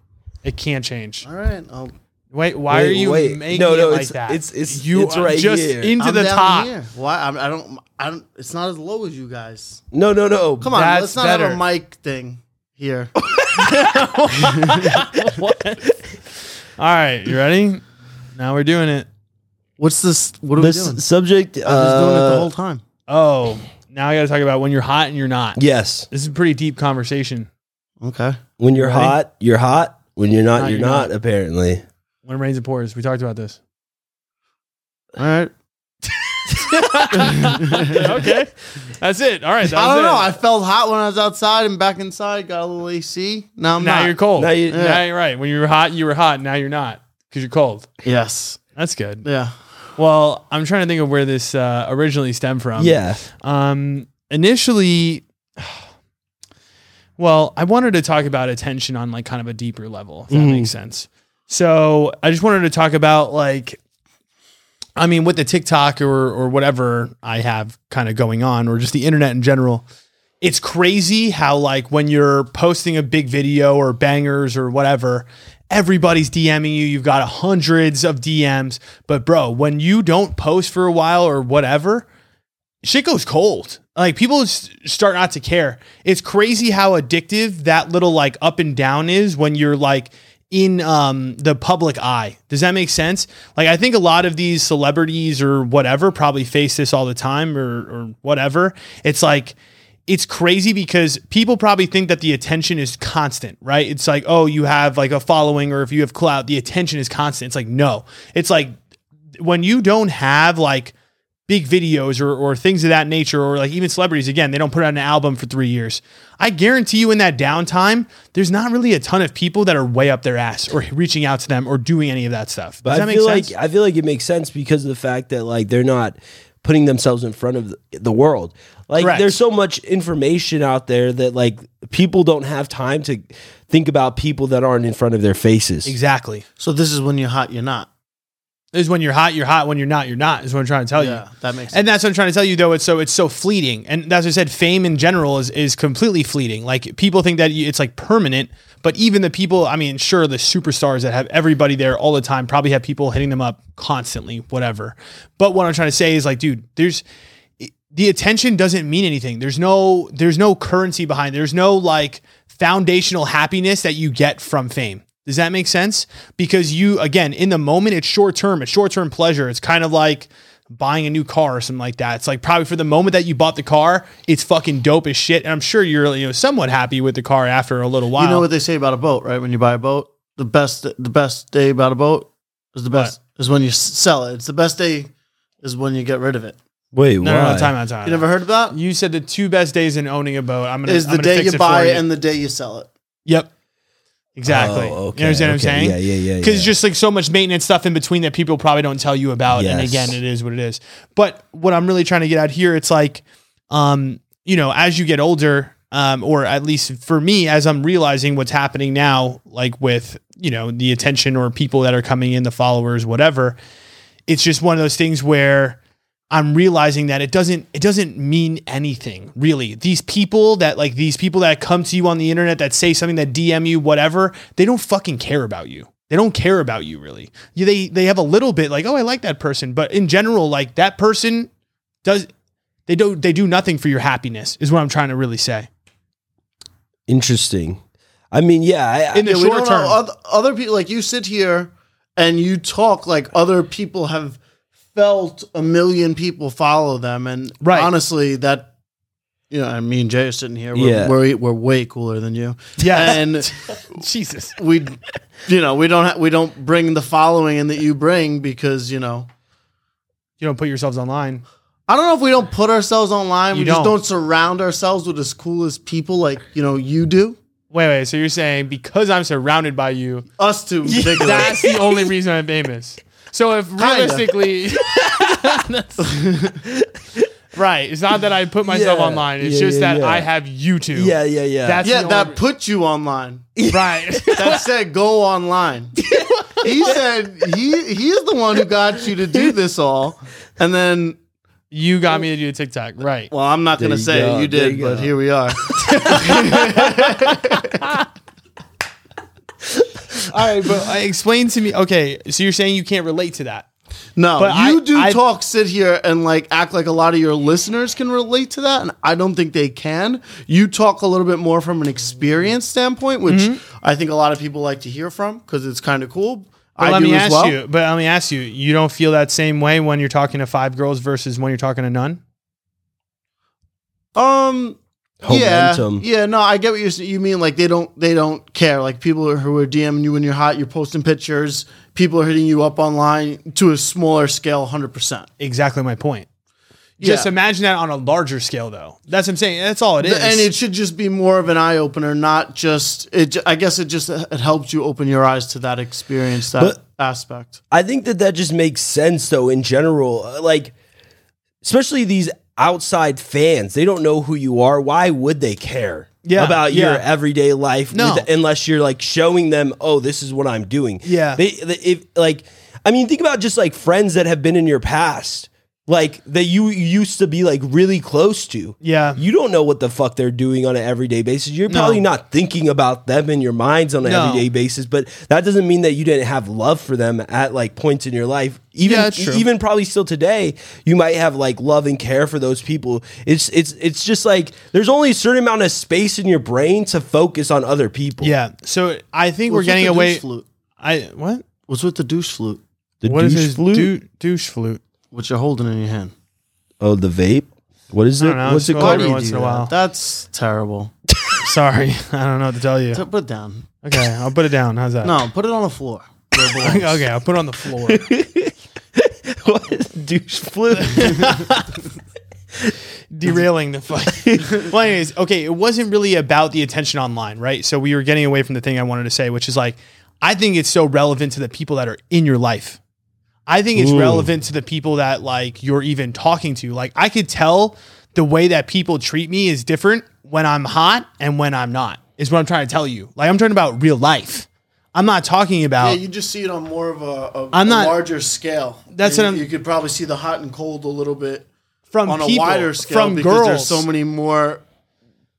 Speaker 1: It can't change.
Speaker 7: All right, I'll,
Speaker 1: Wait, why are
Speaker 2: Wait,
Speaker 1: you
Speaker 2: wait.
Speaker 1: making
Speaker 2: No, no,
Speaker 1: it like
Speaker 2: it's-
Speaker 1: that?
Speaker 2: it's- it's-
Speaker 1: you
Speaker 2: it's
Speaker 1: are
Speaker 2: right
Speaker 1: just
Speaker 2: here.
Speaker 1: into
Speaker 7: I'm
Speaker 1: the
Speaker 7: down
Speaker 1: top.
Speaker 7: Here. Why? I, I don't. I don't. It's not as low as you guys.
Speaker 2: No, no, no.
Speaker 7: Come on,
Speaker 1: That's
Speaker 7: let's not have
Speaker 1: better.
Speaker 7: a mic thing here.
Speaker 1: All right, you ready? Now we're doing it.
Speaker 7: What's this? What are
Speaker 2: The
Speaker 7: we
Speaker 2: s-
Speaker 7: doing?
Speaker 2: subject.
Speaker 7: I was doing it the
Speaker 2: uh,
Speaker 7: whole time.
Speaker 1: Oh, now I got to talk about when you're hot and you're not.
Speaker 2: Yes.
Speaker 1: This is a pretty deep conversation.
Speaker 7: Okay.
Speaker 2: When you're
Speaker 1: Ready?
Speaker 2: hot, you're hot. When you're not,
Speaker 1: Not,
Speaker 2: you're,
Speaker 1: you're
Speaker 2: not, Apparently.
Speaker 1: When it rains and pours, we talked about this.
Speaker 7: All right.
Speaker 1: okay, that's it. All right, that
Speaker 7: I
Speaker 1: was
Speaker 7: don't know.
Speaker 1: it.
Speaker 7: I felt hot when I was outside and back inside. Got a little AC. Now I'm
Speaker 1: now
Speaker 7: not.
Speaker 1: you're cold.
Speaker 2: Now
Speaker 1: Now,
Speaker 2: you-
Speaker 1: you, are right. When you were hot, you were hot. Now you're not because you're cold.
Speaker 7: yes.
Speaker 1: That's good.
Speaker 7: Yeah.
Speaker 1: Well, I'm trying to think of where this uh, originally stemmed from.
Speaker 2: yeah.
Speaker 1: Um, initially, well, I wanted to talk about attention on like kind of a deeper level, if that
Speaker 2: Mhm.
Speaker 1: makes sense. So I just wanted to talk about like, I mean, with the TikTok or or whatever I have kind of going on, or just the internet in general. It's crazy how like when you're posting a big video or bangers or whatever, everybody's DMing you. You've got hundreds of DMs, but bro, when you don't post for a while or whatever, shit goes cold. Like people s- start not to care. It's crazy how addictive that little like up and down is when you're like in um the public eye. Does that make sense? Like I think a lot of these celebrities or whatever probably face this all the time or or whatever. It's like it's crazy because people probably think that the attention is constant, right? It's like, oh, you have like a following or if you have clout, the attention is constant. It's like, no. It's like when you don't have like big videos or, or things of that nature, or like even celebrities, again, they don't put out an album for three years. I guarantee you, in that downtime, there's not really a ton of people that are way up their ass or reaching out to them or doing any of that stuff. Does
Speaker 2: But
Speaker 1: that
Speaker 2: I
Speaker 1: make
Speaker 2: feel
Speaker 1: sense?
Speaker 2: like I feel like it makes sense because of the fact that like they're not putting themselves in front of the, the world. Like
Speaker 1: Correct.
Speaker 2: there's so much information out there that like people don't have time to think about people that aren't in front of their faces.
Speaker 1: exactly.
Speaker 7: So this is when you're hot. You're not.
Speaker 1: This is when you're hot, you're hot. When you're not, you're not. Is what I'm trying to tell you.
Speaker 7: Oh, Yeah. That makes sense.
Speaker 1: And that's what I'm trying to tell you, though. It's so it's so fleeting, and that's what I said. Fame in general is is completely fleeting. Like people think that you- it's like permanent, but even the people, I mean, sure, the superstars that have everybody there all the time probably have people hitting them up constantly, whatever. But what I'm trying to say is like, dude, there's the attention doesn't mean anything. There's no there's no currency behind. it. There's no like foundational happiness that you get from fame. Does that make sense? Because you again, in the moment it's short term, it's short term pleasure. It's kind of like buying a new car or something like that. It's like probably for the moment that you bought the car, it's fucking dope as shit and I'm sure you're you know somewhat happy with the car after a little while.
Speaker 7: You know what they say about a boat, right? When you buy a boat, the best the best day about a boat is the best is when you s- sell it. It's the best day is when you get rid of it.
Speaker 2: Wait,
Speaker 1: no, no, no, time out, time out.
Speaker 7: You never heard about?
Speaker 1: you said the two best days in owning a boat. I'm gonna
Speaker 7: is
Speaker 1: I'm
Speaker 7: the
Speaker 1: gonna
Speaker 7: day
Speaker 1: fix
Speaker 7: you
Speaker 1: it
Speaker 7: buy
Speaker 1: for
Speaker 7: it
Speaker 1: you.
Speaker 7: and the day you sell it.
Speaker 1: Yep. Exactly.
Speaker 2: Oh, okay,
Speaker 1: you understand
Speaker 2: okay.
Speaker 1: what I'm saying?
Speaker 2: Yeah, yeah, yeah,
Speaker 1: Because
Speaker 2: yeah.
Speaker 1: just like so much maintenance stuff in between that people probably don't tell you about. And
Speaker 2: Yes.
Speaker 1: again, it is what it is. But what I'm really trying to get out here, it's like, um, you know, as you get older, um, or at least for me, as I'm realizing what's happening now, like with, you know, the attention or people that are coming in, the followers, whatever, it's just one of those things where I'm realizing that it doesn't it doesn't mean anything really. These people that like these people that come to you on the internet that say something that DM you whatever, they don't fucking care about you. They don't care about you really. You- They they have a little bit like oh I like that person, but in general like that person does they do they do nothing for your happiness is what I'm trying to really say.
Speaker 2: Interesting. I mean, yeah, I,
Speaker 1: In the
Speaker 7: Yeah, we
Speaker 1: short
Speaker 7: don't know.
Speaker 1: term,
Speaker 7: Other, other people like you sit here and you talk like other people have felt a million people follow them, and
Speaker 1: Right.
Speaker 7: honestly, that you know, and me and Jay are sitting here. We're,
Speaker 2: Yeah.
Speaker 7: we're, we're way cooler than you.
Speaker 1: Yes.
Speaker 7: and
Speaker 1: Jesus.
Speaker 7: we, you know, we don't ha- we don't bring the following in that you bring because you know.
Speaker 1: You don't put yourselves online.
Speaker 7: I don't know if we don't put ourselves online.
Speaker 1: You
Speaker 7: we just
Speaker 1: don't.
Speaker 7: don't surround ourselves with as cool as people like you know you do.
Speaker 1: Wait, wait. So you're saying because I'm surrounded by you,
Speaker 7: Us two, ridiculous.
Speaker 1: that's the only reason I'm famous. So if realistically, right, it's not that I put myself
Speaker 2: Yeah,
Speaker 1: online. It's
Speaker 2: yeah,
Speaker 1: just
Speaker 2: yeah,
Speaker 1: that
Speaker 2: yeah.
Speaker 1: I have YouTube.
Speaker 2: yeah, yeah, yeah.
Speaker 1: That's
Speaker 7: yeah,
Speaker 1: the
Speaker 7: that put you online.
Speaker 1: only- right.
Speaker 7: that said go online. He said he he's the one who got you to do this all, and then
Speaker 1: you got me to do TikTok. Right.
Speaker 7: well, I'm not gonna
Speaker 2: There you
Speaker 7: say
Speaker 2: go,
Speaker 7: you
Speaker 2: there
Speaker 7: did,
Speaker 2: you
Speaker 7: but
Speaker 2: go.
Speaker 7: here we are.
Speaker 1: All right, but uh, explain to me. Okay, so you're saying you can't relate to that.
Speaker 7: No,
Speaker 1: But
Speaker 7: you
Speaker 1: I-
Speaker 7: do
Speaker 1: I-
Speaker 7: talk, sit here, and like act like a lot of your listeners can relate to that, and I don't think they can. You talk a little bit more
Speaker 1: Mm-hmm.
Speaker 7: from an experience standpoint, which I think a lot of people like to hear from because it's kind of cool.
Speaker 1: But
Speaker 7: I
Speaker 1: let
Speaker 7: do
Speaker 1: me
Speaker 7: as
Speaker 1: ask
Speaker 7: well.
Speaker 1: you. But let me ask you. You don't feel that same way when you're talking to five girls versus when you're talking to none.
Speaker 7: Um.
Speaker 2: Momentum.
Speaker 7: Yeah, yeah, no, I get what you you mean. Like they don't they don't care. Like people who are DMing you when you're hot, you're posting pictures. People are hitting you up online to a smaller scale, hundred percent.
Speaker 1: Exactly my point.
Speaker 7: Yeah.
Speaker 1: Just imagine that on a larger scale, though. That's what I'm saying. That's all it is.
Speaker 7: and it should just be more of an eye opener, not just it. ju- I guess it just it helps you open your eyes to that experience, that
Speaker 2: But-
Speaker 7: aspect.
Speaker 2: I think that that just makes sense though in general. Uh, Like especially these outside fans, they don't know who you are. Why would they care?
Speaker 1: Yeah,
Speaker 2: about your
Speaker 1: yeah.
Speaker 2: everyday life
Speaker 1: No.
Speaker 2: unless you're like showing them, "Oh, this is what I'm doing."
Speaker 1: Yeah.
Speaker 2: They, they if like I mean, think about just like friends that have been in your past. Like that you used to be like really close to.
Speaker 1: Yeah.
Speaker 2: You don't know what the fuck they're doing on an everyday basis. You're
Speaker 1: No.
Speaker 2: probably not thinking about them in your minds on an
Speaker 1: No.
Speaker 2: everyday basis, but that doesn't mean that you didn't have love for them at like points in your life. Even
Speaker 1: Yeah, that's true.
Speaker 2: even probably still today, you might have like love and care for those people. It's it's it's just like there's only a certain amount of space in your brain to focus on other people.
Speaker 1: yeah. So I think we're
Speaker 7: What's with
Speaker 1: getting
Speaker 7: the
Speaker 1: away.
Speaker 7: douche flute?
Speaker 1: I what?
Speaker 7: What's with the douche flute?
Speaker 2: The
Speaker 1: What is
Speaker 2: douche
Speaker 1: his
Speaker 2: flute?
Speaker 1: dou- douche flute?
Speaker 7: Which you're holding in your hand.
Speaker 2: oh, the vape. What is
Speaker 1: I
Speaker 2: it?
Speaker 1: don't know. Oh,
Speaker 2: What's it
Speaker 1: It's
Speaker 2: called?
Speaker 1: Every
Speaker 7: do you
Speaker 1: once
Speaker 7: do
Speaker 1: in a
Speaker 7: that?
Speaker 1: while.
Speaker 7: That's terrible.
Speaker 1: Sorry, I don't know what to tell you.
Speaker 7: T- Put it down.
Speaker 1: Okay, I'll put it down. How's that?
Speaker 7: No, put it on the floor. where it belongs.
Speaker 1: Okay, I'll put it on the floor.
Speaker 2: What is douche flute?
Speaker 1: derailing the fight. well, anyways, okay, it wasn't really about the attention online, right? So we were getting away from the thing I wanted to say, which is like, I think it's so relevant to the people that are in your life. I think it's relevant to the people that like you're even talking to. Like, I could tell the way that people treat me is different when I'm hot and when I'm not. Is what I'm trying to tell you. Like, I'm talking about real life. I'm not talking
Speaker 7: Yeah,
Speaker 1: about
Speaker 7: you just see it on more of a, a,
Speaker 1: I'm
Speaker 7: a
Speaker 1: not-
Speaker 7: larger scale.
Speaker 1: That's
Speaker 7: you,
Speaker 1: what I'm-
Speaker 7: you could probably see the hot and cold a little bit
Speaker 1: from
Speaker 7: on a
Speaker 1: people,
Speaker 7: wider scale
Speaker 1: from
Speaker 7: because
Speaker 1: girls.
Speaker 7: there's so many more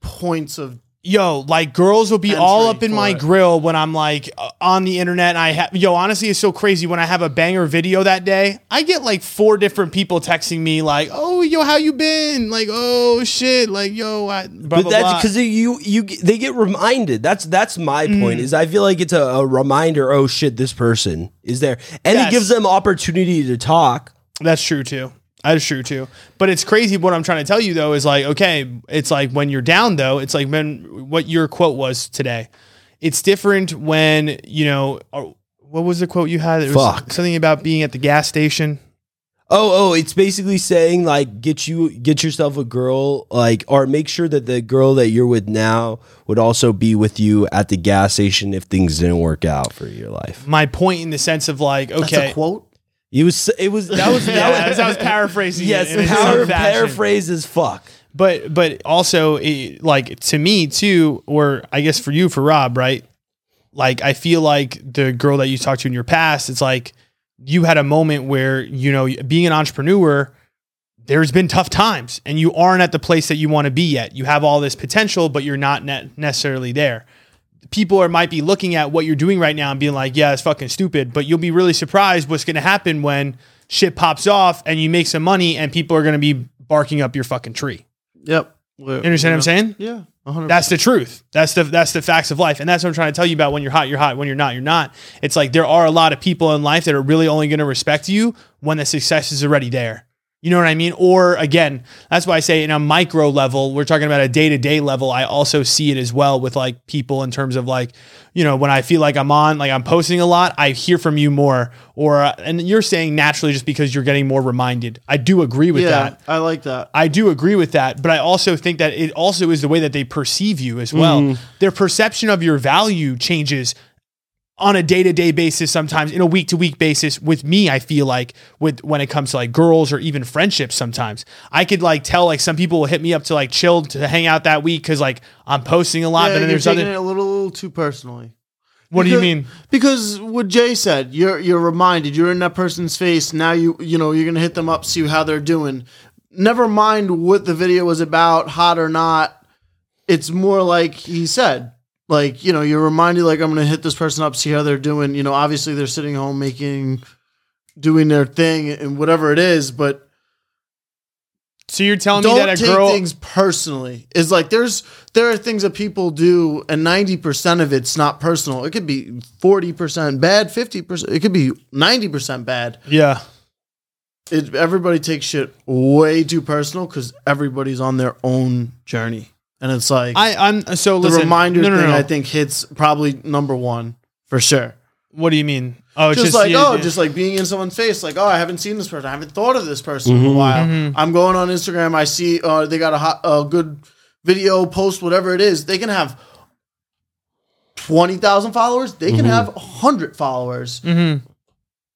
Speaker 7: points of
Speaker 1: yo, like girls will be
Speaker 7: Entry
Speaker 1: all up in
Speaker 7: for
Speaker 1: my
Speaker 7: it.
Speaker 1: grill when I'm like uh, on the internet. And I have, yo, honestly, it's so crazy when I have a banger video that day. I get like four different people texting me like, oh, yo, how you been? Like, oh shit, like yo, I, blah,
Speaker 2: But
Speaker 1: blah,
Speaker 2: that's
Speaker 1: blah. Mm.
Speaker 2: because you you they get reminded. That's that's my point. Is I feel like it's a, a reminder. Oh shit, this person is there, and
Speaker 1: Yes.
Speaker 2: it gives them opportunity to talk.
Speaker 1: That's true too. That is true too. But it's crazy. What I'm trying to tell you though is like, okay, it's like when you're down though, it's like when what your quote was today. It's different when you know. or- What was the quote you had? It was
Speaker 2: Fuck.
Speaker 1: something about being at the gas station.
Speaker 2: Oh oh, it's basically saying like get you get yourself a girl like or make sure that the girl that you're with now would also be with you at the gas station if things didn't work out for your life.
Speaker 1: my point in the sense of like, okay,
Speaker 7: that's a quote.
Speaker 2: It was it was that was
Speaker 1: Yeah,
Speaker 2: that was.
Speaker 1: I was paraphrasing. it
Speaker 2: Yes,
Speaker 1: in some
Speaker 2: power,
Speaker 1: fashion.
Speaker 2: paraphrase as fuck.
Speaker 1: But but also it, like to me too, or I guess for you for Rob, right? Like I feel like the girl that you talked to in your past, it's like you had a moment where you know being an entrepreneur. There's been tough times, and you aren't at the place that you want to be yet. You have all this potential, but you're not ne- necessarily there. people are might be looking at what you're doing right now and being like, yeah, it's fucking stupid. But you'll be really surprised what's going to happen when shit pops off and you make some money and people are going to be barking up your fucking tree.
Speaker 7: Yep.
Speaker 1: You understand what I'm saying?
Speaker 7: Yeah. 100
Speaker 1: That's the truth. That's the that's the facts of life, and that's what I'm trying to tell you about. When you're hot, you're hot. When you're not, you're not. It's like there are a lot of people in life that are really only going to respect you when the success is already there. You know what I mean? Or again, that's why I say in a micro level, we're talking about a day to day level. I also see it as well with like people in terms of like, you know, when I feel like I'm on, like I'm posting a lot, I hear from you more. Or uh, and you're saying naturally just because you're getting more reminded. I do agree with
Speaker 7: yeah,
Speaker 1: that.
Speaker 7: I like that.
Speaker 1: I do agree with that, but I also think that it also is the way that they perceive you as well.
Speaker 7: Mm-hmm.
Speaker 1: Their perception of your value changes on a day-to-day basis sometimes in a week-to-week basis with me I feel like with when it comes to like girls or even friendships sometimes I could like tell like some people will hit me up to like chill to hang out that week cuz like I'm posting a lot
Speaker 7: yeah,
Speaker 1: but then
Speaker 7: you're
Speaker 1: there's
Speaker 7: taking
Speaker 1: other
Speaker 7: it a little too personally.
Speaker 1: What do you
Speaker 7: Because-
Speaker 1: mean?
Speaker 7: Because what Jay said, you're you're reminded, you're in that person's face. Now you you know you're gonna hit them up, see how they're doing. Never mind what the video was about, hot or not. It's more like he said, like you know, you're reminded, like I'm gonna hit this person up, see how they're doing. You know, obviously they're sitting home making, doing their thing and whatever it is, but
Speaker 1: So you're telling me
Speaker 7: don't
Speaker 1: that a
Speaker 7: take
Speaker 1: girl
Speaker 7: things personally. Is like there's there are things that people do, and ninety percent of it's not personal. It could be forty percent bad, fifty percent. It could be ninety percent bad.
Speaker 1: Yeah.
Speaker 7: It, everybody takes shit way too personal because everybody's on their own journey, and it's like
Speaker 1: I, I'm so
Speaker 7: the
Speaker 1: listen,
Speaker 7: reminder
Speaker 1: no, no,
Speaker 7: thing.
Speaker 1: no.
Speaker 7: I think hits probably number one for sure.
Speaker 1: What do you mean? Oh, it's
Speaker 7: just,
Speaker 1: just,
Speaker 7: like
Speaker 1: yeah,
Speaker 7: oh,
Speaker 1: yeah.
Speaker 7: just like being in someone's face, like oh, I haven't seen this person, I haven't thought of this person
Speaker 1: Mm-hmm.
Speaker 7: in a while. I'm going on Instagram, I see uh, they got a hot, a good video post, whatever it is. They can have twenty thousand followers. They can
Speaker 1: Mm-hmm.
Speaker 7: have hundred followers.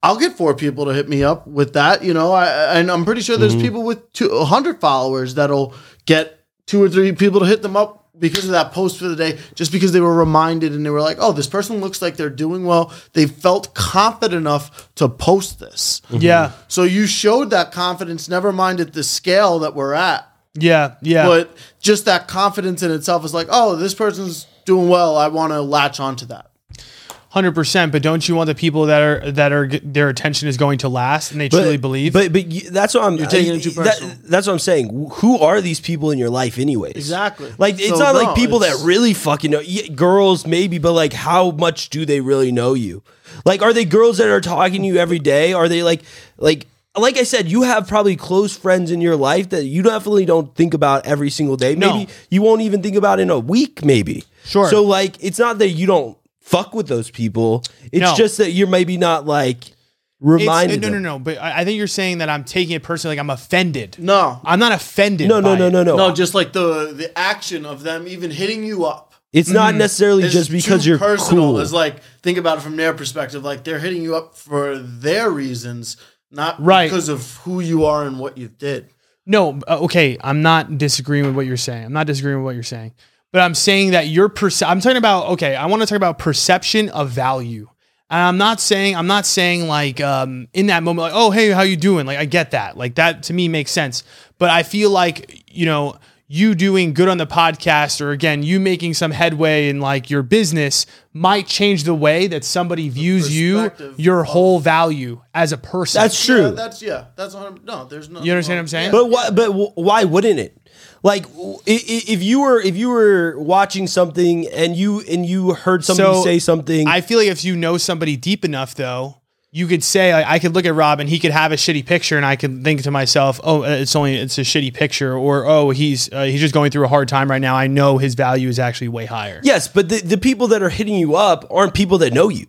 Speaker 7: I'll get four people to hit me up with that, you know. I, I- and I'm pretty sure there's people with two hundred followers that'll get two or three people to hit them up because of that post for the day, just because they were reminded and they were like, "Oh, this person looks like they're doing well. They felt confident enough to post this."
Speaker 1: yeah,
Speaker 7: So you showed that confidence. Never mind at the scale that we're at,
Speaker 1: yeah, yeah.
Speaker 7: but just that confidence in itself is like, "Oh, this person's doing well. I want to latch onto that."
Speaker 1: Hundred percent. But don't you want the people that are that are their attention is going to last and they truly believe?
Speaker 2: But but you, that's what I'm. You're
Speaker 7: taking it too personal.
Speaker 2: that's what I'm saying. Who are these people in your life, anyways?
Speaker 7: Exactly.
Speaker 2: Like it's
Speaker 7: So,
Speaker 2: not
Speaker 7: no,
Speaker 2: like people that
Speaker 7: it's-
Speaker 2: really fucking know. Yeah, girls maybe, but like how much do they really know you? Like are they girls that are talking to you every day? Are they like like? Like I said, you have probably close friends in your life that you definitely don't think about every single day.
Speaker 1: No.
Speaker 2: Maybe you won't even think about in a week, maybe.
Speaker 1: Sure.
Speaker 2: So like, it's not that you don't fuck with those people. It's
Speaker 1: No.
Speaker 2: just that you're maybe not like
Speaker 1: It's-
Speaker 2: reminded.
Speaker 1: no, no,
Speaker 2: them.
Speaker 1: no. But I, I think you're saying that I'm taking it personally. Like I'm offended.
Speaker 7: No,
Speaker 1: I'm not offended.
Speaker 2: No, no,
Speaker 1: by
Speaker 2: no,
Speaker 1: it.
Speaker 2: no, no.
Speaker 7: No, just like the the action of them even hitting you up.
Speaker 2: It's
Speaker 1: mm,
Speaker 2: not necessarily
Speaker 7: It's
Speaker 2: just because
Speaker 7: too
Speaker 2: you're cool.
Speaker 7: It's like think about it from their perspective. Like they're hitting you up for their reasons, not
Speaker 1: Right.
Speaker 7: because of who you are and what you did.
Speaker 1: No, uh, okay, I'm not disagreeing with what you're saying. I'm not disagreeing with what you're saying. But I'm saying that your perce- I'm talking about okay, I want to talk about perception of value. And I'm not saying I'm not saying like um in that moment like, "Oh, hey, how you doing?" Like I get that. Like that to me makes sense. But I feel like, you know, you doing good on the podcast or again, you making some headway in like your business might change the way that somebody views you,
Speaker 7: perspective
Speaker 1: your whole value as a person.
Speaker 2: That's true.
Speaker 7: Yeah, that's yeah. That's 100, no. There's no.
Speaker 1: You understand what I'm saying?
Speaker 2: but why, but wh- why wouldn't it? Like w- i- i- if you were if you were watching something and you and you heard somebody
Speaker 1: So,
Speaker 2: say something.
Speaker 1: I feel like if you know somebody deep enough, though, you could say like, I could look at Rob and he could have a shitty picture, and I could think to myself, "Oh, uh, it's only it's a shitty picture," or "Oh, he's uh, he's just going through a hard time right now." I know his value is actually way higher.
Speaker 2: yes, but the, the people that are hitting you up aren't people that know you.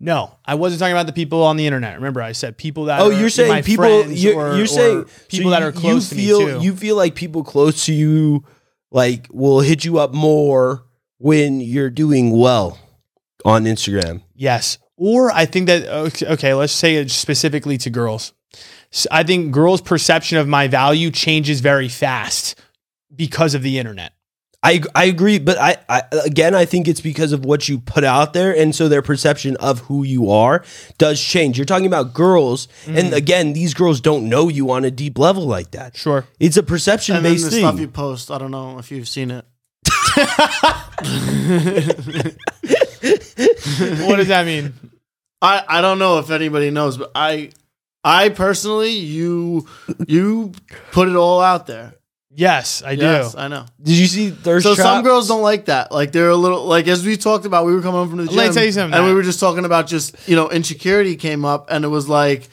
Speaker 1: No, I wasn't talking about the people on the internet. Remember, I said people that.
Speaker 2: Oh,
Speaker 1: are
Speaker 2: you're
Speaker 1: my
Speaker 2: saying people.
Speaker 1: friends
Speaker 2: You're,
Speaker 1: or-
Speaker 2: you're
Speaker 1: or
Speaker 2: saying
Speaker 1: people
Speaker 2: so
Speaker 1: that are
Speaker 2: you-
Speaker 1: close
Speaker 2: you feel,
Speaker 1: to me too.
Speaker 2: You feel like people close to you, like will hit you up more when you're doing well on Instagram.
Speaker 1: Yes. Or I think that, okay, okay, let's say it specifically to girls. S- I think girls' perception of my value changes very fast because of the internet.
Speaker 2: I I agree, but I, I again I think it's because of what you put out there, and so their perception of who you are does change. You're talking about girls,
Speaker 7: Mm-hmm.
Speaker 2: and again, these girls don't know you on a deep level like that.
Speaker 1: Sure.
Speaker 2: It's a perception
Speaker 7: And then the
Speaker 2: based
Speaker 7: stuff you
Speaker 2: thing.
Speaker 7: post, I don't know if you've seen it.
Speaker 1: What does that mean?
Speaker 7: I I don't know if anybody knows, but I I personally you you put it all out there.
Speaker 1: Yes, I
Speaker 7: yes,
Speaker 1: do.
Speaker 7: I know.
Speaker 2: Did you see thirst?
Speaker 7: So
Speaker 2: Trap?
Speaker 7: some girls don't like that. Like they're a little like as we talked about, we were coming home from the gym.
Speaker 1: Let me tell you something,
Speaker 7: And we
Speaker 1: Matt.
Speaker 7: were just talking about just you know insecurity came up, and it was like,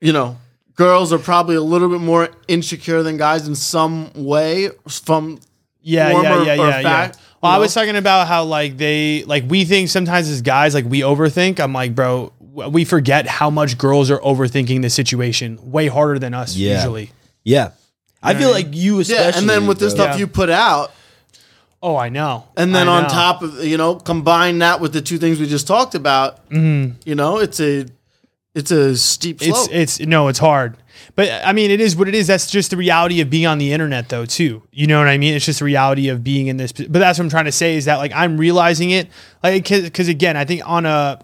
Speaker 7: you know, girls are probably a little bit more insecure than guys in some way. From
Speaker 1: yeah, yeah,
Speaker 7: warmer
Speaker 1: yeah,
Speaker 7: or
Speaker 1: yeah, yeah.
Speaker 7: fat,
Speaker 1: Well,
Speaker 7: you
Speaker 1: I was
Speaker 7: know?
Speaker 1: talking about how like they like we think sometimes as guys like we overthink. I'm like, bro, w- we forget how much girls are overthinking the situation way harder than us
Speaker 2: Yeah.
Speaker 1: usually.
Speaker 2: yeah, I feel like you
Speaker 7: yeah,
Speaker 2: especially.
Speaker 7: and then with this
Speaker 2: bro.
Speaker 7: stuff you put out,
Speaker 1: Oh, I know.
Speaker 7: and then
Speaker 1: I
Speaker 7: on
Speaker 1: know.
Speaker 7: top of you know combine that with the two things we just talked about, you know, it's a it's a steep slope.
Speaker 1: Mm-hmm. it's it's no, it's hard. But I mean, it is what it is. That's just the reality of being on the internet, though. Too, you know what I mean? It's just the reality of being in this. But that's what I'm trying to say is that like I'm realizing it, like because again, I think on a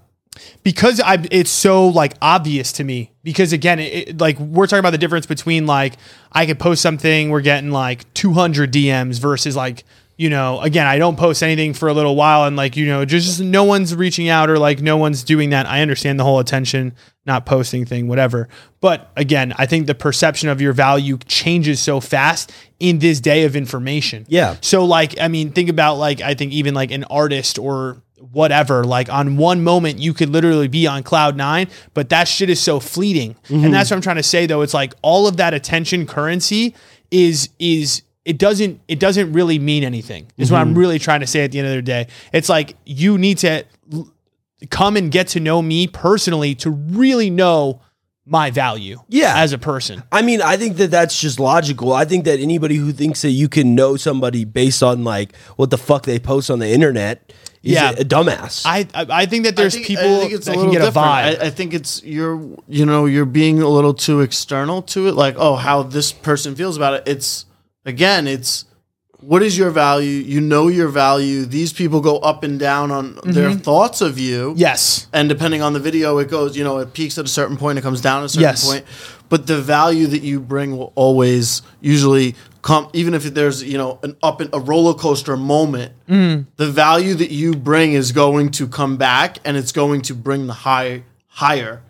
Speaker 1: because I it's so like obvious to me. Because again, it, it- like we're talking about the difference between like I could post something, we're getting like 200 DMs versus like you know, again, I don't post anything for a little while and like, you know, just, just no one's reaching out or like no one's doing that. I understand the whole attention, not posting thing, whatever. But again, I think the perception of your value changes so fast in this day of information.
Speaker 2: Yeah.
Speaker 1: So like, I mean, think about like I think even like an artist or whatever, like on one moment you could literally be on cloud nine, but that shit is so fleeting.
Speaker 7: Mm-hmm.
Speaker 1: And that's what I'm trying to say though. It's like all of that attention currency is is it doesn't it doesn't really mean anything. Is what
Speaker 7: Mm-hmm.
Speaker 1: I'm really trying to say at the end of the day. It's like you need to l- come and get to know me personally to really know my value
Speaker 2: Yeah.
Speaker 1: as a person.
Speaker 2: I mean, I think that that's just logical. I think that anybody who thinks that you can know somebody based on like what the fuck they post on the internet is
Speaker 1: Yeah.
Speaker 2: a, a dumbass.
Speaker 1: I, I I think that there's
Speaker 7: I think-
Speaker 1: people
Speaker 7: I think it's
Speaker 1: that
Speaker 7: a
Speaker 1: can
Speaker 7: little
Speaker 1: get a
Speaker 7: different.
Speaker 1: vibe.
Speaker 7: I, I think it's you're you know you're being a little too external to it. Like oh, how this person feels about it. It's again, it's what is your value? You know your value. These people go up and down on their
Speaker 1: Mm-hmm.
Speaker 7: thoughts of you.
Speaker 1: yes.
Speaker 7: And depending on the video, it goes, you know, it peaks at a certain point, it comes down at a certain
Speaker 1: Yes.
Speaker 7: point. But the value that you bring will always usually come, even if there's, you know, an up and a roller coaster moment, the value that you bring is going to come back and it's going to bring the high higher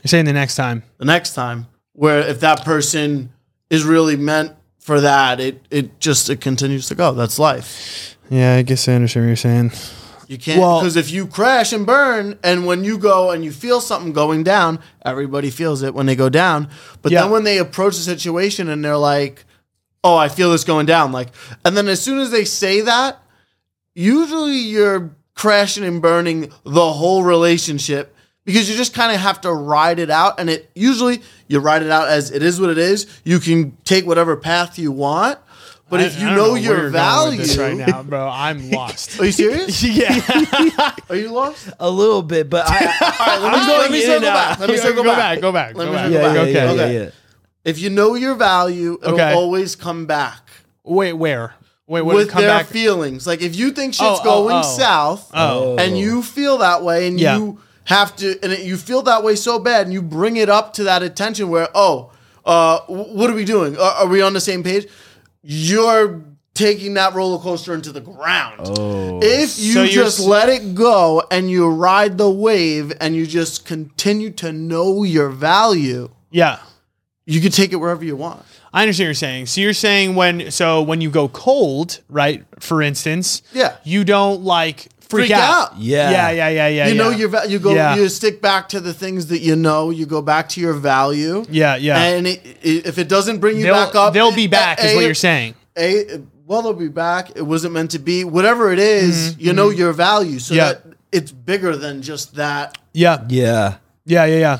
Speaker 1: You're saying the next time.
Speaker 7: the next time. Where if that person is really meant for that, it it just it continues to go. That's life.
Speaker 1: Yeah, I guess I understand what you're saying.
Speaker 7: You can't
Speaker 1: Well-
Speaker 7: because if you crash and burn, and when you go and you feel something going down, everybody feels it when they go down. But
Speaker 1: Yeah.
Speaker 7: then when they approach the situation and they're like, "Oh, I feel this going down," like, and then as soon as they say that, usually you're crashing and burning the whole relationship because you just kind of have to ride it out, and it usually you ride it out as it is what it is. You can take whatever path you want, but if you know, your value,
Speaker 1: right now, bro, I'm lost.
Speaker 7: are you serious?
Speaker 1: yeah,
Speaker 7: Are you lost?
Speaker 2: a little bit, but I,
Speaker 7: All right, let me, let me
Speaker 2: in
Speaker 7: circle
Speaker 2: and out.
Speaker 7: back. Let me circle
Speaker 1: go
Speaker 7: back.
Speaker 1: back, go back,
Speaker 7: Let
Speaker 1: go
Speaker 7: me
Speaker 1: back.
Speaker 7: circle
Speaker 2: yeah, yeah,
Speaker 7: back.
Speaker 2: yeah,
Speaker 7: Okay.
Speaker 2: yeah, yeah.
Speaker 7: If you know your value, it'll
Speaker 1: Okay.
Speaker 7: always come back
Speaker 1: Wait, where? Wait, where?
Speaker 7: with
Speaker 1: come
Speaker 7: their
Speaker 1: back.
Speaker 7: feelings. Like if you think shit's
Speaker 1: Oh, oh,
Speaker 7: going
Speaker 1: oh.
Speaker 7: south
Speaker 1: Oh.
Speaker 7: and you feel that way and
Speaker 1: Yeah.
Speaker 7: you have to and it, you feel that way so bad and you bring it up to that attention where, "Oh, uh wh- what are we doing? Uh, Are, are we on the same page?" You're taking that roller coaster into the ground. If you
Speaker 1: Oh. So you're
Speaker 7: just
Speaker 1: s-
Speaker 7: let it go and you ride the wave and you just continue to know your value,
Speaker 1: yeah,
Speaker 7: you can take it wherever you want.
Speaker 1: I understand what you're saying. So you're saying when, so when you go cold, right? For instance,
Speaker 7: Yeah.
Speaker 1: you don't like freak,
Speaker 7: Freak
Speaker 1: out.
Speaker 7: out.
Speaker 2: Yeah.
Speaker 1: yeah, yeah, yeah, yeah.
Speaker 7: you know
Speaker 1: yeah.
Speaker 7: your va- you go
Speaker 1: Yeah.
Speaker 7: you stick back to the things that you know you go back to your value
Speaker 1: Yeah, yeah.
Speaker 7: and it, it, if it doesn't bring you
Speaker 1: They'll,
Speaker 7: back up
Speaker 1: they'll be
Speaker 7: it-
Speaker 1: back, is
Speaker 7: a-
Speaker 1: what you're saying.
Speaker 7: a well they'll be back it wasn't meant to be whatever it is, you know your value so
Speaker 1: Mm-hmm, Yeah.
Speaker 7: that it's bigger than just that
Speaker 1: Yeah,
Speaker 2: Yeah,
Speaker 1: yeah, yeah, yeah.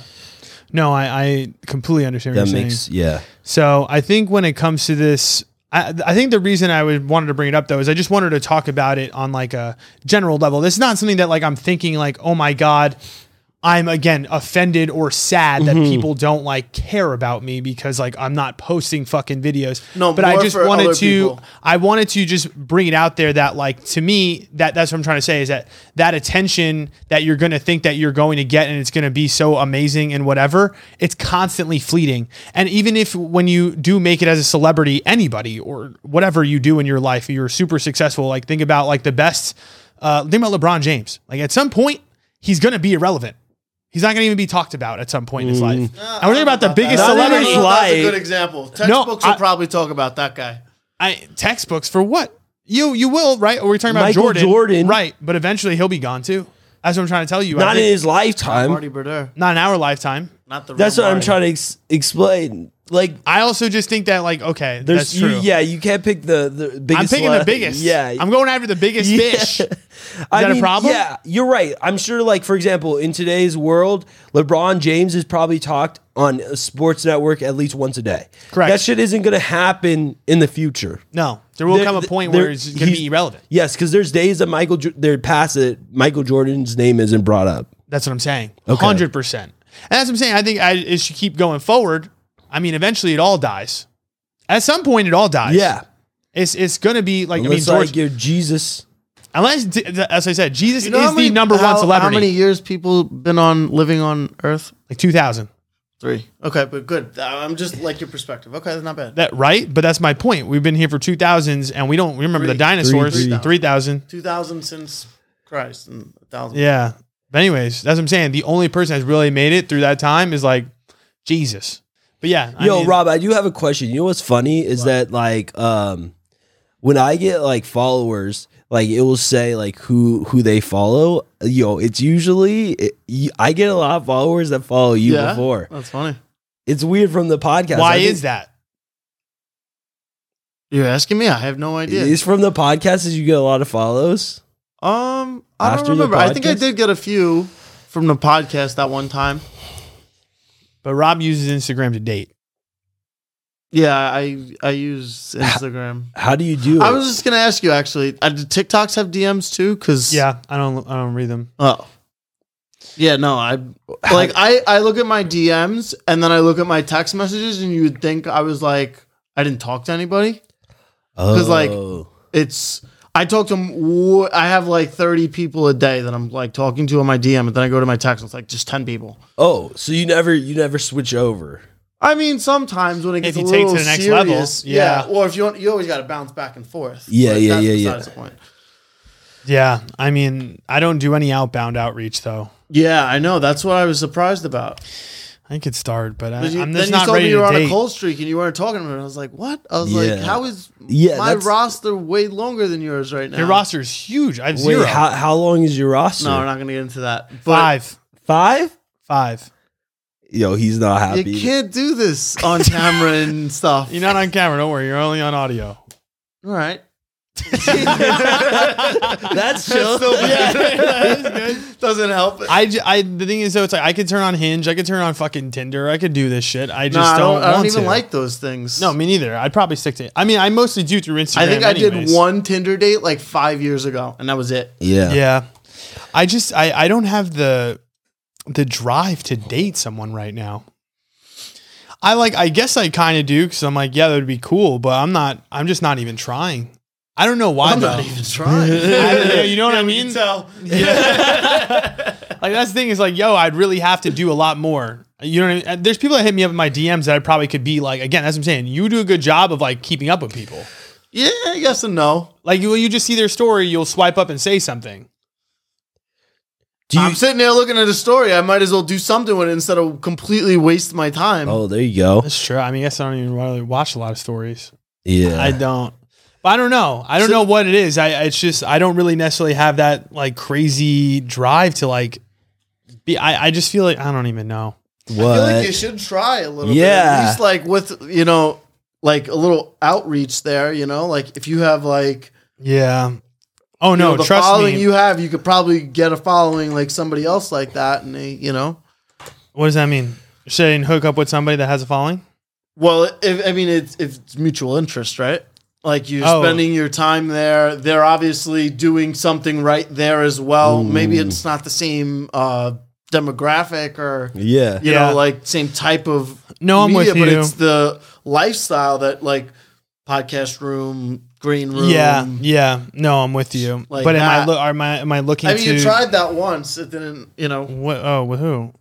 Speaker 1: No, I, I completely understand what
Speaker 2: that
Speaker 1: you're saying.
Speaker 2: makes yeah.
Speaker 1: So I think when it comes to this, I, I think the reason I would wanted to bring it up though is I just wanted to talk about it on like a general level. This is not something that like I'm thinking like, oh my god, I'm again offended or sad that people don't like care about me because like I'm not posting fucking videos.
Speaker 7: No,
Speaker 1: but I
Speaker 7: more
Speaker 1: just
Speaker 7: for
Speaker 1: wanted
Speaker 7: other
Speaker 1: to.
Speaker 7: people.
Speaker 1: I wanted to just bring it out there that like to me that that's what I'm trying to say is that that attention that you're going to think that you're going to get and it's going to be so amazing and whatever it's constantly fleeting and even if when you do make it as a celebrity anybody or whatever you do in your life you're super successful like think about like the best uh think about LeBron James like at some point he's going to be irrelevant he's not going to even be talked about at some
Speaker 2: Mm.
Speaker 1: point in his life and we're thinking about the biggest
Speaker 7: uh,
Speaker 2: that. Not
Speaker 1: celebrity
Speaker 2: in his
Speaker 7: That's a
Speaker 2: life.
Speaker 7: good example textbooks
Speaker 1: I-
Speaker 7: will probably talk about that guy
Speaker 1: I textbooks for what? You you will right? Or we're talking about
Speaker 2: Michael
Speaker 1: Jordan,
Speaker 2: Jordan.
Speaker 1: right? But eventually he'll be gone too. That's what I'm trying to tell you. I
Speaker 2: Not in
Speaker 1: think-
Speaker 2: his lifetime.
Speaker 7: Marty Berder
Speaker 1: not in our lifetime.
Speaker 7: not the
Speaker 2: That's
Speaker 7: real
Speaker 2: what I'm
Speaker 7: Marty.
Speaker 2: trying to ex- explain. Like
Speaker 1: I also just think that like okay,
Speaker 2: there's
Speaker 1: that's true.
Speaker 2: You, yeah, you can't pick the the biggest.
Speaker 1: I'm picking
Speaker 2: li-
Speaker 1: the biggest.
Speaker 2: Yeah,
Speaker 1: I'm going after the biggest fish.
Speaker 2: Is
Speaker 1: that a problem?
Speaker 2: Yeah, you're right. I'm sure, like, for example, in today's world, LeBron James is probably talked on a sports network at least once a day.
Speaker 1: Correct.
Speaker 2: That shit isn't going to happen in the future.
Speaker 1: No, there will
Speaker 2: There-
Speaker 1: come a point
Speaker 2: there-
Speaker 1: where it's going to
Speaker 2: he's-
Speaker 1: be irrelevant.
Speaker 2: Yes, because there's days that Michael, Jo- there past that Michael Jordan's name isn't brought up.
Speaker 1: That's what I'm saying. Hundred percent. And that's what I'm saying. I think I, it should keep going forward. I mean, eventually it all dies. At some point, it all dies.
Speaker 2: Yeah.
Speaker 1: it's it's going to be like
Speaker 2: Unless,
Speaker 1: I mean, George,
Speaker 2: like, you're Jesus.
Speaker 1: unless as I said, Jesus
Speaker 7: You know
Speaker 1: is
Speaker 7: how many-
Speaker 1: the number
Speaker 7: how-
Speaker 1: one celebrity.
Speaker 7: how many years people been on living on earth
Speaker 1: Like two thousand.
Speaker 7: It's Three. Okay, but good. Uh, I'm just like your perspective. Okay, that's not bad.
Speaker 1: That right? But that's my point. We've been here for two thousands, and we don't remember the
Speaker 7: Three.
Speaker 1: dinosaurs.
Speaker 7: Three, three.
Speaker 1: Three thousand.
Speaker 7: Two thousand since Christ and a thousand.
Speaker 1: Yeah. But anyways, that's what I'm saying. The only person that's really made it through that time is like Jesus. But yeah, I
Speaker 2: Yo,
Speaker 1: mean,
Speaker 2: Rob, I do have a question. You know what's funny is that like um when I get like followers, like it will say like who who they follow. Yo, it's usually it, you, I get a lot of followers that follow you
Speaker 7: Yeah?
Speaker 2: before.
Speaker 7: That's funny.
Speaker 2: It's weird from the podcast.
Speaker 1: why
Speaker 2: I think
Speaker 1: is that?
Speaker 7: You're asking me? I have no idea.
Speaker 2: It's from the podcast. Is you get a lot of follows?
Speaker 7: um, I don't
Speaker 2: After the
Speaker 7: remember. I think I
Speaker 2: podcast?
Speaker 7: did get a few from the podcast that one time.
Speaker 1: But Rob uses Instagram to date.
Speaker 7: Yeah, I I use Instagram.
Speaker 2: How do you do?
Speaker 7: I
Speaker 2: it?
Speaker 7: was just gonna ask you actually. Uh, do TikToks have DMs too? Because
Speaker 1: Yeah, I don't. I don't read them.
Speaker 7: Oh. Yeah, no, I like I I look at my DMs and then I look at my text messages and you would think I was like I didn't talk to anybody. 'cause, like-
Speaker 2: Oh.
Speaker 7: It's I talk to m- wh- I have like 30 people a day that I'm like talking to on my DM and then I go to my text and it's like just 10 people.
Speaker 2: oh, so you never you never switch over.
Speaker 7: I mean, sometimes when it gets
Speaker 1: you
Speaker 7: a
Speaker 1: take it to
Speaker 7: little
Speaker 1: the next level,
Speaker 7: serious,
Speaker 1: yeah.
Speaker 7: yeah. Or if you want, you always got to bounce back and forth.
Speaker 2: Yeah,
Speaker 7: but
Speaker 2: yeah,
Speaker 7: that's
Speaker 2: yeah, yeah.
Speaker 7: besides the point.
Speaker 1: Yeah, I mean, I don't do any outbound outreach though.
Speaker 7: Yeah, I know. That's what I was surprised about.
Speaker 1: I could start, but, I,
Speaker 7: But you-
Speaker 1: I'm
Speaker 7: then
Speaker 1: just
Speaker 7: you
Speaker 1: not
Speaker 7: told me
Speaker 1: ready
Speaker 7: you were
Speaker 1: to
Speaker 7: on a
Speaker 1: date.
Speaker 7: cold streak and you weren't talking about it. I was like, what? I was like,
Speaker 2: Yeah.
Speaker 7: how is
Speaker 2: Yeah,
Speaker 7: my
Speaker 2: that's-
Speaker 7: roster way longer than yours right now?
Speaker 1: Your roster is huge. I have
Speaker 2: Wait,
Speaker 1: zero.
Speaker 2: how how long is your roster?
Speaker 7: No, we're not going to get into that. But
Speaker 1: five,
Speaker 2: Five.
Speaker 1: five.
Speaker 2: Yo, he's not happy.
Speaker 7: You can't do this on camera and stuff.
Speaker 1: You're not on camera. Don't worry. You're only on audio.
Speaker 7: All right.
Speaker 2: That's chill.
Speaker 7: Doesn't help. it.
Speaker 1: I, j- I- the thing is though, it's like I could turn on Hinge, I could turn on fucking Tinder, I could do this shit. I just
Speaker 7: Nah, I don't,
Speaker 1: want
Speaker 7: I don't even
Speaker 1: to.
Speaker 7: like those things.
Speaker 1: No, me neither. I'd probably stick to. I mean, I mostly do through Instagram.
Speaker 7: I think I did
Speaker 1: anyways.
Speaker 7: one Tinder date like five years ago, and that was it.
Speaker 2: yeah.
Speaker 1: Yeah, I just I I don't have the the drive to date someone right now. I like I guess I kind of do because I'm like yeah that would be cool, but I'm not. I'm just not even trying. I don't know why
Speaker 7: I'm
Speaker 1: though.
Speaker 7: not even trying.
Speaker 1: I- you know what I
Speaker 7: we
Speaker 1: mean?
Speaker 7: can tell.
Speaker 1: Like that's the thing is like, yo, I'd really have to do a lot more. You know, what I mean? And there's people that hit me up in my DMs that I probably could be like, again, that's what I'm saying. You do a good job of like keeping up with people.
Speaker 7: Yeah, yes and no.
Speaker 1: Like you, you just see their story, you'll swipe up and say something.
Speaker 2: Do you?
Speaker 7: I'm sitting there looking at a story. I might as well do something with it instead of completely waste my time.
Speaker 2: oh, there you go.
Speaker 1: That's true. I mean, I guess I don't even really watch a lot of stories.
Speaker 2: Yeah.
Speaker 1: I don't. But I don't know. I don't know what it is. I it's just I don't really necessarily have that like crazy drive to like be. I I just feel like I don't even know.
Speaker 7: I
Speaker 2: what?
Speaker 7: feel like you should try a little bit.
Speaker 2: Yeah.
Speaker 7: At least like with you know, like a little outreach there, you know, like if you have like
Speaker 1: Yeah. Oh
Speaker 7: you
Speaker 1: no,
Speaker 7: know, the
Speaker 1: trust
Speaker 7: following
Speaker 1: me.
Speaker 7: you have, you could probably get a following like somebody else like that and they you know.
Speaker 1: what does that mean? You're saying hook up with somebody that has a following?
Speaker 7: Well, if, I mean it's if it's mutual interest, right? Like you're
Speaker 1: Oh.
Speaker 7: spending your time there. They're obviously doing something right there as well. Maybe it's not the same uh demographic or
Speaker 2: yeah.
Speaker 7: you
Speaker 1: Yeah.
Speaker 7: know, like same type of
Speaker 1: No, I'm with
Speaker 7: but
Speaker 1: you.
Speaker 7: it's the lifestyle that like podcast room, green room.
Speaker 1: Yeah, yeah. No, I'm with you.
Speaker 7: Like
Speaker 1: but am I
Speaker 7: that.
Speaker 1: lo- am I am I looking
Speaker 7: I mean,
Speaker 1: to?
Speaker 7: you tried that once. It didn't, you know.
Speaker 1: What? Oh, with who?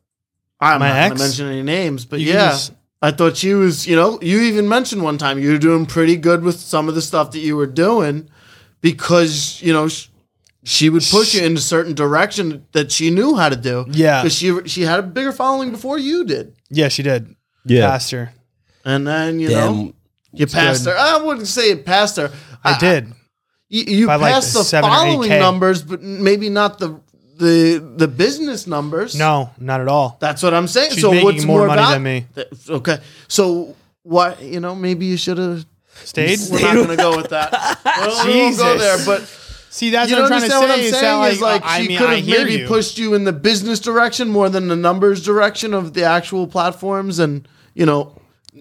Speaker 7: I'm
Speaker 1: My
Speaker 7: not
Speaker 1: ex?
Speaker 7: gonna mention any names, but
Speaker 1: You can
Speaker 7: yeah,
Speaker 1: just-
Speaker 7: I thought you was, you know, you even mentioned one time you were doing pretty good with some of the stuff that you were doing because you know. Sh- she would push you in a certain direction that she knew how to do.
Speaker 1: Yeah.
Speaker 7: because she she had a bigger following before you did,
Speaker 1: yeah, she did. Passed her.
Speaker 7: and then you
Speaker 2: Damn.
Speaker 7: know you passed
Speaker 1: good.
Speaker 7: her. I wouldn't say it passed her.
Speaker 1: I did.
Speaker 7: You, you
Speaker 1: By, like,
Speaker 7: passed the
Speaker 1: seven or eight
Speaker 7: following
Speaker 1: K.
Speaker 7: numbers, but maybe not the the the business numbers.
Speaker 1: No, not at all.
Speaker 7: that's what I'm saying.
Speaker 1: She's
Speaker 7: so
Speaker 1: making
Speaker 7: what's
Speaker 1: more
Speaker 7: more,
Speaker 1: money
Speaker 7: about-
Speaker 1: than me.
Speaker 7: Th- Okay, so what? You know, maybe you should have.
Speaker 1: Stayed.
Speaker 7: We're not going to go with that. Well, we won't go
Speaker 1: Jesus.
Speaker 7: there, but
Speaker 1: See, that's
Speaker 7: you
Speaker 1: what I'm
Speaker 7: don't
Speaker 1: trying to say.
Speaker 7: understand what I'm
Speaker 1: It's
Speaker 7: saying.
Speaker 1: not
Speaker 7: is like
Speaker 1: I
Speaker 7: she
Speaker 1: mean,
Speaker 7: could
Speaker 1: I
Speaker 7: have
Speaker 1: hear
Speaker 7: maybe
Speaker 1: you.
Speaker 7: pushed you in the business direction more than the numbers direction of the actual platforms, and you know,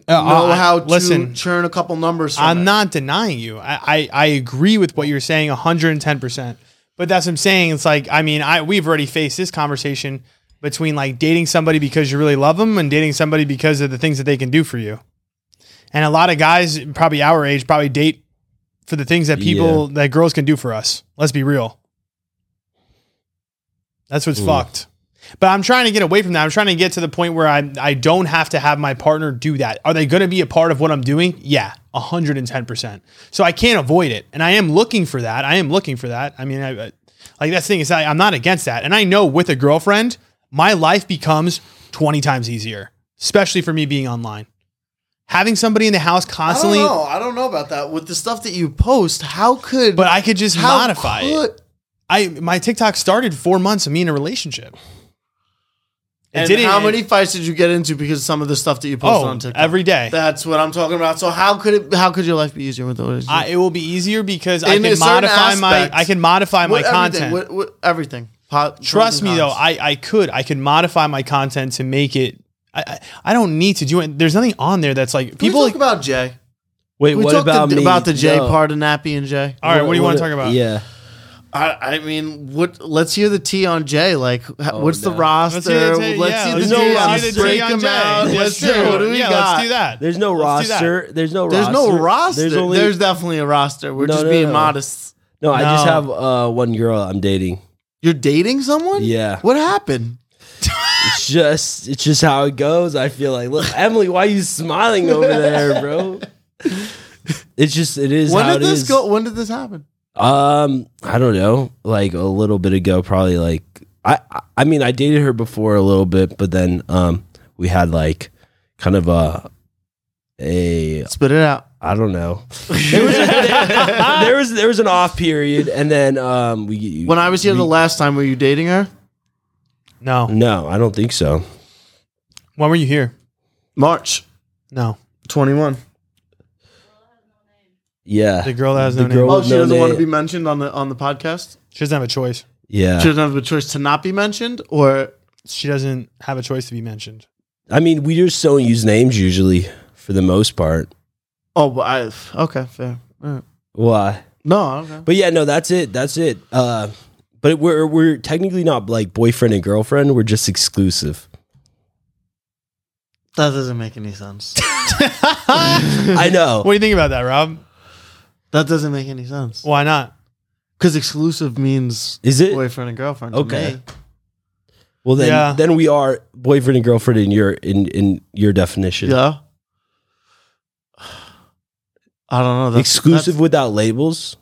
Speaker 1: Uh,
Speaker 7: know
Speaker 1: I-
Speaker 7: how to
Speaker 1: listen.
Speaker 7: churn a couple numbers. From
Speaker 1: I'm
Speaker 7: it.
Speaker 1: not denying you. I, I I agree with what you're saying 110. percent But that's what I'm saying. It's like I mean, I we've already faced this conversation between like dating somebody because you really love them and dating somebody because of the things that they can do for you. And a lot of guys, probably our age, probably date for the things that people that girls can do for us. Let's be real. That's what's fucked. But I'm trying to get away from that. I'm trying to get to the point where I I don't have to have my partner do that. Are they going to be a part of what I'm doing? Yeah, 110%. So I can't avoid it. And I am looking for that. I am looking for that. I mean, I, I- like that's the thing is I, I'm not against that. And I know with a girlfriend, my life becomes 20 times easier, especially for me being online. Having somebody in the house
Speaker 7: I don't
Speaker 1: constantly,
Speaker 7: know. I don't know about that. With the stuff that you post, how could
Speaker 1: but I could just
Speaker 7: how
Speaker 1: modify it.
Speaker 7: could-
Speaker 1: I my TikTok started four months of me in a relationship. It
Speaker 7: And
Speaker 1: didn't-
Speaker 7: how many fights did you get into because of some of the stuff that you posted
Speaker 1: Oh,
Speaker 7: on TikTok?
Speaker 1: every day.
Speaker 7: That's what I'm talking about. So how could it? How could your life be easier with those?
Speaker 1: I, it will be easier because I
Speaker 7: In a
Speaker 1: can
Speaker 7: certain
Speaker 1: modify my
Speaker 7: aspect.
Speaker 1: I can modify my
Speaker 7: What- everything,
Speaker 1: content.
Speaker 7: What, what- everything. Po- pros
Speaker 1: Trust
Speaker 7: and
Speaker 1: me though, I
Speaker 7: cons.
Speaker 1: I could I could modify my content to make it. I I, I don't need to do it. There's nothing on there that's like
Speaker 7: Can we
Speaker 1: people.
Speaker 7: talk
Speaker 1: like,
Speaker 7: about Jay.
Speaker 2: Wait,
Speaker 7: Can we
Speaker 2: what
Speaker 7: talk
Speaker 2: about
Speaker 7: the,
Speaker 2: me?
Speaker 7: about the Jay
Speaker 2: No.
Speaker 7: part of Nappy and Jay?
Speaker 1: all right, what, do you want to talk about?
Speaker 2: Yeah.
Speaker 7: I, I mean, what? Let's hear the tea on Jay. Like, h- what's the
Speaker 2: Oh,
Speaker 1: Let's
Speaker 2: no.
Speaker 7: roster?
Speaker 1: hear the
Speaker 7: Let's,
Speaker 1: tea- yeah,
Speaker 7: see
Speaker 1: let's
Speaker 7: the
Speaker 2: hear
Speaker 7: tea
Speaker 2: the
Speaker 7: on
Speaker 2: tea
Speaker 7: Jay.
Speaker 2: on
Speaker 7: Break
Speaker 2: Jay.
Speaker 7: him out.
Speaker 1: Jay.
Speaker 7: Let's
Speaker 1: Let's
Speaker 7: see what do we
Speaker 1: yeah,
Speaker 7: got.
Speaker 1: let's do that.
Speaker 2: There's no
Speaker 1: Let's do that.
Speaker 2: roster. There's no
Speaker 7: There's
Speaker 2: roster.
Speaker 7: no roster. There's,
Speaker 2: There's only
Speaker 7: definitely a roster. We're
Speaker 2: No,
Speaker 7: just
Speaker 2: no,
Speaker 7: being
Speaker 2: no.
Speaker 7: modest.
Speaker 2: no, I just
Speaker 1: No.
Speaker 2: have uh, one girl I'm dating.
Speaker 7: You're dating someone?
Speaker 2: Yeah.
Speaker 7: What happened?
Speaker 2: It's just it's just how it goes. I feel like look, Emily, why are you smiling over there, bro? It's just it is
Speaker 7: When
Speaker 2: how
Speaker 7: did
Speaker 2: it
Speaker 7: this
Speaker 2: is.
Speaker 7: go? When did this happen?
Speaker 2: Um, I don't know. Like a little bit ago, probably like I I- I mean, I dated her before a little bit, but then um we had like kind of a a
Speaker 7: Spit it out.
Speaker 2: I don't know. There was, there was there was an off period and then um we
Speaker 7: When I was here the last time, were you dating her?
Speaker 1: No.
Speaker 2: No, I don't think so.
Speaker 1: When were you here?
Speaker 7: March
Speaker 1: No.
Speaker 7: 21.
Speaker 2: Yeah.
Speaker 1: The girl that has
Speaker 2: The
Speaker 1: no name.
Speaker 2: girl-
Speaker 7: Oh, she
Speaker 2: No
Speaker 7: doesn't
Speaker 2: name.
Speaker 7: want to be mentioned on the on the podcast.
Speaker 1: She doesn't have a choice.
Speaker 7: She
Speaker 2: Yeah.
Speaker 7: doesn't have a choice to not be mentioned, or
Speaker 1: She doesn't have a choice to be mentioned.
Speaker 2: I mean, we just don't use names usually for the most part.
Speaker 7: oh, but I okay, fair. All right.
Speaker 2: Why?
Speaker 7: No, okay.
Speaker 2: But yeah, no, that's it. That's it. Uh but we're we're technically not like boyfriend and girlfriend. We're just exclusive.
Speaker 7: that doesn't make any sense.
Speaker 2: I know.
Speaker 1: What do you think about that, Rob?
Speaker 7: that doesn't make any sense
Speaker 1: Why not?
Speaker 7: because exclusive means
Speaker 2: Is it?
Speaker 7: boyfriend and girlfriend. to
Speaker 2: Okay.
Speaker 7: me.
Speaker 2: Well then
Speaker 1: Yeah.
Speaker 2: then we are boyfriend and girlfriend in your in in your definition.
Speaker 7: Yeah. I don't know. That's-
Speaker 2: exclusive without labels.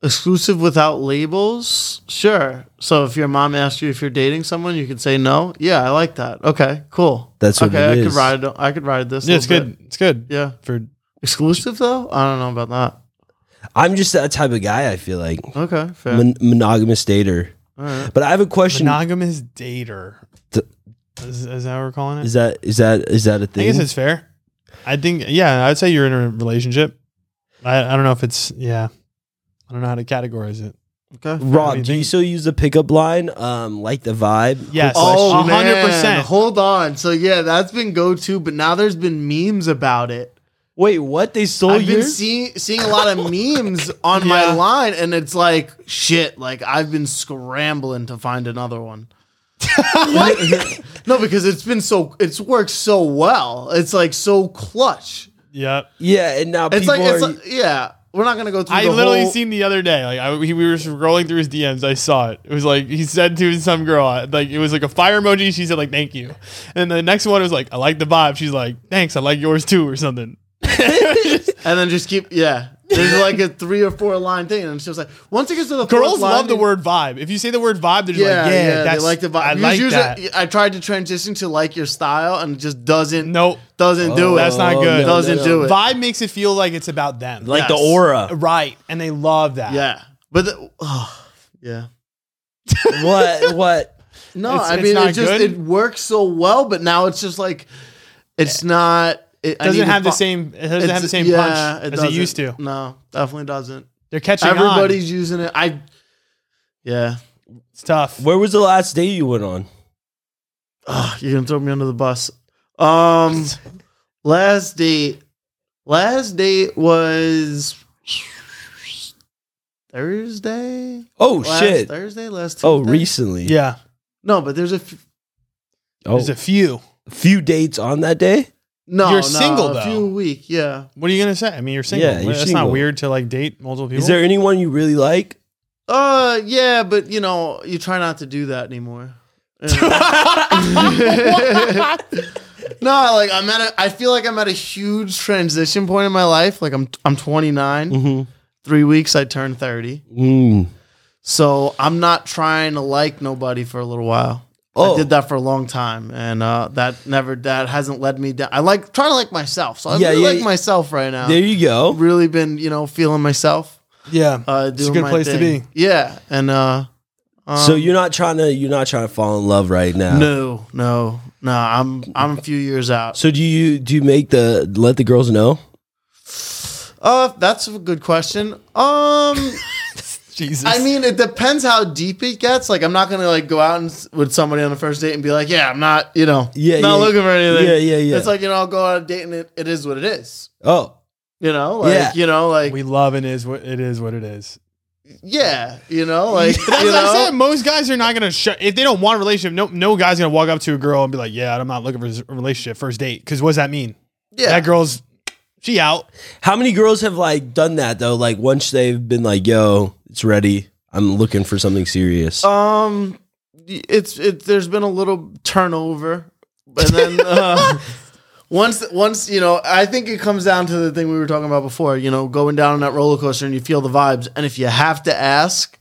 Speaker 7: that's exclusive without labels. Sure. So if your mom asks you if you're dating someone, you can say no. Yeah, I like that. Okay, cool.
Speaker 2: That's what
Speaker 7: okay.
Speaker 2: it
Speaker 7: I could
Speaker 2: is.
Speaker 7: ride. I could ride this.
Speaker 1: Yeah, it's
Speaker 7: little
Speaker 1: good. It's good.
Speaker 7: bit. Yeah.
Speaker 1: For
Speaker 7: Exclusive though? I don't know about
Speaker 2: I'm just that type of guy, I feel like.
Speaker 7: that. Okay, fair.
Speaker 2: Mon- monogamous dater. But I have a question.
Speaker 1: monogamous dater.
Speaker 2: Th-
Speaker 1: Is, is that what we're calling it?
Speaker 2: is that is that is that a
Speaker 1: I
Speaker 2: thing?
Speaker 1: guess it's fair. I think, yeah, I'd say you're in a relationship. I, I don't know if it's, yeah, I don't know how to categorize it.
Speaker 7: okay.
Speaker 1: What do
Speaker 2: Rob,
Speaker 1: you
Speaker 2: do you
Speaker 1: think?
Speaker 2: still use the pickup line? Um, like the vibe?
Speaker 1: Yes.
Speaker 2: Oh,
Speaker 1: Oh, 100%.
Speaker 7: Hold on. So yeah, that's been go to, but now there's been memes about it.
Speaker 2: wait, what? They stole
Speaker 7: I've been
Speaker 2: yours?
Speaker 7: seeing seeing a lot of memes on my
Speaker 1: Yeah.
Speaker 7: line, and it's like shit. Like I've been scrambling to find another one. no, because it's been so it's worked so well. It's like so clutch.
Speaker 1: Yep.
Speaker 2: yeah, and now
Speaker 7: It's
Speaker 2: people
Speaker 7: like, it's
Speaker 2: are.
Speaker 7: like yeah. We're not gonna go through.
Speaker 1: I
Speaker 7: the
Speaker 1: literally
Speaker 7: whole-
Speaker 1: seen the other day. Like I, he, we were scrolling through his DMs. I saw it. It was like he said to some girl, uh, like it was like a fire emoji. She said like thank you, and the next one was like I like the vibe. She's like thanks, I like yours too or something.
Speaker 7: and then just keep yeah. There's like a three or four line thing, and she was like, once it gets to the
Speaker 1: Girls
Speaker 7: fourth line,
Speaker 1: love the
Speaker 7: you-
Speaker 1: word vibe. If you say the word vibe, they're just
Speaker 7: Yeah,
Speaker 1: like yeah,
Speaker 7: yeah,
Speaker 1: that's
Speaker 7: they like the vibe.
Speaker 1: I
Speaker 7: Because
Speaker 1: like
Speaker 7: usually-
Speaker 1: that.
Speaker 7: I tried to transition to like your style, and it just doesn't.
Speaker 1: Nope.
Speaker 7: doesn't do it.
Speaker 1: That's not
Speaker 2: Oh,
Speaker 1: good.
Speaker 2: no,
Speaker 7: Doesn't
Speaker 2: no,
Speaker 7: do
Speaker 2: no.
Speaker 7: it.
Speaker 1: Vibe makes it feel like it's about them.
Speaker 2: Like the
Speaker 7: Yes.
Speaker 2: aura.
Speaker 1: right, and they love that.
Speaker 7: Yeah, but the, oh, yeah.
Speaker 2: what? What?
Speaker 7: No,
Speaker 1: It's-
Speaker 7: I
Speaker 1: it's
Speaker 7: mean
Speaker 1: not
Speaker 7: it just
Speaker 1: good?
Speaker 7: it works so well, but now it's just like it's not. It I
Speaker 1: Eh. Doesn't
Speaker 7: need to
Speaker 1: have the
Speaker 7: fi-
Speaker 1: same. It doesn't have
Speaker 7: it's-
Speaker 1: the same
Speaker 7: yeah,
Speaker 1: punch
Speaker 7: it
Speaker 1: as
Speaker 7: doesn't.
Speaker 1: it used to.
Speaker 7: No, definitely doesn't.
Speaker 1: They're catching
Speaker 7: Everybody's
Speaker 1: on.
Speaker 7: using it. I. Yeah.
Speaker 1: It's tough.
Speaker 2: Where was the last date you went on?
Speaker 7: Ugh, you're gonna throw me under the bus. Um, last date, last date was Thursday.
Speaker 2: Oh
Speaker 7: Last
Speaker 2: shit!
Speaker 7: Thursday, last. Tuesday?
Speaker 2: Oh, recently.
Speaker 1: Yeah,
Speaker 7: No, but there's a f-
Speaker 2: Oh,
Speaker 1: there's a few.
Speaker 2: few dates on that day.
Speaker 7: no.
Speaker 1: You're
Speaker 7: no,
Speaker 1: single,
Speaker 7: a
Speaker 1: though.
Speaker 7: few week. Yeah.
Speaker 1: What are you gonna say? I mean, you're single.
Speaker 2: Yeah, you're
Speaker 1: That's
Speaker 2: single.
Speaker 1: not weird to like date multiple people.
Speaker 2: Is there anyone you really like?
Speaker 7: Uh, yeah, but you know, you try not to do that anymore. No, like I'm at a. I feel like I'm at a huge transition point in my life. Like I'm I'm 29.
Speaker 1: Mm-hmm.
Speaker 7: Three weeks I turn 30.
Speaker 2: Mm.
Speaker 7: So I'm not trying to like nobody for a little while. I
Speaker 2: Oh.
Speaker 7: did that for a long time, and uh, that never that hasn't led me down. I like try to like myself. So I
Speaker 2: Yeah,
Speaker 7: really
Speaker 2: yeah,
Speaker 7: like
Speaker 2: yeah.
Speaker 7: myself right
Speaker 1: Uh,
Speaker 7: now.
Speaker 2: There you go.
Speaker 7: really been you know feeling myself.
Speaker 1: Yeah.
Speaker 7: Uh,
Speaker 1: a
Speaker 7: doing
Speaker 1: good
Speaker 7: my
Speaker 1: place to
Speaker 7: thing.
Speaker 1: be.
Speaker 7: Yeah, and uh,
Speaker 1: um,
Speaker 2: so you're not trying to you're not trying to fall in love right now.
Speaker 7: no, no, no. I'm I'm a few years out.
Speaker 2: So do you do you make the let the girls know?
Speaker 7: Uh, that's a good question. Um.
Speaker 1: Jesus.
Speaker 7: I mean, it depends how deep it gets. Like, I'm not gonna like go out and s- with somebody on the first date and be like, "Yeah, I'm not," you know,
Speaker 2: Yeah,
Speaker 7: not
Speaker 2: yeah.
Speaker 7: looking for anything.
Speaker 2: Yeah, yeah, yeah.
Speaker 7: It's like you know, I'll go out on a date and it, it is what it is.
Speaker 2: Oh,
Speaker 7: You know, like
Speaker 2: Yeah.
Speaker 7: you know, like
Speaker 1: we love and is what it is what it is.
Speaker 7: yeah, you know, like
Speaker 1: But that's
Speaker 7: you
Speaker 1: what I
Speaker 7: know,
Speaker 1: said. Most guys are not gonna shut if they don't want a relationship. No, no guy's gonna walk up to a girl and be like, "Yeah, I'm not looking for a relationship first date." Because what does that mean?
Speaker 7: yeah.
Speaker 1: That girl's she out.
Speaker 2: how many girls have like done that though? Like once they've been like, "Yo, it's ready. I'm looking for something serious."
Speaker 1: Oh.
Speaker 7: Um, it's it. There's been a little turnover, and then uh, once once you know, I think it comes down to the thing we were talking about before. You know, going down on that roller coaster and you feel the vibes, and if you have to ask,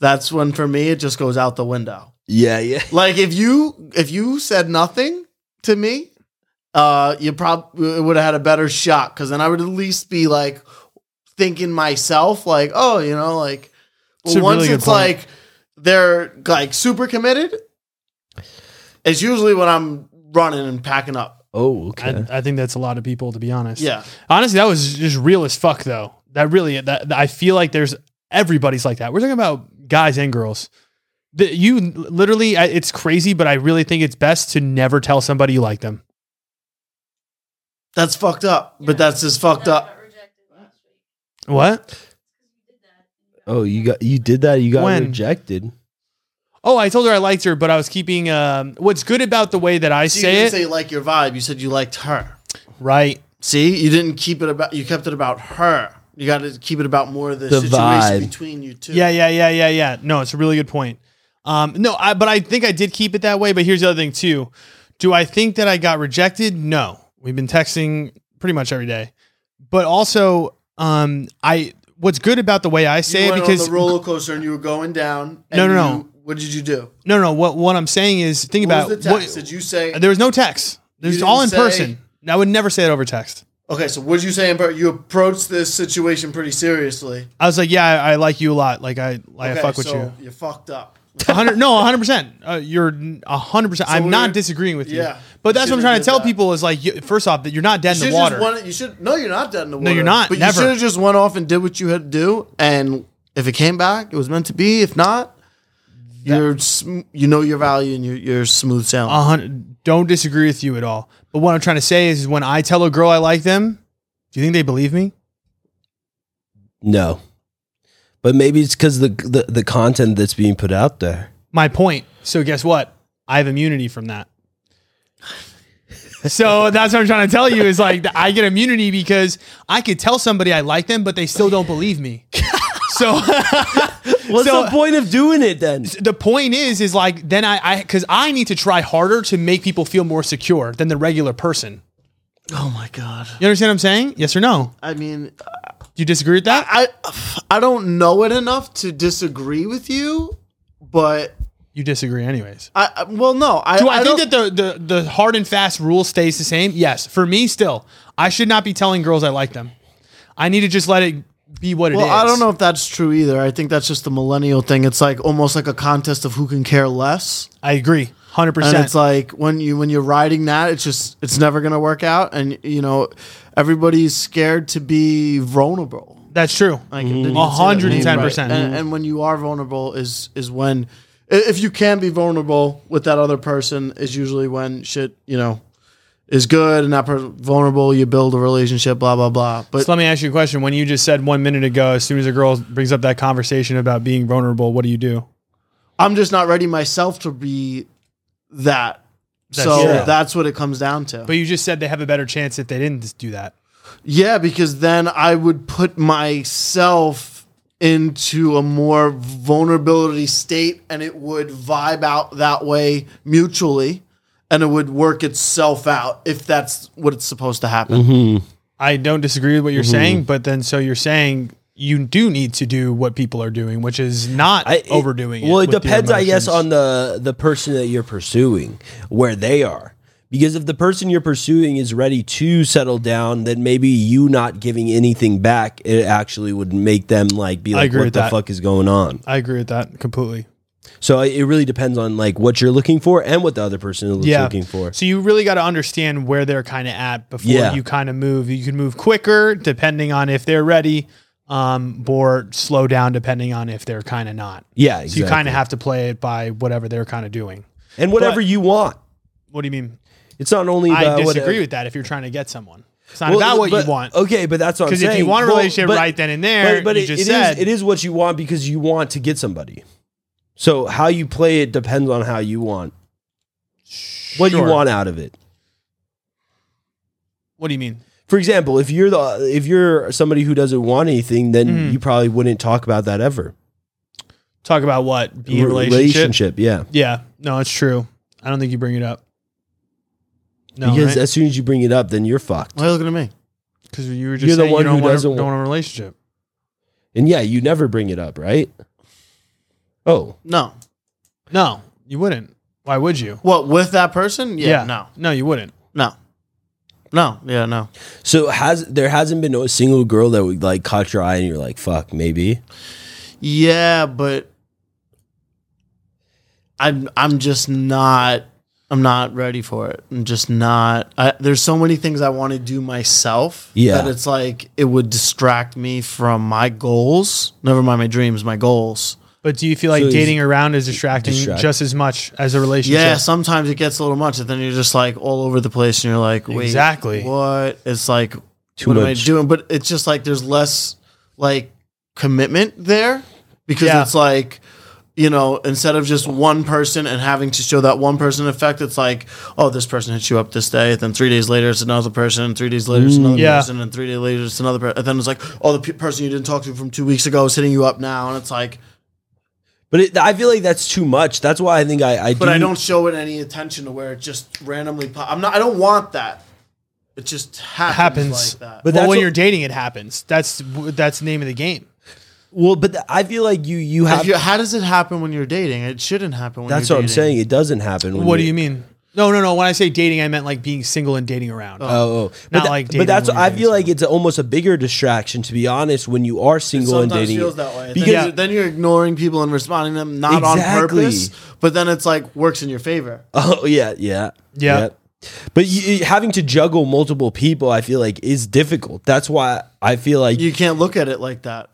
Speaker 7: that's when for me it just goes out the window.
Speaker 2: yeah, yeah.
Speaker 7: Like if you if you said nothing to me, uh, you probably would have had a better shot because then I would at least be like thinking myself like, oh, you know, like
Speaker 1: It's a
Speaker 7: once
Speaker 1: really good
Speaker 7: it's
Speaker 1: point.
Speaker 7: like they're like super committed, it's usually when I'm running and packing up.
Speaker 2: Oh, okay.
Speaker 1: I, I think that's a lot of people, to be honest.
Speaker 7: Yeah,
Speaker 1: Honestly, that was just real as fuck, though. That really, that I feel like there's everybody's like that. We're talking about guys and girls. That you literally, I- it's crazy, but I really think it's best to never tell somebody you like them.
Speaker 7: that's fucked up, but that's just fucked up.
Speaker 1: What?
Speaker 2: oh, you got you did that. You got
Speaker 1: When?
Speaker 2: rejected.
Speaker 1: Oh, I told her I liked her, but I was keeping. Um, what's good about the way that I
Speaker 7: So you
Speaker 1: say
Speaker 7: didn't
Speaker 1: it?
Speaker 7: say you like your vibe. You said you liked her.
Speaker 1: right.
Speaker 7: See, you didn't keep it about. You kept it about her. You got to keep it about more of the,
Speaker 2: The
Speaker 7: situation
Speaker 2: vibe.
Speaker 7: between you two.
Speaker 1: Yeah, yeah, yeah, yeah, yeah. No, it's a really good point. Um, no, I, but I think I did keep it that way. But here's the other thing too. Do I think that I got rejected? No. We've been texting pretty much every day. But also, um, I what's good about the way I say
Speaker 7: you
Speaker 1: it
Speaker 7: went
Speaker 1: because
Speaker 7: on the roller coaster and you were going down. and
Speaker 1: No, no, no.
Speaker 7: you- What did you do?
Speaker 1: no, no. What what I'm saying is think
Speaker 7: What
Speaker 1: about
Speaker 7: was the text? did you say?
Speaker 1: what, there was no text. There's
Speaker 7: didn't
Speaker 1: all in
Speaker 7: say-
Speaker 1: person. I would never say it over text.
Speaker 7: Okay, so what did you say? in part- You approached this situation pretty seriously.
Speaker 1: I was like, yeah, I, I like you a lot. Like I like
Speaker 7: Okay,
Speaker 1: I fuck with
Speaker 7: so
Speaker 1: you.
Speaker 7: You fucked up.
Speaker 1: 100 no 100% uh, you're 100% i'm
Speaker 7: we
Speaker 1: not
Speaker 7: were-
Speaker 1: disagreeing with you
Speaker 7: yeah.
Speaker 1: but that's what i'm
Speaker 7: Should've
Speaker 1: trying to
Speaker 7: did
Speaker 1: tell
Speaker 7: that.
Speaker 1: people is like you, first off that you're not dead
Speaker 7: You
Speaker 1: in the water
Speaker 7: should've just went- you should. No, you're not dead in the water.
Speaker 1: you're not,
Speaker 7: But
Speaker 1: never.
Speaker 7: you should have just went off and did what you had to do. And if it came back, it was meant to be. If not, you're sm- you know your value and you're, you're smooth sailing.
Speaker 1: A hun- don't disagree with you at all but what i'm trying to say is, is when i tell a girl i like them do you think they believe me
Speaker 2: No, but maybe it's because the, the the content that's being put out there.
Speaker 1: my point so guess what i have immunity from that so that's what i'm trying to tell you is like i get immunity because i could tell somebody i like them but they still don't believe me so
Speaker 2: What's
Speaker 1: So-
Speaker 2: the point of doing it then?
Speaker 1: the point is is like then i i because i need to try harder to make people feel more secure than the regular person
Speaker 7: oh my god.
Speaker 1: you understand what i'm saying yes or no
Speaker 7: I mean,
Speaker 1: do you disagree with that
Speaker 7: I I don't know it enough to disagree with you, but
Speaker 1: you disagree anyways
Speaker 7: I I- well no I
Speaker 1: do i, think
Speaker 7: don't-
Speaker 1: that the, the the hard and fast rule stays the same yes for me still i should not be telling girls i like them i need to just let it be what it
Speaker 7: well
Speaker 1: is
Speaker 7: I don't know if that's true either. I think that's just the millennial thing. It's like almost like a contest of who can care less,
Speaker 1: i agree 100%
Speaker 7: and it's like when you when you're riding that, it's just it's never gonna work out, and you know everybody's scared to be vulnerable.
Speaker 1: that's true
Speaker 7: Like, didn't even say
Speaker 1: 110%.
Speaker 7: that. Right. And, and when you are vulnerable is is when i- if you can be vulnerable with that other person is usually when shit you know is good and that person vulnerable you build a relationship blah blah blah. But
Speaker 1: so let me ask you a question when you just said one minute ago as soon as a girl brings up that conversation about being vulnerable what do you do
Speaker 7: I'm just not ready myself to be that. so
Speaker 1: true.
Speaker 7: that's what it comes down to.
Speaker 1: but you just said they have a better chance if they didn't do that
Speaker 7: yeah, because then I would put myself into a more vulnerability state and it would vibe out that way mutually and it would work itself out if that's what it's supposed to happen.
Speaker 1: I don't disagree with what you're
Speaker 2: Mm-hmm.
Speaker 1: saying, but then so you're saying you do need to do what people are doing, which is not
Speaker 2: I- it-
Speaker 1: overdoing it.
Speaker 2: Well, it
Speaker 1: with your
Speaker 2: depends, I guess,
Speaker 1: emotions.
Speaker 2: on the the person that you're pursuing, where they are. Because if the person you're pursuing is ready to settle down, then maybe you not giving anything back, it actually would make them like be like,
Speaker 1: agree
Speaker 2: "What
Speaker 1: with
Speaker 2: the
Speaker 1: that.
Speaker 2: fuck is going on?"
Speaker 1: I agree with that completely.
Speaker 2: So I- it really depends on like what you're looking for and what the other person is
Speaker 1: Yeah.
Speaker 2: looking for.
Speaker 1: So you really got to understand where they're kind of at before
Speaker 2: Yeah.
Speaker 1: you kind of move. You can move quicker depending on if they're ready, um, or slow down depending on if they're kind of not.
Speaker 2: Yeah,
Speaker 1: So you kind
Speaker 2: exactly.
Speaker 1: of have to play it by whatever they're kind of doing.
Speaker 2: and whatever you want.
Speaker 1: What do you mean?
Speaker 2: It's not only
Speaker 1: I
Speaker 2: about
Speaker 1: disagree
Speaker 2: what-
Speaker 1: with that. If you're trying to get someone, it's not
Speaker 2: Well,
Speaker 1: about what
Speaker 2: but-
Speaker 1: you want.
Speaker 2: Okay, but that's what I'm
Speaker 1: Because
Speaker 2: saying.
Speaker 1: if you want a relationship right then and there,
Speaker 2: but, but
Speaker 1: you
Speaker 2: it-
Speaker 1: just
Speaker 2: it is-
Speaker 1: said-
Speaker 2: it is what you want because you want to get somebody. So how you play it depends on how you want what you
Speaker 1: Sure.
Speaker 2: want out of it.
Speaker 1: What do you mean?
Speaker 2: For example, if you're the if you're somebody who doesn't want anything, then you probably wouldn't talk about that ever.
Speaker 1: Talk about what being in a
Speaker 2: Re-
Speaker 1: relationship.
Speaker 2: yeah.
Speaker 1: Yeah, no, it's true. I don't think you bring it up. No,
Speaker 2: because
Speaker 1: because
Speaker 2: as soon as you bring it up, then you're fucked.
Speaker 7: Why are you looking at me?
Speaker 1: you were just
Speaker 2: you're the
Speaker 1: saying
Speaker 2: one
Speaker 1: you don't
Speaker 2: who
Speaker 1: want, a,
Speaker 2: doesn't
Speaker 1: don't
Speaker 2: wa-
Speaker 1: want a relationship.
Speaker 2: And yeah, you never bring it up, right? Oh,
Speaker 7: No.
Speaker 1: No, you wouldn't. Why would you?
Speaker 7: What, with that person? Yeah, no.
Speaker 1: no, you wouldn't.
Speaker 7: No. No. Yeah, no.
Speaker 2: so has there hasn't been a single girl that would like caught your eye and you're like, fuck, maybe.
Speaker 7: Yeah, but I'm I'm just not I'm not ready for it. I'm just not. I, there's so many things I want to do myself
Speaker 2: Yeah.
Speaker 7: that it's like it would distract me from my goals. Never mind my dreams, my goals.
Speaker 1: But do you feel like
Speaker 2: So is-
Speaker 1: dating around is distracting
Speaker 2: Distract-
Speaker 1: just as much as a relationship?
Speaker 7: Yeah, sometimes it gets a little much, and then you're just like all over the place, and you're like, wait,
Speaker 1: Exactly.
Speaker 7: what? It's like,
Speaker 2: Too
Speaker 7: what am I
Speaker 2: much.
Speaker 7: doing? But it's just like there's less like commitment there because
Speaker 1: Yeah.
Speaker 7: it's like. You know, instead of just one person and having to show that one person effect, it's like, oh, this person hits you up this day. Then three days later, it's another person. And three days later, it's another
Speaker 1: Mm, Yeah.
Speaker 7: person. And three days later, it's another person. And then it's like, oh, the pe- person you didn't talk to from two weeks ago is hitting you up now. And it's like,
Speaker 2: But it, I feel like that's too much. That's why I think I, I do.
Speaker 7: but I don't show it any attention to where it just randomly. Pop- I'm not. I don't want that. It just happens,
Speaker 1: happens.
Speaker 7: like that.
Speaker 2: But
Speaker 1: well,
Speaker 2: that's
Speaker 1: when
Speaker 2: what-
Speaker 1: you're dating, it happens. That's that's the name of the game.
Speaker 2: Well, but th- I feel like you you
Speaker 7: If
Speaker 2: have.
Speaker 7: you- how does it happen when you're dating? It shouldn't happen. when
Speaker 2: that's
Speaker 7: you're
Speaker 2: what I'm
Speaker 7: dating.
Speaker 2: saying. It doesn't happen. when
Speaker 1: What do you mean? No, no, no. When I say dating, I meant like being single and dating around.
Speaker 2: Oh, oh.
Speaker 1: Not
Speaker 2: but, tha-
Speaker 1: like dating
Speaker 2: but that's
Speaker 1: when
Speaker 2: I
Speaker 1: you're
Speaker 2: feel
Speaker 1: dating
Speaker 2: like it's almost a bigger distraction to be honest when you are single and
Speaker 7: Sometimes
Speaker 2: dating.
Speaker 7: feels that way.
Speaker 2: Because
Speaker 7: Because then, you're, then you're ignoring people and responding to them not on
Speaker 2: Exactly.
Speaker 7: purpose. But then it's like works in your favor.
Speaker 2: oh yeah, yeah,
Speaker 1: Yeah.
Speaker 2: But you, having to juggle multiple people, I feel like, is difficult. That's why I feel like
Speaker 7: You can't look at it like that.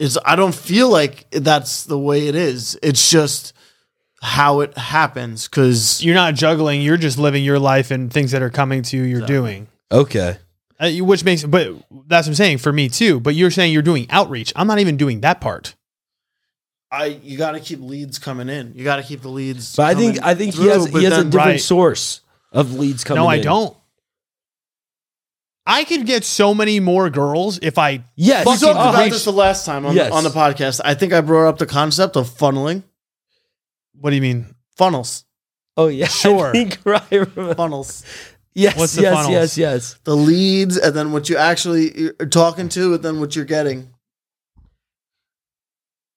Speaker 7: It's I don't feel like that's the way it is. It's just how it happens because
Speaker 1: You're not juggling. You're just living your life and things that are coming to you. You're doing.
Speaker 2: okay.
Speaker 1: Uh, you- which makes, but that's what I'm saying for me too. But you're saying you're doing outreach. I'm not even doing that part.
Speaker 7: I you got to keep leads coming in. You got to keep the leads.
Speaker 2: But I
Speaker 7: coming
Speaker 2: think I think he
Speaker 7: through,
Speaker 2: has
Speaker 7: but
Speaker 2: he has a
Speaker 7: then-
Speaker 2: different
Speaker 1: Right.
Speaker 2: source of leads coming.
Speaker 1: no, I
Speaker 2: in.
Speaker 1: don't. I could get so many more girls if I.
Speaker 2: Yes,
Speaker 7: We
Speaker 1: Fucking
Speaker 7: talked about
Speaker 1: reach-
Speaker 7: this the last time on,
Speaker 2: Yes.
Speaker 7: on the podcast. I think I brought up the concept of funneling
Speaker 1: What do you mean?
Speaker 7: funnels,
Speaker 2: Oh yeah,
Speaker 1: Sure.
Speaker 2: I think I remember.
Speaker 7: funnels,
Speaker 2: Yes,
Speaker 1: What's the
Speaker 2: yes,
Speaker 1: funnels?
Speaker 2: yes, yes.
Speaker 7: the leads, and then what you actually are talking to, and then what you're getting.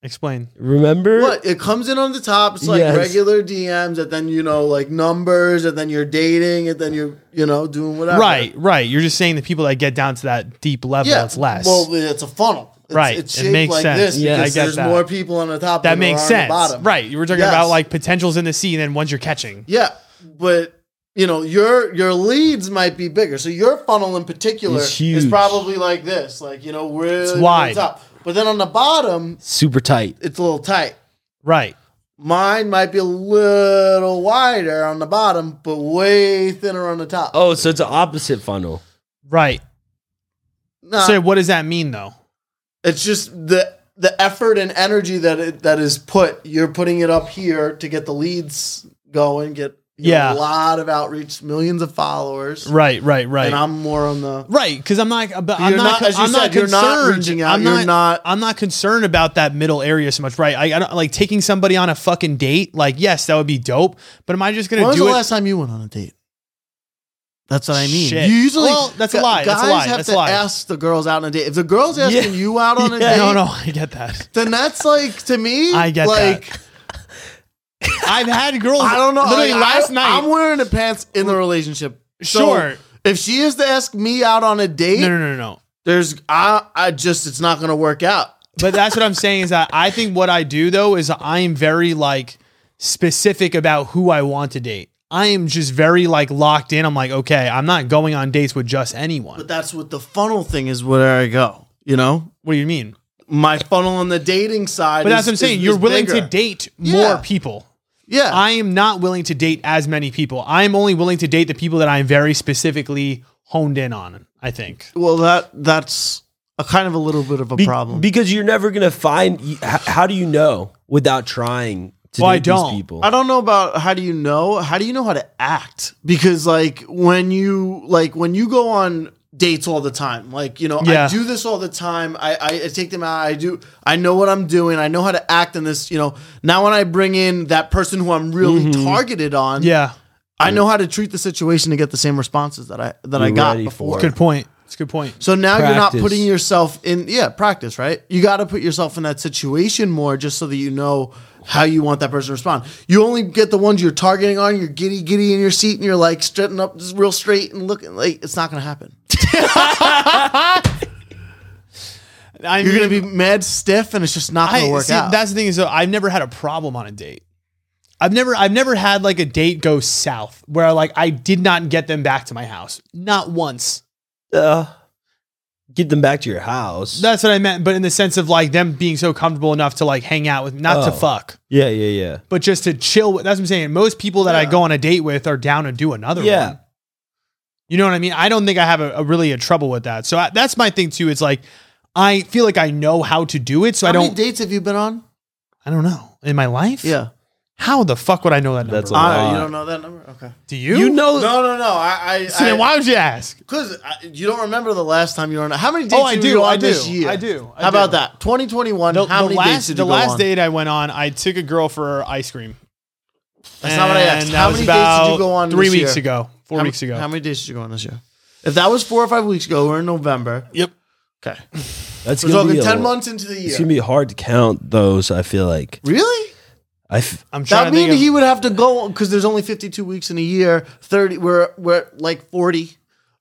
Speaker 1: Explain.
Speaker 2: Remember?
Speaker 7: What it comes in on the top, it's like
Speaker 2: Yes.
Speaker 7: regular DMs, and then you know like numbers, and then you're dating, and then you're you know doing whatever.
Speaker 1: Right, right. You're just saying the people that get down to that deep level,
Speaker 7: Yeah.
Speaker 1: it's less.
Speaker 7: Well, it's a funnel. It's,
Speaker 1: Right.
Speaker 7: It's
Speaker 1: It
Speaker 7: shaped
Speaker 1: makes
Speaker 7: like
Speaker 1: sense.
Speaker 7: this
Speaker 2: Yeah, I
Speaker 7: because
Speaker 1: get
Speaker 7: there's
Speaker 1: that.
Speaker 7: more people on the top.
Speaker 1: that
Speaker 7: than there
Speaker 1: makes
Speaker 7: are on the
Speaker 1: sense.
Speaker 7: bottom.
Speaker 1: Right. You were talking
Speaker 7: Yes.
Speaker 1: about like potentials in the sea and then ones you're catching.
Speaker 7: Yeah, but you know your your leads might be bigger. So your funnel in particular
Speaker 2: It's huge.
Speaker 7: is probably like this, like you know really on
Speaker 1: wide.
Speaker 7: top. But then on the bottom,
Speaker 2: Super tight.
Speaker 7: it's a little tight.
Speaker 1: Right.
Speaker 7: Mine might be a little wider on the bottom, but way thinner on the top.
Speaker 2: Oh, so it's an opposite funnel.
Speaker 1: Right.
Speaker 7: Nah,
Speaker 1: so what does that mean though?
Speaker 7: it's just the the effort and energy that it, that is put. You're putting it up here to get the leads going, get You
Speaker 1: Yeah.
Speaker 7: have a lot of outreach, millions of followers,
Speaker 1: Right, right, right.
Speaker 7: and I'm more on the
Speaker 1: Right, because I'm not. But I'm
Speaker 7: You're
Speaker 1: not.
Speaker 7: not- as you
Speaker 1: I'm not
Speaker 7: said, you're
Speaker 1: concerned.
Speaker 7: not reaching out,
Speaker 1: I'm
Speaker 7: you're
Speaker 1: not,
Speaker 7: not-
Speaker 1: I'm not concerned about that middle area so much. Right. I, I don't like taking somebody on a fucking date. Like, yes, that would be dope. But am I just gonna
Speaker 7: When was
Speaker 1: do
Speaker 7: the
Speaker 1: it?
Speaker 7: last time you went on a date? That's what I mean.
Speaker 1: Shit.
Speaker 7: You usually
Speaker 1: Well, that's a
Speaker 7: gu-
Speaker 1: lie.
Speaker 7: Guys
Speaker 1: That's a lie.
Speaker 7: have
Speaker 1: That's
Speaker 7: to
Speaker 1: a lie.
Speaker 7: ask the girls out on a date. If the girls asking
Speaker 2: Yeah.
Speaker 7: you out on a
Speaker 2: Yeah.
Speaker 7: date,
Speaker 1: no, no, I get that.
Speaker 7: then that's like to me.
Speaker 1: I get
Speaker 7: like,
Speaker 1: that. I've had girls.
Speaker 7: I don't know.
Speaker 1: Literally
Speaker 7: like,
Speaker 1: last
Speaker 7: I-
Speaker 1: night.
Speaker 7: I'm wearing the pants in the relationship. So
Speaker 1: sure.
Speaker 7: If she is to ask me out on a date,
Speaker 1: no, no, no, no, no.
Speaker 7: there's I, I just it's not going to work out.
Speaker 1: But that's what I'm saying is that I think what I do though is I am very like specific about who I want to date. I am just very like locked in. I'm like, okay, I'm not going on dates with just anyone.
Speaker 7: But that's what the funnel thing is. Where I go, you know,
Speaker 1: What do you mean?
Speaker 7: my funnel on the dating side.
Speaker 1: But that's
Speaker 7: is-
Speaker 1: what I'm saying.
Speaker 7: is-
Speaker 1: You're
Speaker 7: is
Speaker 1: willing
Speaker 7: bigger.
Speaker 1: to date
Speaker 7: Yeah.
Speaker 1: more people.
Speaker 7: Yeah,
Speaker 1: I am not willing to date as many people. I am only willing to date the people that I am very specifically honed in on, I think.
Speaker 7: Well, that that's a kind of a little bit of a
Speaker 2: Be-
Speaker 7: problem.
Speaker 2: because you're never gonna find. y- h- How do you know without trying to
Speaker 1: Well, I
Speaker 2: date these
Speaker 1: don't.
Speaker 2: people?
Speaker 7: I don't know about how do you know? How do you know how to act? Because like when you like when you go on dates all the time, like you know,
Speaker 1: Yeah.
Speaker 7: I do this all the time. I, I I take them out. I do. I know what I'm doing. I know how to act in this. You know, now when I bring in that person who I'm really
Speaker 2: Mm-hmm.
Speaker 7: targeted on,
Speaker 1: Yeah.
Speaker 7: I know how to treat the situation to get the same responses that I that I
Speaker 2: You're
Speaker 7: got
Speaker 2: ready for
Speaker 7: before.
Speaker 2: it.
Speaker 1: Good point. It's a good point.
Speaker 7: So now you're
Speaker 2: Practice.
Speaker 7: not putting yourself in yeah, practice, right? You got to put yourself in that situation more just so that you know how you want that person to respond. You only get the ones you're targeting on, you're giddy giddy in your seat and you're like strutting up just real straight and looking like it's not going to happen.
Speaker 1: I
Speaker 7: You're going
Speaker 1: mean-
Speaker 7: to be mad stiff and it's just not going
Speaker 1: I-
Speaker 7: to work
Speaker 1: see,
Speaker 7: out.
Speaker 1: That's the thing is, though, I've never had a problem on a date. I've never, I've never had like a date go south where like I did not get them back to my house, not once.
Speaker 2: Uh, get them back to your house.
Speaker 1: That's what I meant, but in the sense of like them being so comfortable enough to like hang out with, not to
Speaker 2: Oh.
Speaker 1: fuck,
Speaker 2: yeah, yeah, yeah.
Speaker 1: but just to chill. With, that's what I'm saying. Most people that I go on a date with are down to do another
Speaker 2: Yeah.
Speaker 1: one. You know what I mean? I don't think I have a, a really a trouble with that. So I, that's my thing too. It's like I feel like I know how to do it, so
Speaker 7: how
Speaker 1: I don't.
Speaker 7: many dates have you been on?
Speaker 1: I don't know in my life.
Speaker 7: Yeah.
Speaker 1: How the fuck would I know that number?
Speaker 2: That's a lot.
Speaker 7: I, you don't know that number? Okay.
Speaker 1: do you?
Speaker 2: You know,
Speaker 7: No, no, no. I I,
Speaker 1: So then why would you ask?
Speaker 7: Because you don't remember the last time you were on. How many dates?
Speaker 1: Oh, I
Speaker 7: were
Speaker 1: do,
Speaker 7: you on
Speaker 1: I do,
Speaker 7: This year?
Speaker 1: I do, I
Speaker 7: how
Speaker 1: do.
Speaker 7: about that? 2021.
Speaker 1: The,
Speaker 7: how
Speaker 1: the
Speaker 7: many dates
Speaker 1: last,
Speaker 7: did
Speaker 1: the
Speaker 7: you go
Speaker 1: last
Speaker 7: on?
Speaker 1: date I went on, I took a girl for ice cream.
Speaker 7: That's not what I asked.
Speaker 1: And that
Speaker 7: How
Speaker 1: was
Speaker 7: many days did you
Speaker 1: about
Speaker 7: go on?
Speaker 1: Three
Speaker 7: this
Speaker 1: weeks
Speaker 7: year?
Speaker 1: ago, four
Speaker 7: How-
Speaker 1: weeks ago.
Speaker 7: How many days did you go on this year? If that was four or five weeks ago, we're in November.
Speaker 1: Yep.
Speaker 7: Okay,
Speaker 2: that's
Speaker 7: we're
Speaker 2: gonna be
Speaker 7: talking
Speaker 2: a
Speaker 7: ten
Speaker 2: lo-
Speaker 7: months into the
Speaker 2: It's
Speaker 7: year.
Speaker 2: gonna be hard to count those. I feel like
Speaker 7: really?
Speaker 2: I. F-
Speaker 1: I'm trying
Speaker 7: That
Speaker 1: to think.
Speaker 7: means
Speaker 1: of-
Speaker 7: he would have to go because there's only 52 weeks in a year. 30. We're we're at like 40.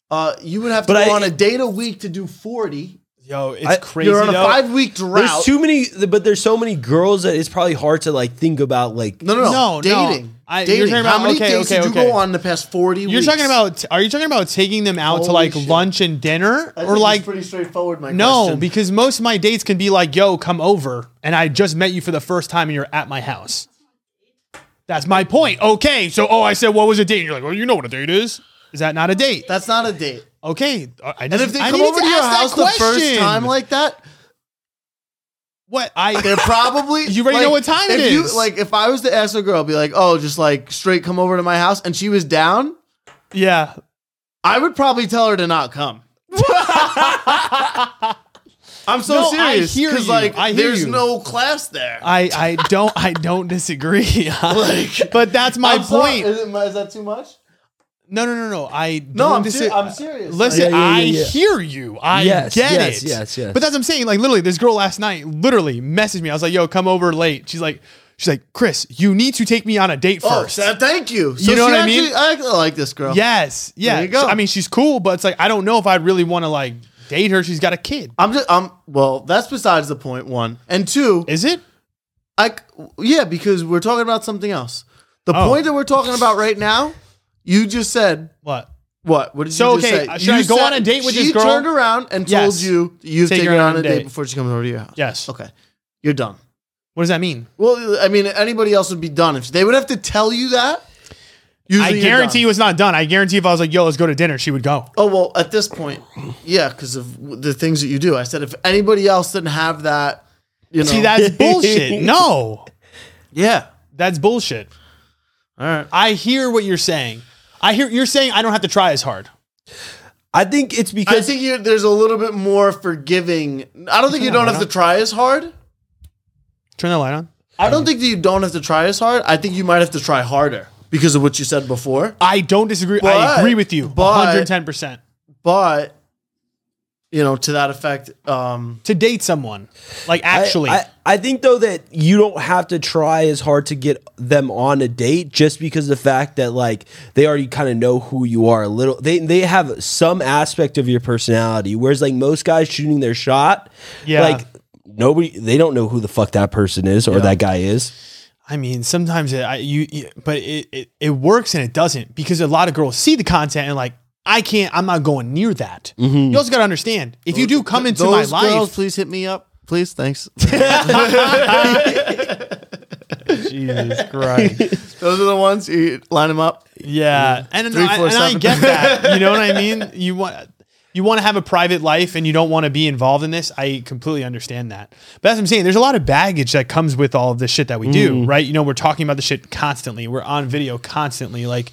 Speaker 7: Uh, you would have to
Speaker 2: But
Speaker 7: go
Speaker 2: I-
Speaker 7: on a date a week to do 40.
Speaker 1: Yo, it's
Speaker 2: I-
Speaker 1: crazy.
Speaker 7: You're on a
Speaker 1: though.
Speaker 7: five week drought.
Speaker 2: there's too many, but there's so many girls that it's probably hard to like think about. Like,
Speaker 7: no, no, no,
Speaker 1: No, no.
Speaker 7: dating.
Speaker 1: I- you're
Speaker 7: dating.
Speaker 1: talking
Speaker 7: How
Speaker 1: about-
Speaker 7: many
Speaker 1: okay,
Speaker 7: days
Speaker 1: okay,
Speaker 7: did you
Speaker 1: okay.
Speaker 7: go on the past 40?
Speaker 1: You're talking about? Are you talking about taking them out to
Speaker 7: Holy
Speaker 1: like
Speaker 7: shit.
Speaker 1: lunch and dinner, or like?
Speaker 7: pretty straightforward. My
Speaker 1: No,
Speaker 7: question.
Speaker 1: because most of my dates can be like, "Yo, come over," and I just met you for the first time, and you're at my house. That's my point. Okay, so oh, I said, what was a date? And you're like, well, you know what a date is. Is that not a date?
Speaker 7: that's not a date.
Speaker 1: Okay. I
Speaker 7: And
Speaker 1: just,
Speaker 7: if they
Speaker 1: I
Speaker 7: come
Speaker 1: needed
Speaker 7: over to your
Speaker 1: ask that
Speaker 7: house the first
Speaker 1: question.
Speaker 7: time like that,
Speaker 1: what I
Speaker 7: they're probably
Speaker 1: You already
Speaker 7: like,
Speaker 1: know what time it
Speaker 7: if you-
Speaker 1: is.
Speaker 7: like if I was to ask a girl, be like, "Oh, just like straight come over to my house," and she was down,
Speaker 1: yeah.
Speaker 7: I would probably tell her to not come. I'm so
Speaker 1: No, I
Speaker 7: serious
Speaker 1: hear
Speaker 7: because
Speaker 1: you.
Speaker 7: like
Speaker 1: I hear
Speaker 7: there's
Speaker 1: you.
Speaker 7: no class there.
Speaker 1: I I don't I don't disagree. but that's my
Speaker 7: I'm sorry.
Speaker 1: point.
Speaker 7: Is, it- is that too much?
Speaker 1: no no no no. I don't
Speaker 7: No, I'm,
Speaker 1: dis-
Speaker 7: ser- I'm serious.
Speaker 1: Listen,
Speaker 2: Yeah, yeah,
Speaker 1: I
Speaker 2: yeah, yeah.
Speaker 1: hear you. I
Speaker 2: Yes,
Speaker 1: get
Speaker 2: yes,
Speaker 1: it.
Speaker 2: yes, yes.
Speaker 1: But that's what I'm saying. Like literally, this girl last night literally messaged me. I was like, "Yo, come over late." She's like, "She's like, Chris, you need to take me on a date
Speaker 7: oh,
Speaker 1: first.
Speaker 7: so thank you. So
Speaker 1: You know
Speaker 7: she
Speaker 1: what I mean?
Speaker 7: actually- I actually like this girl.
Speaker 1: yes, yeah.
Speaker 7: There you go.
Speaker 1: So, I mean, she's cool, but it's like I don't know if I'd really want to like date her. She's got a kid.
Speaker 7: I'm just. I'm. Well, that's besides the point. One and two.
Speaker 1: Is it?
Speaker 7: I c- yeah, because we're talking about something else. The
Speaker 1: Oh.
Speaker 7: point that we're talking about right now, you just said
Speaker 1: What?
Speaker 7: what? What did
Speaker 1: So,
Speaker 7: you just
Speaker 1: okay,
Speaker 7: say?
Speaker 1: uh, should I
Speaker 7: You
Speaker 1: go on a date with
Speaker 7: she
Speaker 1: this girl?
Speaker 7: turned around and
Speaker 1: Yes.
Speaker 7: told you that you've
Speaker 1: Take
Speaker 7: taken her on a date. before she comes over to your house.
Speaker 1: Yes.
Speaker 7: Okay, you're done.
Speaker 1: What does that mean?
Speaker 7: Well, I mean, anybody else would be done if they would have to tell you that.
Speaker 1: I
Speaker 7: you're
Speaker 1: guarantee
Speaker 7: done.
Speaker 1: it was not done. I guarantee if I was like, "Yo, let's go to dinner," she would go.
Speaker 7: Oh well, at this point, yeah, because of w- the things that you do. I said if anybody else didn't have that, you know,
Speaker 1: See, that's bullshit. No,
Speaker 7: yeah.
Speaker 1: that's bullshit.
Speaker 7: All right.
Speaker 1: I hear what you're saying. I hear you're saying I don't have to try as hard.
Speaker 2: I think it's
Speaker 7: I
Speaker 2: because
Speaker 7: think you there's a little bit more forgiving. I don't think you don't have to try as hard.
Speaker 1: Turn that light on.
Speaker 7: I don't think that you don't have to try as hard. I think you might have to try harder because of what you said before.
Speaker 1: I don't disagree.
Speaker 7: But-
Speaker 1: I agree with you.
Speaker 7: but-
Speaker 1: 110%.
Speaker 7: But you know, to that effect, um,
Speaker 1: To date someone. Like
Speaker 2: I-
Speaker 1: actually.
Speaker 2: I, I think though that you don't have to try as hard to get them on a date just because of the fact that like they already kind of know who you are a little. They they have some aspect of your personality, whereas like most guys shooting their shot,
Speaker 1: Yeah.
Speaker 2: like nobody they don't know who the fuck that person is or that guy is.
Speaker 1: I mean, sometimes it, I, you, you- but it, it, it works and it doesn't because a lot of girls see the content and like, I can't, I'm not going near that. You also got to understand if you do come into my
Speaker 7: Mm-hmm. those
Speaker 1: life,
Speaker 7: girls, please hit me up, please. Thanks.
Speaker 1: Jesus Christ.
Speaker 7: those are the ones you line them up.
Speaker 1: Yeah. And,
Speaker 7: Three,
Speaker 1: I,
Speaker 7: four,
Speaker 1: and I
Speaker 7: seven.
Speaker 1: get that. You know what I mean? You want, you want to have a private life and you don't want to be involved in this. I completely understand that. But as I'm saying, there's a lot of baggage that comes with all of the shit that we do,
Speaker 7: Mm.
Speaker 1: right? You know, we're talking about the shit constantly. We're on video constantly. Like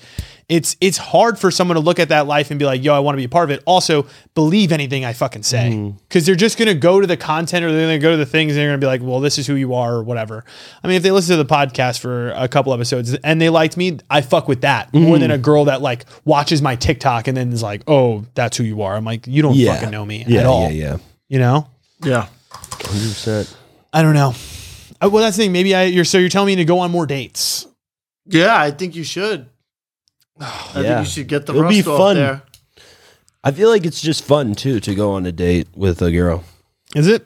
Speaker 1: it's it's hard for someone to look at that life and be like, yo, I want to be a part of it. Also, believe anything I fucking say.
Speaker 2: Mm.
Speaker 1: Because they're just gonna go to the content or they're gonna go to the things and they're gonna be like, well, this is who you are or whatever. I mean, if they listen to the podcast for a couple episodes and they liked me, I fuck with that more
Speaker 2: Mm.
Speaker 1: than a girl that like watches my TikTok and then is like, oh, that's who you are. I'm like, you don't
Speaker 2: Yeah.
Speaker 1: fucking know me
Speaker 2: Yeah,
Speaker 1: at all.
Speaker 2: yeah, yeah.
Speaker 1: You know?
Speaker 7: Yeah.
Speaker 1: I don't know. I, well, that's the thing. Maybe I you're so you're telling me to go on more dates.
Speaker 7: Yeah, I think you should. I
Speaker 2: Yeah.
Speaker 7: think you should get the
Speaker 2: It'll
Speaker 7: rust
Speaker 2: be
Speaker 7: off
Speaker 2: fun.
Speaker 7: there.
Speaker 2: I feel like it's just fun too to go on a date with a girl.
Speaker 1: Is it?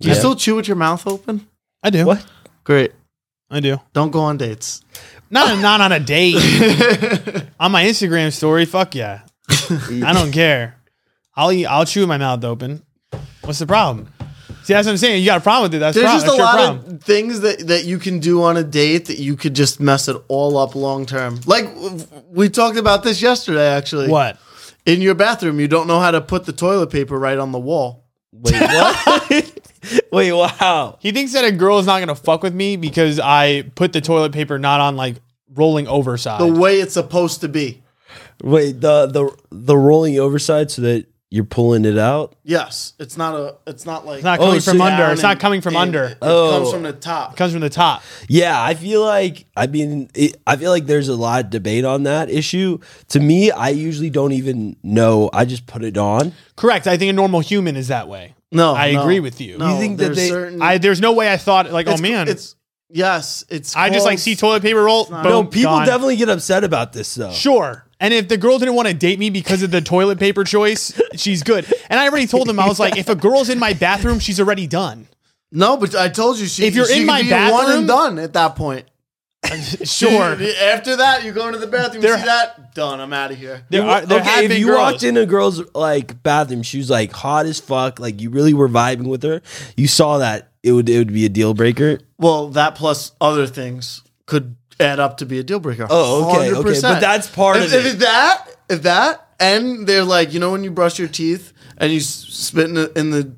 Speaker 7: Do you still chew with your mouth open?
Speaker 1: I do.
Speaker 2: What?
Speaker 7: Great.
Speaker 1: I do.
Speaker 7: Don't go on dates.
Speaker 1: Not not on a date. on my Instagram story, fuck yeah. I don't care. I'll eat, I'll chew with my mouth open. What's the problem? See, that's what I'm saying. You got a problem with it. That's,
Speaker 7: There's
Speaker 1: prob-
Speaker 7: just a
Speaker 1: that's your
Speaker 7: lot
Speaker 1: problem.
Speaker 7: of things that, that you can do on a date that you could just mess it all up long term. Like w- we talked about this yesterday, actually.
Speaker 1: what?
Speaker 7: In your bathroom, you don't know how to put the toilet paper right on the wall.
Speaker 2: Wait, what? Wait, wow.
Speaker 1: He thinks that a girl is not gonna fuck with me because I put the toilet paper not on like rolling over side.
Speaker 7: The way it's supposed to be.
Speaker 2: Wait, the the the rolling overside so that you're pulling it out.
Speaker 7: Yes, it's not a. It's not like.
Speaker 1: it's not coming
Speaker 2: Oh, so
Speaker 1: from
Speaker 7: down
Speaker 1: under. It's not
Speaker 7: and-
Speaker 1: coming from
Speaker 7: and
Speaker 1: under.
Speaker 7: It,
Speaker 1: It
Speaker 7: comes
Speaker 2: Oh.
Speaker 7: from the top.
Speaker 1: comes from the top.
Speaker 2: Yeah, I feel like I mean it, I feel like there's a lot of debate on that issue. To me, I usually don't even know. I just put it on.
Speaker 1: Correct. I think a normal human is that way.
Speaker 7: No,
Speaker 1: I
Speaker 7: no,
Speaker 1: agree with you.
Speaker 7: No,
Speaker 2: You think that
Speaker 7: there's
Speaker 2: they-
Speaker 7: certain-
Speaker 1: I there's no way I thought like, oh
Speaker 7: it's-
Speaker 1: man,
Speaker 7: it's yes, it's.
Speaker 1: I just like
Speaker 7: called-
Speaker 1: see toilet paper roll. Boom,
Speaker 2: no, people
Speaker 1: gone.
Speaker 2: definitely get upset about this though.
Speaker 1: Sure. And if the girl didn't want to date me because of the toilet paper choice, she's good. And I already told him I was like, if a girl's in my bathroom, she's already done.
Speaker 7: No, but I told you she.
Speaker 1: If you're
Speaker 7: she
Speaker 1: in
Speaker 7: could
Speaker 1: my
Speaker 7: be one
Speaker 1: bathroom-
Speaker 7: and done at that point.
Speaker 1: Sure.
Speaker 7: After that, you go into the bathroom.
Speaker 1: There-
Speaker 7: you see that? Done. I'm out of here.
Speaker 1: There are, there
Speaker 2: okay,
Speaker 1: have
Speaker 2: if
Speaker 1: been
Speaker 2: you
Speaker 1: girls-
Speaker 2: walked in a girl's like bathroom, she was like hot as fuck. Like you really were vibing with her. You saw that it would it would be a deal breaker.
Speaker 7: Well, that plus other things could add up to be a deal breaker.
Speaker 2: Oh, okay, okay,
Speaker 7: 100%.
Speaker 2: but that's part
Speaker 7: if,
Speaker 2: of
Speaker 7: if
Speaker 2: it.
Speaker 7: that, if that, and they're like, you know, when you brush your teeth and you s- spit in the, in the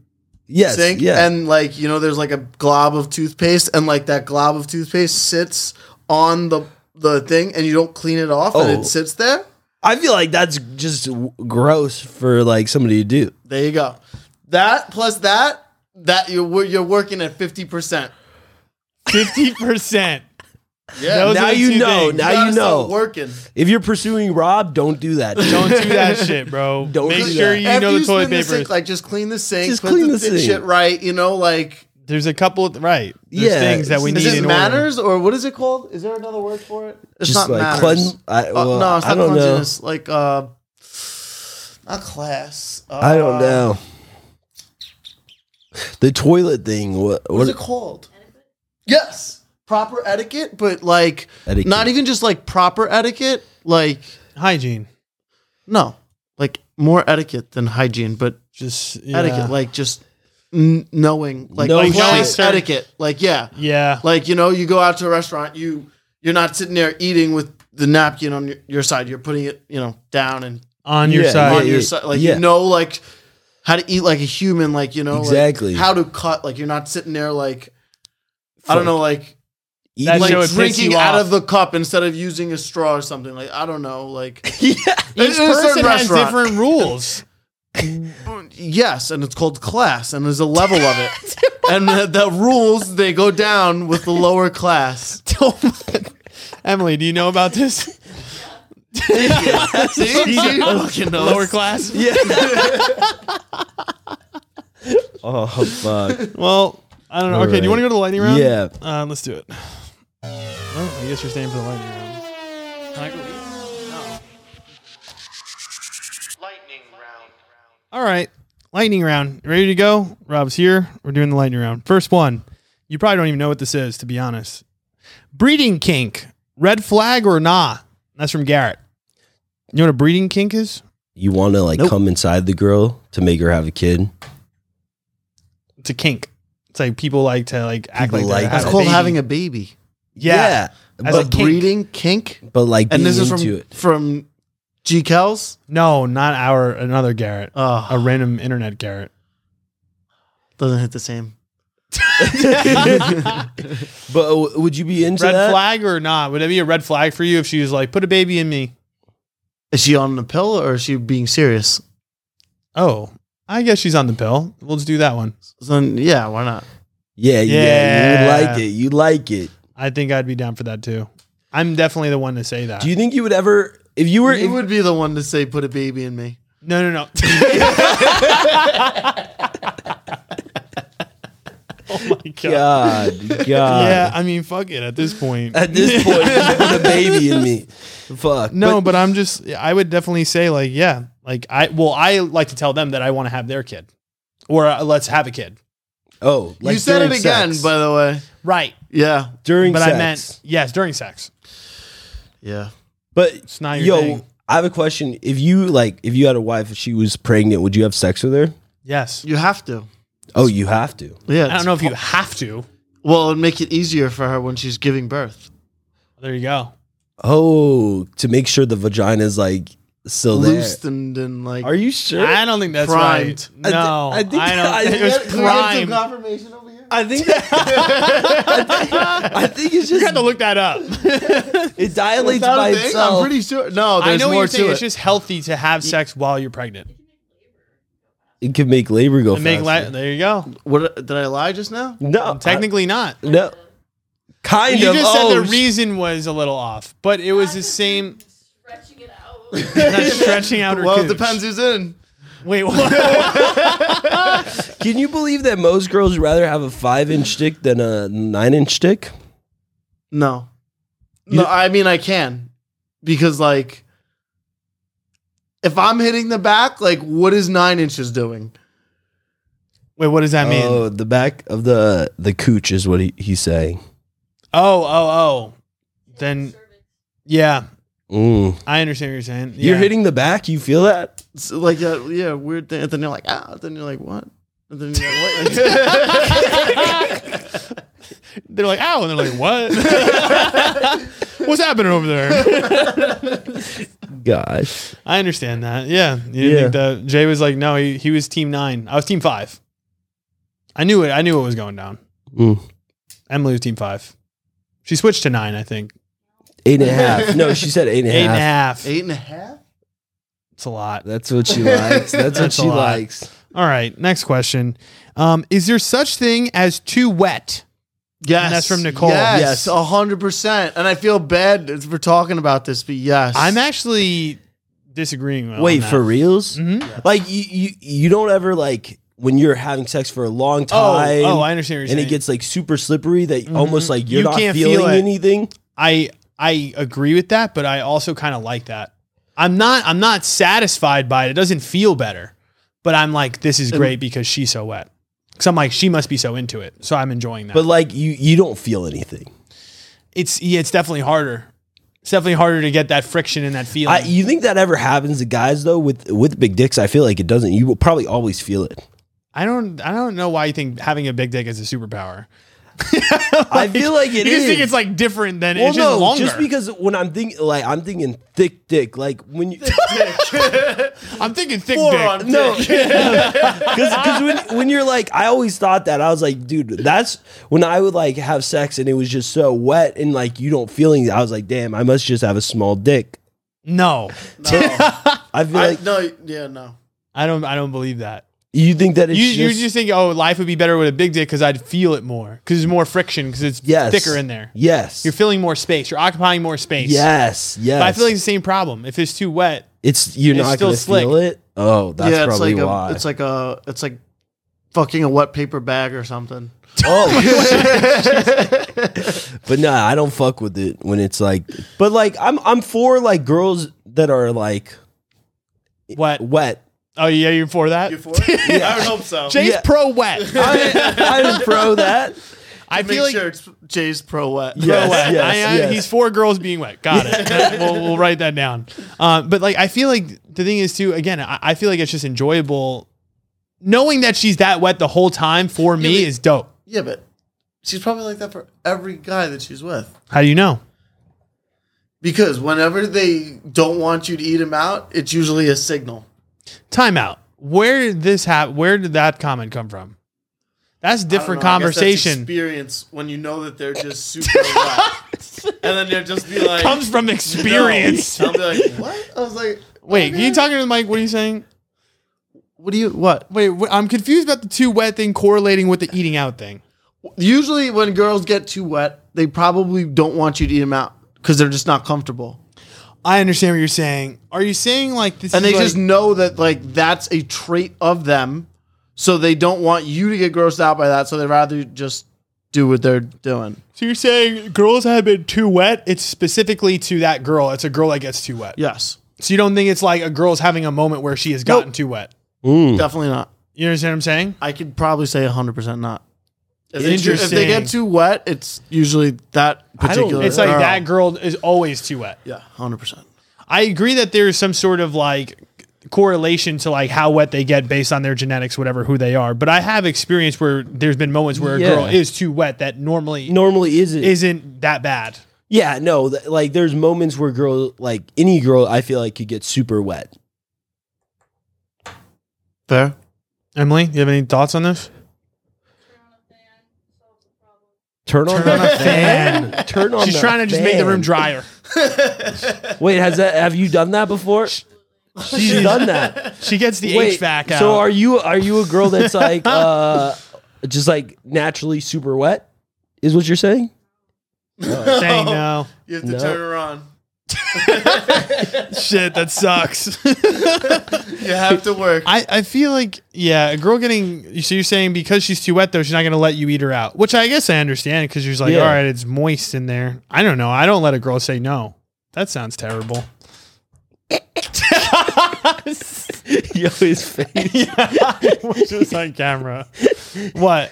Speaker 2: Yes,
Speaker 7: sink,
Speaker 2: yeah.
Speaker 7: and like, you know, there's like a glob of toothpaste, and like that glob of toothpaste sits on the the thing, and you don't clean it off, and
Speaker 2: Oh.
Speaker 7: it sits there.
Speaker 2: I feel like that's just w- gross for like somebody to do.
Speaker 7: There you go. That plus that, that you're wor- you're working at fifty percent.
Speaker 1: 50%.
Speaker 7: Yeah.
Speaker 1: Those
Speaker 2: Now
Speaker 1: are the
Speaker 2: you
Speaker 1: two
Speaker 2: know,
Speaker 1: things.
Speaker 2: now-
Speaker 7: gotta
Speaker 2: you
Speaker 7: start
Speaker 2: know.
Speaker 7: working.
Speaker 2: If you're pursuing Rob, don't do that.
Speaker 1: Don't do that shit, bro.
Speaker 2: Don't
Speaker 1: Make
Speaker 2: do
Speaker 1: sure
Speaker 2: that.
Speaker 1: you
Speaker 7: After
Speaker 1: know the
Speaker 7: spin
Speaker 1: toilet
Speaker 7: the
Speaker 1: paper.
Speaker 7: sink, like just clean the sink,
Speaker 2: Just
Speaker 7: put
Speaker 2: clean the
Speaker 7: the, th-
Speaker 2: sink.
Speaker 7: shit right. You know, like
Speaker 1: There's a couple of, right. There's
Speaker 2: Yeah.
Speaker 1: things that we
Speaker 2: Is
Speaker 1: need
Speaker 7: is it
Speaker 1: in order.
Speaker 7: manners or what is it called? Is there another word for it? It's
Speaker 2: just
Speaker 7: not
Speaker 2: like
Speaker 7: manners.
Speaker 2: cleanse. I,
Speaker 7: Uh,
Speaker 2: well,
Speaker 7: no, it's
Speaker 2: I
Speaker 7: not
Speaker 2: don't know.
Speaker 7: cleanliness. Like uh, not class. Uh,
Speaker 2: I don't know. The toilet thing. What?
Speaker 7: What
Speaker 2: what
Speaker 7: is it called? Yes, proper etiquette, but like
Speaker 2: Etiquette.
Speaker 7: not even just like proper etiquette, like.
Speaker 1: Hygiene.
Speaker 7: No, like more etiquette than hygiene, but
Speaker 1: Just yeah.
Speaker 7: etiquette, like just n- knowing, like
Speaker 2: No
Speaker 7: like
Speaker 1: shit.
Speaker 7: class etiquette, like yeah,
Speaker 1: yeah.
Speaker 7: like you know, you go out to a restaurant, you you're not sitting there eating with the napkin on your, your side, you're putting it, you know, down and
Speaker 1: On your
Speaker 2: Yeah,
Speaker 1: side.
Speaker 7: on your
Speaker 2: yeah,
Speaker 7: side, like
Speaker 2: yeah.
Speaker 7: you know, like how to eat like a human, like you know, like,
Speaker 2: Exactly.
Speaker 7: how to cut, like you're not sitting there like I don't know, like
Speaker 1: That
Speaker 2: eating
Speaker 7: like
Speaker 1: shit would piss
Speaker 7: drinking
Speaker 1: you
Speaker 7: out
Speaker 1: off.
Speaker 7: of the cup instead of using a straw or something. Like I don't know. Like
Speaker 1: Each
Speaker 7: In a certain
Speaker 1: person has
Speaker 7: restaurant.
Speaker 1: different rules.
Speaker 7: yes, and it's called class, and there's a level of it, and the, the rules they go down with the lower class.
Speaker 1: Emily, do you know about this?
Speaker 7: See, you fucking know.
Speaker 1: Lower class?
Speaker 2: Oh fuck!
Speaker 1: Well, I don't know. okay, do you
Speaker 2: Alright.
Speaker 1: want to go to the lightning round?
Speaker 2: Yeah.
Speaker 1: Um, let's do it. Well, I guess you're staying for the lightning round. Can I go eat?
Speaker 4: Lightning round.
Speaker 1: All right. Lightning round. Ready to go? Rob's here. We're doing the lightning round. First one. You probably don't even know what this is, to be honest. Breeding kink. Red flag or nah? That's from Garrett. You know what a breeding kink is?
Speaker 2: You want to like come inside the girl to make her have a kid?
Speaker 1: It's a kink. It's like people like to like act
Speaker 2: People
Speaker 1: like,
Speaker 2: like
Speaker 1: like
Speaker 7: That's called having a baby.
Speaker 1: yeah. As
Speaker 2: but
Speaker 1: a kink.
Speaker 7: Breeding kink,
Speaker 2: but like being
Speaker 7: and this is
Speaker 2: into
Speaker 7: from
Speaker 2: it.
Speaker 7: from G. Kells.
Speaker 1: No, not our another Garrett.
Speaker 7: Oh,
Speaker 1: a random internet Garrett.
Speaker 7: doesn't hit the same.
Speaker 2: But uh, w- would you be into
Speaker 1: Red
Speaker 2: that?
Speaker 1: flag or not? Would it be a red flag for you if she was like, put a baby in me?
Speaker 7: Is she on the pill or is she being serious?
Speaker 1: Oh, I guess she's on the pill. We'll just do that one.
Speaker 7: So, yeah, why not?
Speaker 2: Yeah, yeah, You
Speaker 1: Yeah.
Speaker 2: like it. You like it.
Speaker 1: I think I'd be down for that too. I'm definitely the one to say that.
Speaker 2: Do you think you would ever? If you were,
Speaker 7: You
Speaker 2: if-
Speaker 7: would be the one to say, "Put a baby in me."
Speaker 1: no, no, no. oh my god. Yeah.
Speaker 2: God, God.
Speaker 1: I mean, fuck it at this point.
Speaker 2: At this point, you put a baby in me. Fuck.
Speaker 1: No, but I'm just. I would definitely say like, yeah, like I. Well, I like to tell them that I want to have their kid, or uh, let's have a kid.
Speaker 2: Oh, like
Speaker 7: you said it
Speaker 2: during
Speaker 7: again,
Speaker 2: sex.
Speaker 7: by the way.
Speaker 1: Right.
Speaker 7: Yeah,
Speaker 2: during.
Speaker 1: But
Speaker 2: sex.
Speaker 1: I meant yes during sex.
Speaker 7: yeah.
Speaker 2: But
Speaker 1: It's not your
Speaker 2: yo,
Speaker 1: thing.
Speaker 2: I have a question. If you like, if you had a wife, if she was pregnant, would you have sex with her?
Speaker 1: Yes.
Speaker 7: You have to.
Speaker 2: Oh, you have to.
Speaker 7: Yeah.
Speaker 1: I don't know if you have to.
Speaker 7: Well, it'd make it easier for her when she's giving birth.
Speaker 1: There you go.
Speaker 2: Oh, to make sure the vagina's like still there.
Speaker 7: Loosened and like.
Speaker 2: Are you sure?
Speaker 1: I don't think that's
Speaker 7: Primed.
Speaker 1: right. No, I,
Speaker 2: I thi- I think-
Speaker 1: don't.
Speaker 2: I
Speaker 1: think it was
Speaker 2: think- we had
Speaker 1: prime.
Speaker 7: confirmation over here?
Speaker 2: I think. I think it's
Speaker 1: You
Speaker 2: just
Speaker 1: had to look that up.
Speaker 2: it dilates
Speaker 7: Not
Speaker 2: by
Speaker 7: a thing? I'm
Speaker 2: itself.
Speaker 7: pretty sure. No,
Speaker 1: I
Speaker 7: there's
Speaker 1: know what
Speaker 7: more
Speaker 1: you're saying.
Speaker 7: to
Speaker 1: It's
Speaker 7: it.
Speaker 1: just healthy to have sex while you're pregnant.
Speaker 2: it can make labor go
Speaker 1: And make li-
Speaker 2: faster.
Speaker 1: there you go.
Speaker 7: What did I lie just now?
Speaker 2: no,
Speaker 1: Technically not.
Speaker 2: I- no. Kind
Speaker 1: You
Speaker 2: of.
Speaker 1: just
Speaker 2: oh,
Speaker 1: said the
Speaker 2: sh-
Speaker 1: reason was a little off, but it was the same.
Speaker 3: Stretching it out.
Speaker 1: Not stretching out her.
Speaker 7: Well, it
Speaker 1: cooch.
Speaker 7: depends who's in.
Speaker 1: Wait, what?
Speaker 2: Can you believe that most girls would rather have a five-inch dick than a nine-inch dick?
Speaker 7: No, no. I mean, I can because like, if I'm hitting the back, like, what is nine inches doing?
Speaker 1: Wait, what does that mean? Oh,
Speaker 2: oh, the back of the the cooch is what he, he's saying.
Speaker 1: oh, oh. Then, yeah,
Speaker 2: Mm.
Speaker 1: I understand what you're saying.
Speaker 2: You're
Speaker 1: Yeah.
Speaker 2: hitting the back. You feel that?
Speaker 7: It's like that, yeah, weird thing. And then you're like, ah. Then you're like, what? And then you're like, what?
Speaker 1: They're like, ow, and they're like, what? What's happening over there?
Speaker 2: Gosh.
Speaker 1: I understand that. Yeah. You didn't
Speaker 2: Yeah.
Speaker 1: think that Jay was like, no, he, he was team nine. I was team five. I knew it. I knew it was going down.
Speaker 2: Mm.
Speaker 1: Emily was team five. She switched to nine, I think.
Speaker 2: Eight and a half. No, she said eight and a half.
Speaker 1: Eight and a half.
Speaker 7: Eight and a half.
Speaker 1: It's a lot.
Speaker 2: That's what she likes. That's, what
Speaker 1: That's a
Speaker 2: she
Speaker 1: lot.
Speaker 2: likes.
Speaker 1: All right. Next question. Um, is there such thing as too wet?
Speaker 7: Yes,
Speaker 1: that's from Nicole.
Speaker 7: Yes,
Speaker 1: Yes.
Speaker 7: a hundred percent. And I feel bad for talking about this, but yes,
Speaker 1: I'm actually disagreeing with
Speaker 2: Wait, for reals?
Speaker 1: hmm
Speaker 2: Like you, you, you don't ever like when you're having sex for a long time.
Speaker 1: Oh, oh, I understand what you're
Speaker 2: and
Speaker 1: saying. Mm-hmm.
Speaker 2: it gets like super slippery that almost like you're
Speaker 1: You
Speaker 2: not
Speaker 1: can't
Speaker 2: feeling
Speaker 1: feel it.
Speaker 2: anything.
Speaker 1: I I agree with that, but I also kind of like that. I'm not I'm not satisfied by it. It doesn't feel better, but I'm like this is great because she's so wet. Because I'm like she must be so into it, so I'm enjoying that.
Speaker 2: But like you, you don't feel anything.
Speaker 1: it's yeah, it's definitely harder. It's definitely harder to get that friction and that feeling.
Speaker 2: I, e you think that ever happens to guys though with with big dicks? I feel like it doesn't. You will probably always feel it.
Speaker 1: I don't I don't know why you think having a big dick is a superpower.
Speaker 2: I feel like it
Speaker 1: you just
Speaker 2: is.
Speaker 1: think it's like different than it's just
Speaker 2: no,
Speaker 1: longer.
Speaker 2: just because when I'm thinking, like I'm thinking thick dick, like when you
Speaker 1: I'm thinking thick
Speaker 7: Moron.
Speaker 1: dick.
Speaker 2: no, because when when you're like, I always thought that I was like, dude, that's when I would like have sex and it was just so wet and like you don't feel anything. I was like, damn, I must just have a small dick.
Speaker 1: No, Oh.
Speaker 2: I feel
Speaker 7: I,
Speaker 2: like
Speaker 7: no, yeah, no.
Speaker 1: I don't. I don't believe that.
Speaker 2: you think that it's
Speaker 1: You you
Speaker 2: just,
Speaker 1: just think oh life would be better with a big dick because I'd feel it more because there's more friction because it's
Speaker 2: yes,
Speaker 1: thicker in there.
Speaker 2: Yes,
Speaker 1: You're filling more space. You're occupying more space.
Speaker 2: yes, yes.
Speaker 1: But I feel like it's the same problem. If it's too wet,
Speaker 2: it's you're
Speaker 1: it's
Speaker 2: not
Speaker 1: still
Speaker 2: gonna
Speaker 1: slick.
Speaker 2: feel it. Oh, that's
Speaker 7: yeah, it's
Speaker 2: probably
Speaker 7: like a,
Speaker 2: why.
Speaker 7: it's like a, it's like fucking a wet paper bag or something.
Speaker 2: Oh, But no, I don't fuck with it when it's like. But like, I'm I'm for like girls that are like
Speaker 1: wet.
Speaker 2: wet.
Speaker 1: Oh yeah, you're for that.
Speaker 7: I would hope so.
Speaker 1: Jay's
Speaker 2: Yeah.
Speaker 1: pro wet.
Speaker 2: I, I'm pro that.
Speaker 1: I
Speaker 7: Make
Speaker 1: feel like
Speaker 7: sure it's Jay's pro wet.
Speaker 1: pro
Speaker 2: Yes,
Speaker 1: wet.
Speaker 2: yes,
Speaker 1: I, I,
Speaker 2: yes.
Speaker 1: He's for girls being wet. Got it. we'll, we'll write that down. Um, but like, I feel like the thing is too. Again, I, I feel like it's just enjoyable. Knowing that she's that wet the whole time for me
Speaker 7: but-
Speaker 1: is dope.
Speaker 7: Yeah, but she's probably like that for every guy that she's with.
Speaker 1: How do you know?
Speaker 7: Because whenever they don't want you to eat him out, it's usually a signal.
Speaker 1: Timeout. Where did this happen? Where did that comment come from? That's different
Speaker 7: I don't know, I guess that's
Speaker 1: conversation.
Speaker 7: experience when you know that they're just super wet, and then they'll just be like,
Speaker 1: Comes from experience.
Speaker 7: No. I'll be like, what? I was like,
Speaker 1: Wait, can
Speaker 7: okay.
Speaker 1: you talking to the mic? What are you saying?
Speaker 7: What do you what?
Speaker 1: Wait, wh- I'm confused about the too wet thing correlating with the eating out thing.
Speaker 7: Usually, when girls get too wet, they probably don't want you to eat them out because they're just not comfortable,
Speaker 1: I understand what you're saying. Are you saying like this?
Speaker 7: and
Speaker 1: is
Speaker 7: they
Speaker 1: like-
Speaker 7: just know that like that's a trait of them, so they don't want you to get grossed out by that. So they'd rather just do what they're doing.
Speaker 1: So you're saying girls have been too wet? It's specifically to that girl. It's a girl that gets too wet.
Speaker 7: Yes,
Speaker 1: So you don't think it's like a girl's having a moment where she has gotten too wet? Hmm.
Speaker 7: definitely not.
Speaker 1: You understand what I'm saying?
Speaker 7: I could probably say hundred percent not. If they,
Speaker 1: Interesting.
Speaker 7: if they get too wet, it's usually that particular.
Speaker 1: It's like
Speaker 7: girl.
Speaker 1: that girl is always too wet.
Speaker 7: Yeah, hundred percent.
Speaker 1: I agree that there is some sort of like correlation to like how wet they get based on their genetics, whatever who they are. But I have experience where there's been moments where a girl
Speaker 2: Yeah.
Speaker 1: is too wet that normally
Speaker 2: Normally, is it?
Speaker 1: isn't that bad.
Speaker 2: yeah, no. Th- like, there's moments where girl, like any girl, I feel like could get super wet.
Speaker 7: Fair.
Speaker 1: Emily, you have any thoughts on this?
Speaker 2: Turn on the fan. Turn on.
Speaker 1: She's
Speaker 2: the
Speaker 1: trying to just make the
Speaker 2: fan.
Speaker 1: room drier.
Speaker 2: Wait, has that? Have you done that before? She's done that.
Speaker 1: She gets the
Speaker 2: Wait,
Speaker 1: HVAC out.
Speaker 2: So are you are you a girl that's like uh just like naturally super wet? Is what you're saying?
Speaker 1: saying no.
Speaker 7: You have
Speaker 2: to No. turn her
Speaker 7: on.
Speaker 1: Shit, that sucks.
Speaker 7: You have to work.
Speaker 1: I, I feel like yeah, a girl getting so you're saying because she's too wet though, she's not gonna let you eat her out. Which I guess I understand because you're just like,
Speaker 2: Yeah.
Speaker 1: all right, it's moist in there. I don't know. I don't let a girl say no. That sounds terrible.
Speaker 2: Yo, his face.
Speaker 1: We're just on camera. What?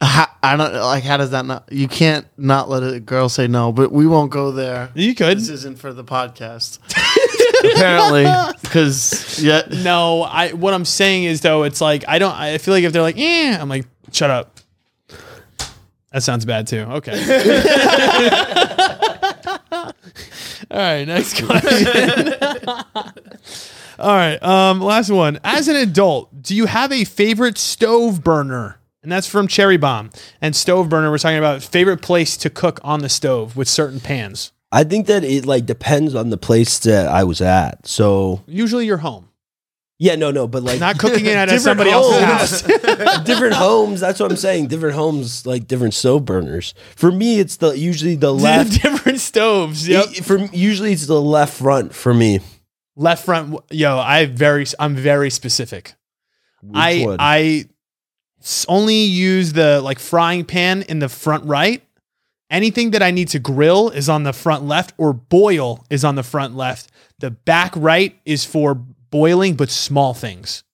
Speaker 7: How, I don't like. How does that not? You can't not let a girl say no, but we won't go there.
Speaker 1: You could.
Speaker 7: This isn't for the podcast, apparently, because yeah,
Speaker 1: No, I what I'm saying is though, it's like I don't I feel like if they're like, eh, I'm like, shut up. That sounds bad too. Okay. All right, next question. All right, um, last one. As an adult, do you have a favorite stove burner? And that's from Cherry Bomb. And stove burner, we're talking about favorite place to cook on the stove with certain pans.
Speaker 2: I think that it like depends on the place that I was at. So
Speaker 1: Usually your home.
Speaker 2: yeah, no, no, but like
Speaker 1: Not cooking it at
Speaker 2: Different
Speaker 1: somebody else's
Speaker 2: homes.
Speaker 1: house.
Speaker 2: different homes. That's what I'm saying. Different homes, like different stove burners. For me, it's the usually the left.
Speaker 1: different stoves. Yep.
Speaker 2: e- For usually it's the left front for me.
Speaker 1: left front yo i very i'm very specific i
Speaker 2: one?
Speaker 1: i s- only use the like frying pan in the front right anything that i need to grill is on the front left or boil is on the front left the back right is for boiling but small things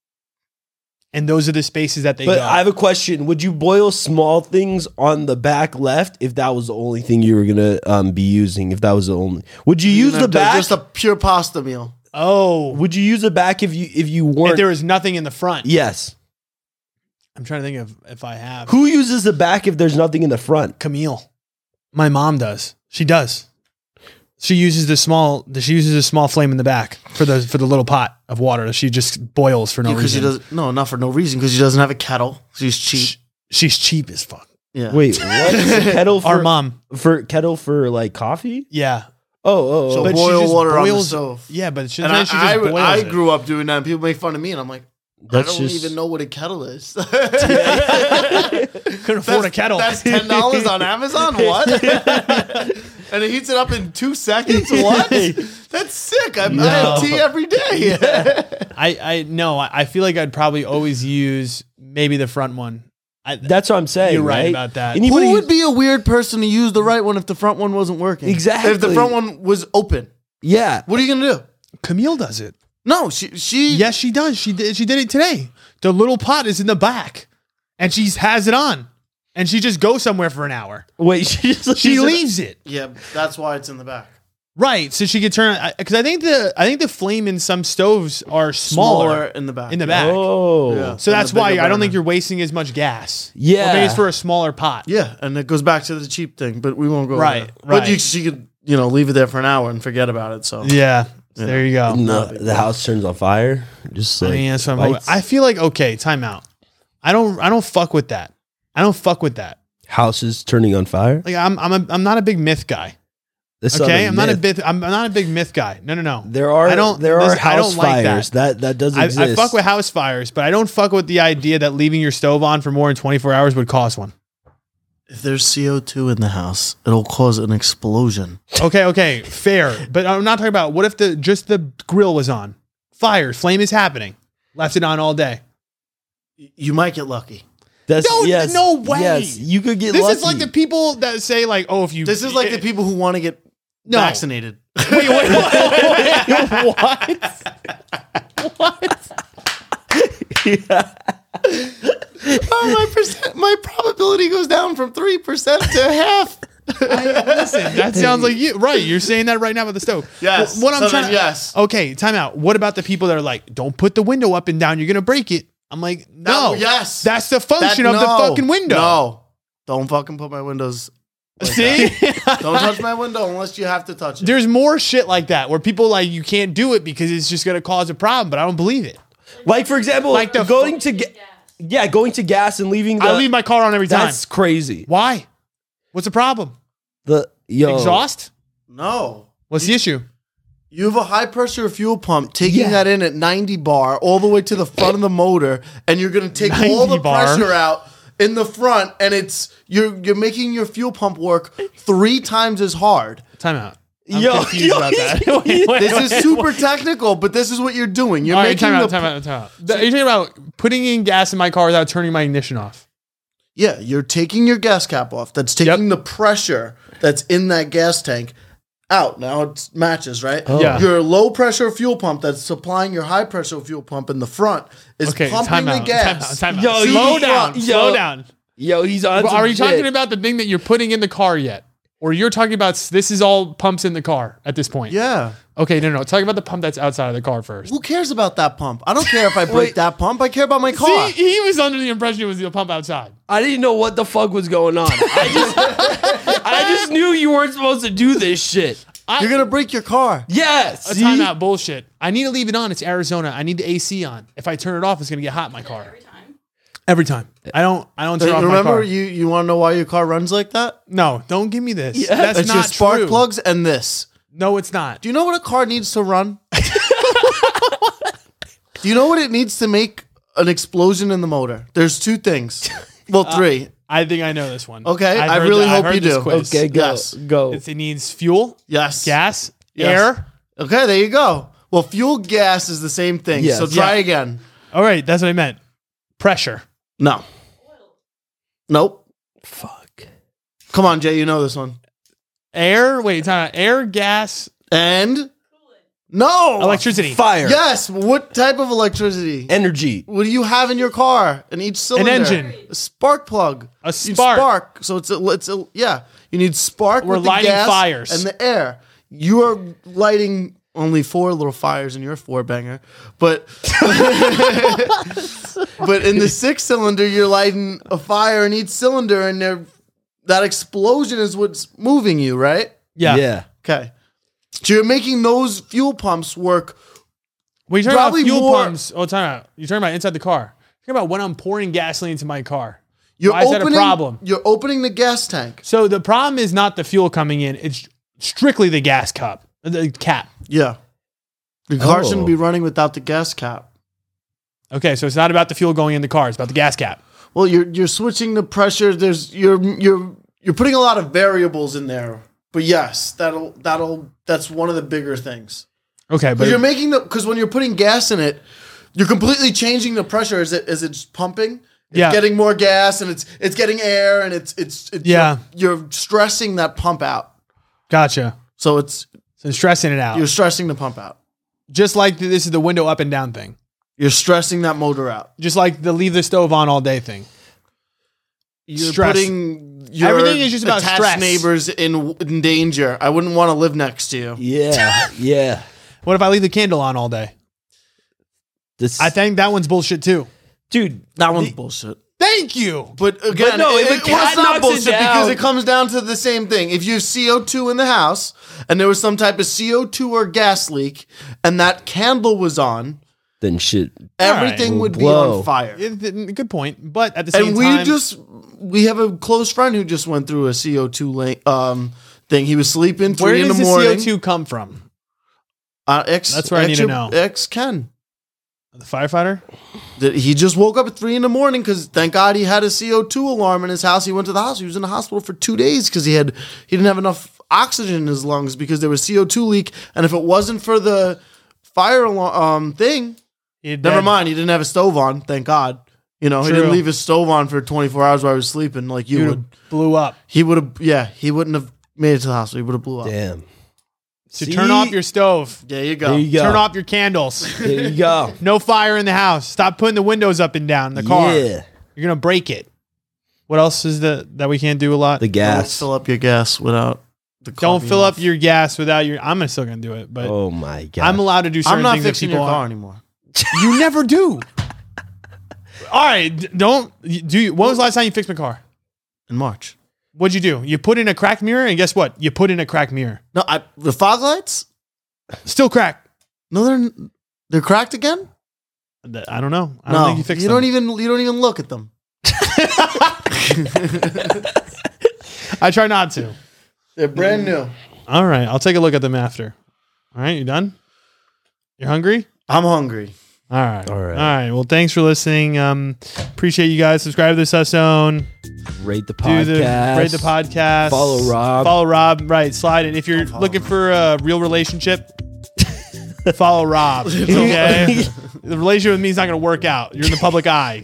Speaker 1: and those are the spaces that they
Speaker 2: But
Speaker 1: go
Speaker 2: I have a question. Would you boil small things on the back left if that was the only thing you were gonna um, be using? If that was the only, would you use the
Speaker 7: They're
Speaker 2: back?
Speaker 7: just a pure pasta meal.
Speaker 1: oh
Speaker 2: would you use the back if you if you
Speaker 1: if
Speaker 2: weren't?
Speaker 1: there was nothing in the front
Speaker 2: yes.
Speaker 1: I'm trying to think of if I have
Speaker 2: Who uses the back if there's nothing in the front?
Speaker 1: Camille. My mom does. She does. She uses the small. She uses a small flame in the back for the for the little pot of water that she just boils for no
Speaker 7: because
Speaker 1: reason.
Speaker 7: he doesn't. No, not for no reason. Because he doesn't have a kettle. So he's cheap.
Speaker 1: She's cheap as fuck.
Speaker 7: Yeah.
Speaker 2: Wait, what? kettle for
Speaker 1: Our mom.
Speaker 2: for kettle for like coffee?
Speaker 1: Yeah.
Speaker 2: Oh, oh,
Speaker 7: So
Speaker 2: oh.
Speaker 1: But she
Speaker 7: boil
Speaker 1: just
Speaker 7: water on the
Speaker 1: boils-
Speaker 7: stove.
Speaker 1: Yeah, but she,
Speaker 7: And
Speaker 1: then
Speaker 7: I,
Speaker 1: she just
Speaker 7: I,
Speaker 1: boils
Speaker 7: I
Speaker 1: it.
Speaker 7: grew up doing that. And people make fun of me, and I'm like,
Speaker 2: that's
Speaker 7: I don't
Speaker 2: just
Speaker 7: even know what a kettle is.
Speaker 1: Couldn't afford a kettle.
Speaker 7: That's ten dollars on Amazon. What? and it heats it up in two seconds. What? That's sick. I, I have tea every day.
Speaker 1: I I no. I, I feel like I'd probably always use maybe the front one. I,
Speaker 2: that's what I'm saying.
Speaker 1: You're right
Speaker 2: right
Speaker 1: about that.
Speaker 2: Anybody
Speaker 7: Who would be a weird person to use the right one if the front one wasn't working?
Speaker 2: Exactly.
Speaker 7: If the front one was open,
Speaker 2: Yeah.
Speaker 7: what are you gonna do?
Speaker 1: Camille does it.
Speaker 7: No, she she
Speaker 1: Yes, she does. She did. She did it today. The little pot is in the back, and she has it on, and she just goes somewhere for an hour.
Speaker 2: Wait, she just
Speaker 1: She
Speaker 2: she's-
Speaker 1: leaves it.
Speaker 7: Yeah, that's why it's in the back.
Speaker 1: Right, so she could turn because I think the I think the flame in some stoves are smaller,
Speaker 7: in the back.
Speaker 1: in the back,
Speaker 2: Oh.
Speaker 7: Yeah.
Speaker 1: so
Speaker 7: And
Speaker 1: that's
Speaker 7: the
Speaker 1: why
Speaker 7: bigger
Speaker 1: I don't
Speaker 7: burner.
Speaker 1: think you're wasting as much gas.
Speaker 2: Yeah.
Speaker 1: Or maybe it's for a smaller pot.
Speaker 7: Yeah, and it goes back to the cheap thing, but we won't go
Speaker 1: Right,
Speaker 7: there. But you,
Speaker 1: right.
Speaker 7: she could you know leave it there for an hour and forget about it. So
Speaker 1: yeah. So There you go.
Speaker 2: No, the house turns on fire. Just
Speaker 1: I
Speaker 2: like
Speaker 1: mean, that's what I'm
Speaker 2: lights.
Speaker 1: I feel like okay, time out. I don't I don't fuck with that. I don't fuck with that.
Speaker 2: houses turning on fire.
Speaker 1: Like I'm I'm a, I'm not a big myth guy.
Speaker 2: That's
Speaker 1: Okay, I'm not a
Speaker 2: myth.
Speaker 1: big I'm not a big myth guy. No, no, no.
Speaker 2: There are
Speaker 1: I don't-
Speaker 2: there are
Speaker 1: listen,
Speaker 2: house
Speaker 1: I don't like that.
Speaker 2: fires that. that doesn't
Speaker 1: I,
Speaker 2: exist.
Speaker 1: I fuck with house fires, but I don't fuck with the idea that leaving your stove on for more than 24 hours would cause one.
Speaker 7: if there's CO two in the house, it'll cause an explosion.
Speaker 1: Okay, okay, fair. But I'm not talking about what if the just the grill was on fire, flame is happening, left it on all day.
Speaker 7: You might get lucky.
Speaker 2: That's,
Speaker 1: No,
Speaker 2: yes,
Speaker 1: no way.
Speaker 2: Yes, you could get
Speaker 1: This
Speaker 2: lucky.
Speaker 1: is like the people that say like, oh, if you
Speaker 7: This is like the people who want to get
Speaker 1: No.
Speaker 7: vaccinated.
Speaker 1: Wait, wait, wait, wait, what?
Speaker 7: oh, my percent, my probability goes down from three percent to half.
Speaker 1: Listen, that sounds like you. Right, you're saying that right now with the stove.
Speaker 7: Yes,
Speaker 1: Wh- What I'm Oh,
Speaker 7: so
Speaker 1: trying.
Speaker 7: then yes.
Speaker 1: Okay, time out. What about the people that are like, don't put the window up and down, you're gonna break it. I'm like, no.
Speaker 7: No, yes.
Speaker 1: That's the function
Speaker 7: That-
Speaker 1: of the
Speaker 7: no,
Speaker 1: fucking window.
Speaker 7: No, don't fucking put my windows.
Speaker 1: See,
Speaker 7: Don't touch my window unless you have to touch it.
Speaker 1: there's more shit like that where people like you can't do it because it's just gonna cause a problem. But I don't believe it.
Speaker 2: like for example,
Speaker 1: Like
Speaker 2: like
Speaker 1: the
Speaker 2: going to ga- yeah, going to gas and leaving. The,
Speaker 1: I leave my car on every time.
Speaker 2: That's crazy.
Speaker 1: Why? What's the problem?
Speaker 2: The yo,
Speaker 1: Exhaust?
Speaker 7: No.
Speaker 1: What's the issue?
Speaker 7: You have a high pressure fuel pump taking
Speaker 2: Yeah.
Speaker 7: that in at 90 bar all the way to the front of the motor, and you're going to take all
Speaker 1: 90
Speaker 7: the
Speaker 1: bar.
Speaker 7: pressure out in the front, and it's you're you're making your fuel pump work three times as hard.
Speaker 1: Time out. I'm
Speaker 2: Yo,
Speaker 1: confused
Speaker 2: yo,
Speaker 1: about that.
Speaker 7: This is super technical, but this is what you're doing. You're
Speaker 1: All right,
Speaker 7: making
Speaker 1: time
Speaker 7: the
Speaker 1: out, time out, time out. Th- You're talking about putting in gas in my car without turning my ignition off.
Speaker 7: Yeah, you're taking your gas cap off. That's taking the pressure that's in that gas tank out. Now it matches, right?
Speaker 1: Oh. Yeah.
Speaker 7: Your low pressure fuel pump that's supplying your high pressure fuel pump in the front is
Speaker 1: Okay,
Speaker 7: pumping
Speaker 1: time
Speaker 7: the
Speaker 1: out,
Speaker 7: gas.
Speaker 1: time out, time out.
Speaker 2: Yo,
Speaker 1: Slow,
Speaker 2: you-
Speaker 1: down,
Speaker 2: yo.
Speaker 1: slow down.
Speaker 2: yo, he's on.
Speaker 1: But
Speaker 2: some
Speaker 1: are you
Speaker 2: shit.
Speaker 1: talking about the thing that you're putting in the car yet? Or you're talking about s- this is all pumps in the car at this point?
Speaker 7: Yeah.
Speaker 1: Okay, no, no. Talk about the pump that's outside of the car first.
Speaker 7: Who cares about that pump? I don't care if I break that pump. I care about my car.
Speaker 1: See, he was under the impression it was the pump outside.
Speaker 2: I didn't know what the fuck was going on. I just, I just knew you weren't supposed to do this shit.
Speaker 7: you're gonna break your car.
Speaker 2: Yes.
Speaker 1: A timeout bullshit. I need to leave it on. It's Arizona. I need the AC on. If I turn it off, it's gonna get hot in my car.
Speaker 3: Every time.
Speaker 1: Every time. I don't. I don't turn off my
Speaker 7: Remember,
Speaker 1: car.
Speaker 7: you you want to know why your car runs like that?
Speaker 1: no, don't give me this. That's
Speaker 7: it's
Speaker 1: not
Speaker 7: your spark
Speaker 1: true.
Speaker 7: plugs and this.
Speaker 1: No, it's not.
Speaker 7: Do you know what a car needs to run? Do you know what it needs to make an explosion in the motor? There's two things. Well, three.
Speaker 1: I think I know this one.
Speaker 7: Okay,
Speaker 1: I've
Speaker 7: I
Speaker 1: heard
Speaker 7: really
Speaker 1: that- I've
Speaker 7: hope
Speaker 1: heard
Speaker 7: you
Speaker 1: this
Speaker 7: do.
Speaker 1: quiz.
Speaker 2: Okay, go,
Speaker 7: Yes.
Speaker 2: go.
Speaker 1: It's- it needs fuel,
Speaker 7: yes.
Speaker 1: gas,
Speaker 7: Yes.
Speaker 1: air.
Speaker 7: Okay, there you go. Well, fuel gas is the same thing.
Speaker 2: Yes.
Speaker 7: So try again.
Speaker 1: All right, that's what I meant. Pressure.
Speaker 7: No. Nope.
Speaker 2: fuck.
Speaker 7: Come on, Jay. You know this one.
Speaker 1: Air. Wait, time out. Air, gas,
Speaker 7: And no.
Speaker 1: electricity.
Speaker 2: Fire.
Speaker 7: Yes. What type of electricity?
Speaker 2: Energy.
Speaker 7: what do you have in your car? In each cylinder,
Speaker 1: engine.
Speaker 7: a spark plug,
Speaker 1: A
Speaker 7: You need
Speaker 1: spark.
Speaker 7: spark. So it's a, it's a, yeah. You need spark.
Speaker 1: We're
Speaker 7: with the
Speaker 1: lighting
Speaker 7: gas
Speaker 1: fires.
Speaker 7: and the air. You are lighting only four little fires in your four banger, but but in the six cylinder, you're lighting a fire in each cylinder, and they're, that explosion is what's moving you, right?
Speaker 1: Yeah.
Speaker 2: yeah.
Speaker 7: Okay, so you're making those fuel pumps work.
Speaker 1: Well, you're talking
Speaker 7: Probably
Speaker 1: about fuel
Speaker 7: more-
Speaker 1: pumps. Oh, time out. You're talking about inside the car. You're talking about when I'm pouring gasoline into my car.
Speaker 7: You're
Speaker 1: Why is that a
Speaker 7: opening,
Speaker 1: problem?
Speaker 7: You're opening the gas tank.
Speaker 1: So the problem is not the fuel coming in. It's strictly the gas cup, the cap.
Speaker 7: Yeah, the car
Speaker 2: Oh.
Speaker 7: shouldn't be running without the gas cap.
Speaker 1: Okay, so it's not about the fuel going in the car. It's about the gas cap.
Speaker 7: Well, you're you're switching the pressure. There's you're you're you're putting a lot of variables in there. But yes, that'll that'll that's one of the bigger things.
Speaker 1: Okay, but
Speaker 7: Because you're making the because when you're putting gas in it, you're completely changing the pressure as it as it's pumping. It's
Speaker 1: Yeah.
Speaker 7: getting more gas and it's it's getting air and it's it's, it's
Speaker 1: Yeah.
Speaker 7: You're, you're stressing that pump out.
Speaker 1: gotcha.
Speaker 7: So it's
Speaker 1: So stressing it out.
Speaker 7: you're stressing the pump out.
Speaker 1: Just like the, this is the window up and down thing.
Speaker 7: You're stressing that motor out.
Speaker 1: Just like the leave the stove on all day thing.
Speaker 7: You're
Speaker 1: Stress.
Speaker 7: putting your
Speaker 1: Everything is just about
Speaker 7: attached
Speaker 1: stress.
Speaker 7: neighbors in, in danger. I wouldn't want to live next to you.
Speaker 2: Yeah. yeah.
Speaker 1: What if I leave the candle on all day?
Speaker 2: This,
Speaker 1: I think that one's bullshit too.
Speaker 2: dude,
Speaker 7: That one's bullshit.
Speaker 1: Thank you.
Speaker 7: But again,
Speaker 2: no, if
Speaker 7: it,
Speaker 2: a
Speaker 7: it-
Speaker 2: cat
Speaker 7: well, it's not
Speaker 2: knocks it
Speaker 7: bullshit because
Speaker 2: down-
Speaker 7: it comes down to the same thing. If you have CO2 in the house and there was some type of CO2 or gas leak and that candle was on,
Speaker 2: then shit.
Speaker 7: everything
Speaker 2: Will
Speaker 7: would be
Speaker 2: blow.
Speaker 7: on fire.
Speaker 1: It- it- good point. But at the same
Speaker 7: and we
Speaker 1: time,
Speaker 7: just we have a close friend who just went through a CO2 link, um thing. He was sleeping
Speaker 1: where
Speaker 7: three in
Speaker 1: does
Speaker 7: the
Speaker 1: the
Speaker 7: morning.
Speaker 1: CO2 come from?
Speaker 7: Uh, ex,
Speaker 1: That's what I need to
Speaker 7: ex-
Speaker 1: know.
Speaker 7: Ex Ken.
Speaker 1: The firefighter?
Speaker 7: that he just woke up at three in the morning because thank God he had a CO2 alarm in his house. He went to the hospital. He was in the hospital for two days because he had he didn't have enough oxygen in his lungs because there was CO2 leak. And if it wasn't for the fire alarm um, thing,
Speaker 1: He'd
Speaker 7: never
Speaker 1: dead.
Speaker 7: mind. He didn't have a stove on. Thank God. You know, he
Speaker 1: True.
Speaker 7: didn't leave his stove on for 24 hours while he was sleeping. Like you
Speaker 1: Dude,
Speaker 7: would,
Speaker 1: it blew up.
Speaker 7: he would have. Yeah, he wouldn't have made it to the hospital. He would have blew up.
Speaker 2: Damn.
Speaker 1: So
Speaker 2: See?
Speaker 1: turn off your stove.
Speaker 7: There you go.
Speaker 2: There you go.
Speaker 1: Turn off your candles.
Speaker 2: There you go.
Speaker 1: no fire in the house. Stop putting the windows up and down in the car.
Speaker 2: Yeah.
Speaker 1: You're gonna break it. What else is the that we can't do a lot?
Speaker 2: The
Speaker 7: Don't
Speaker 2: gas.
Speaker 7: fill up your gas without. The
Speaker 1: Don't
Speaker 7: car
Speaker 1: fill
Speaker 7: being
Speaker 1: up your gas without your. I'm still gonna do it, but
Speaker 2: Oh my god.
Speaker 1: I'm allowed to do
Speaker 7: off.
Speaker 1: certain
Speaker 7: I'm not
Speaker 1: things that
Speaker 7: fixing your
Speaker 1: people
Speaker 7: car
Speaker 1: aren't.
Speaker 7: anymore.
Speaker 1: You never do. All right, d- don't you- do. You, when was the last time you fixed my car?
Speaker 7: In March.
Speaker 1: What'd you do? You put in a cracked mirror, and guess what? You put in a cracked mirror.
Speaker 7: No, I the fog lights.
Speaker 1: Still cracked.
Speaker 7: No, they're n- they're cracked again.
Speaker 1: Th- I don't know. I don't
Speaker 7: no,
Speaker 1: think you fixed
Speaker 7: you
Speaker 1: them.
Speaker 7: don't even you don't even look at them.
Speaker 1: I try not to.
Speaker 7: They're brand new.
Speaker 1: All right, I'll take a look at them after. All right, you done? You're hungry?
Speaker 7: I'm hungry.
Speaker 1: All right.
Speaker 2: All
Speaker 1: All
Speaker 2: right.
Speaker 1: right. All right. Well, thanks for listening. Um, appreciate you guys. Subscribe to the Sussone.
Speaker 2: rate the
Speaker 1: Do
Speaker 2: podcast.
Speaker 1: the rate the podcast.
Speaker 2: Follow Rob.
Speaker 1: Follow Rob. Right. Slide it. If you're looking for a real relationship, follow Rob. Okay. the relationship with me is not going to work out. You're in the public eye.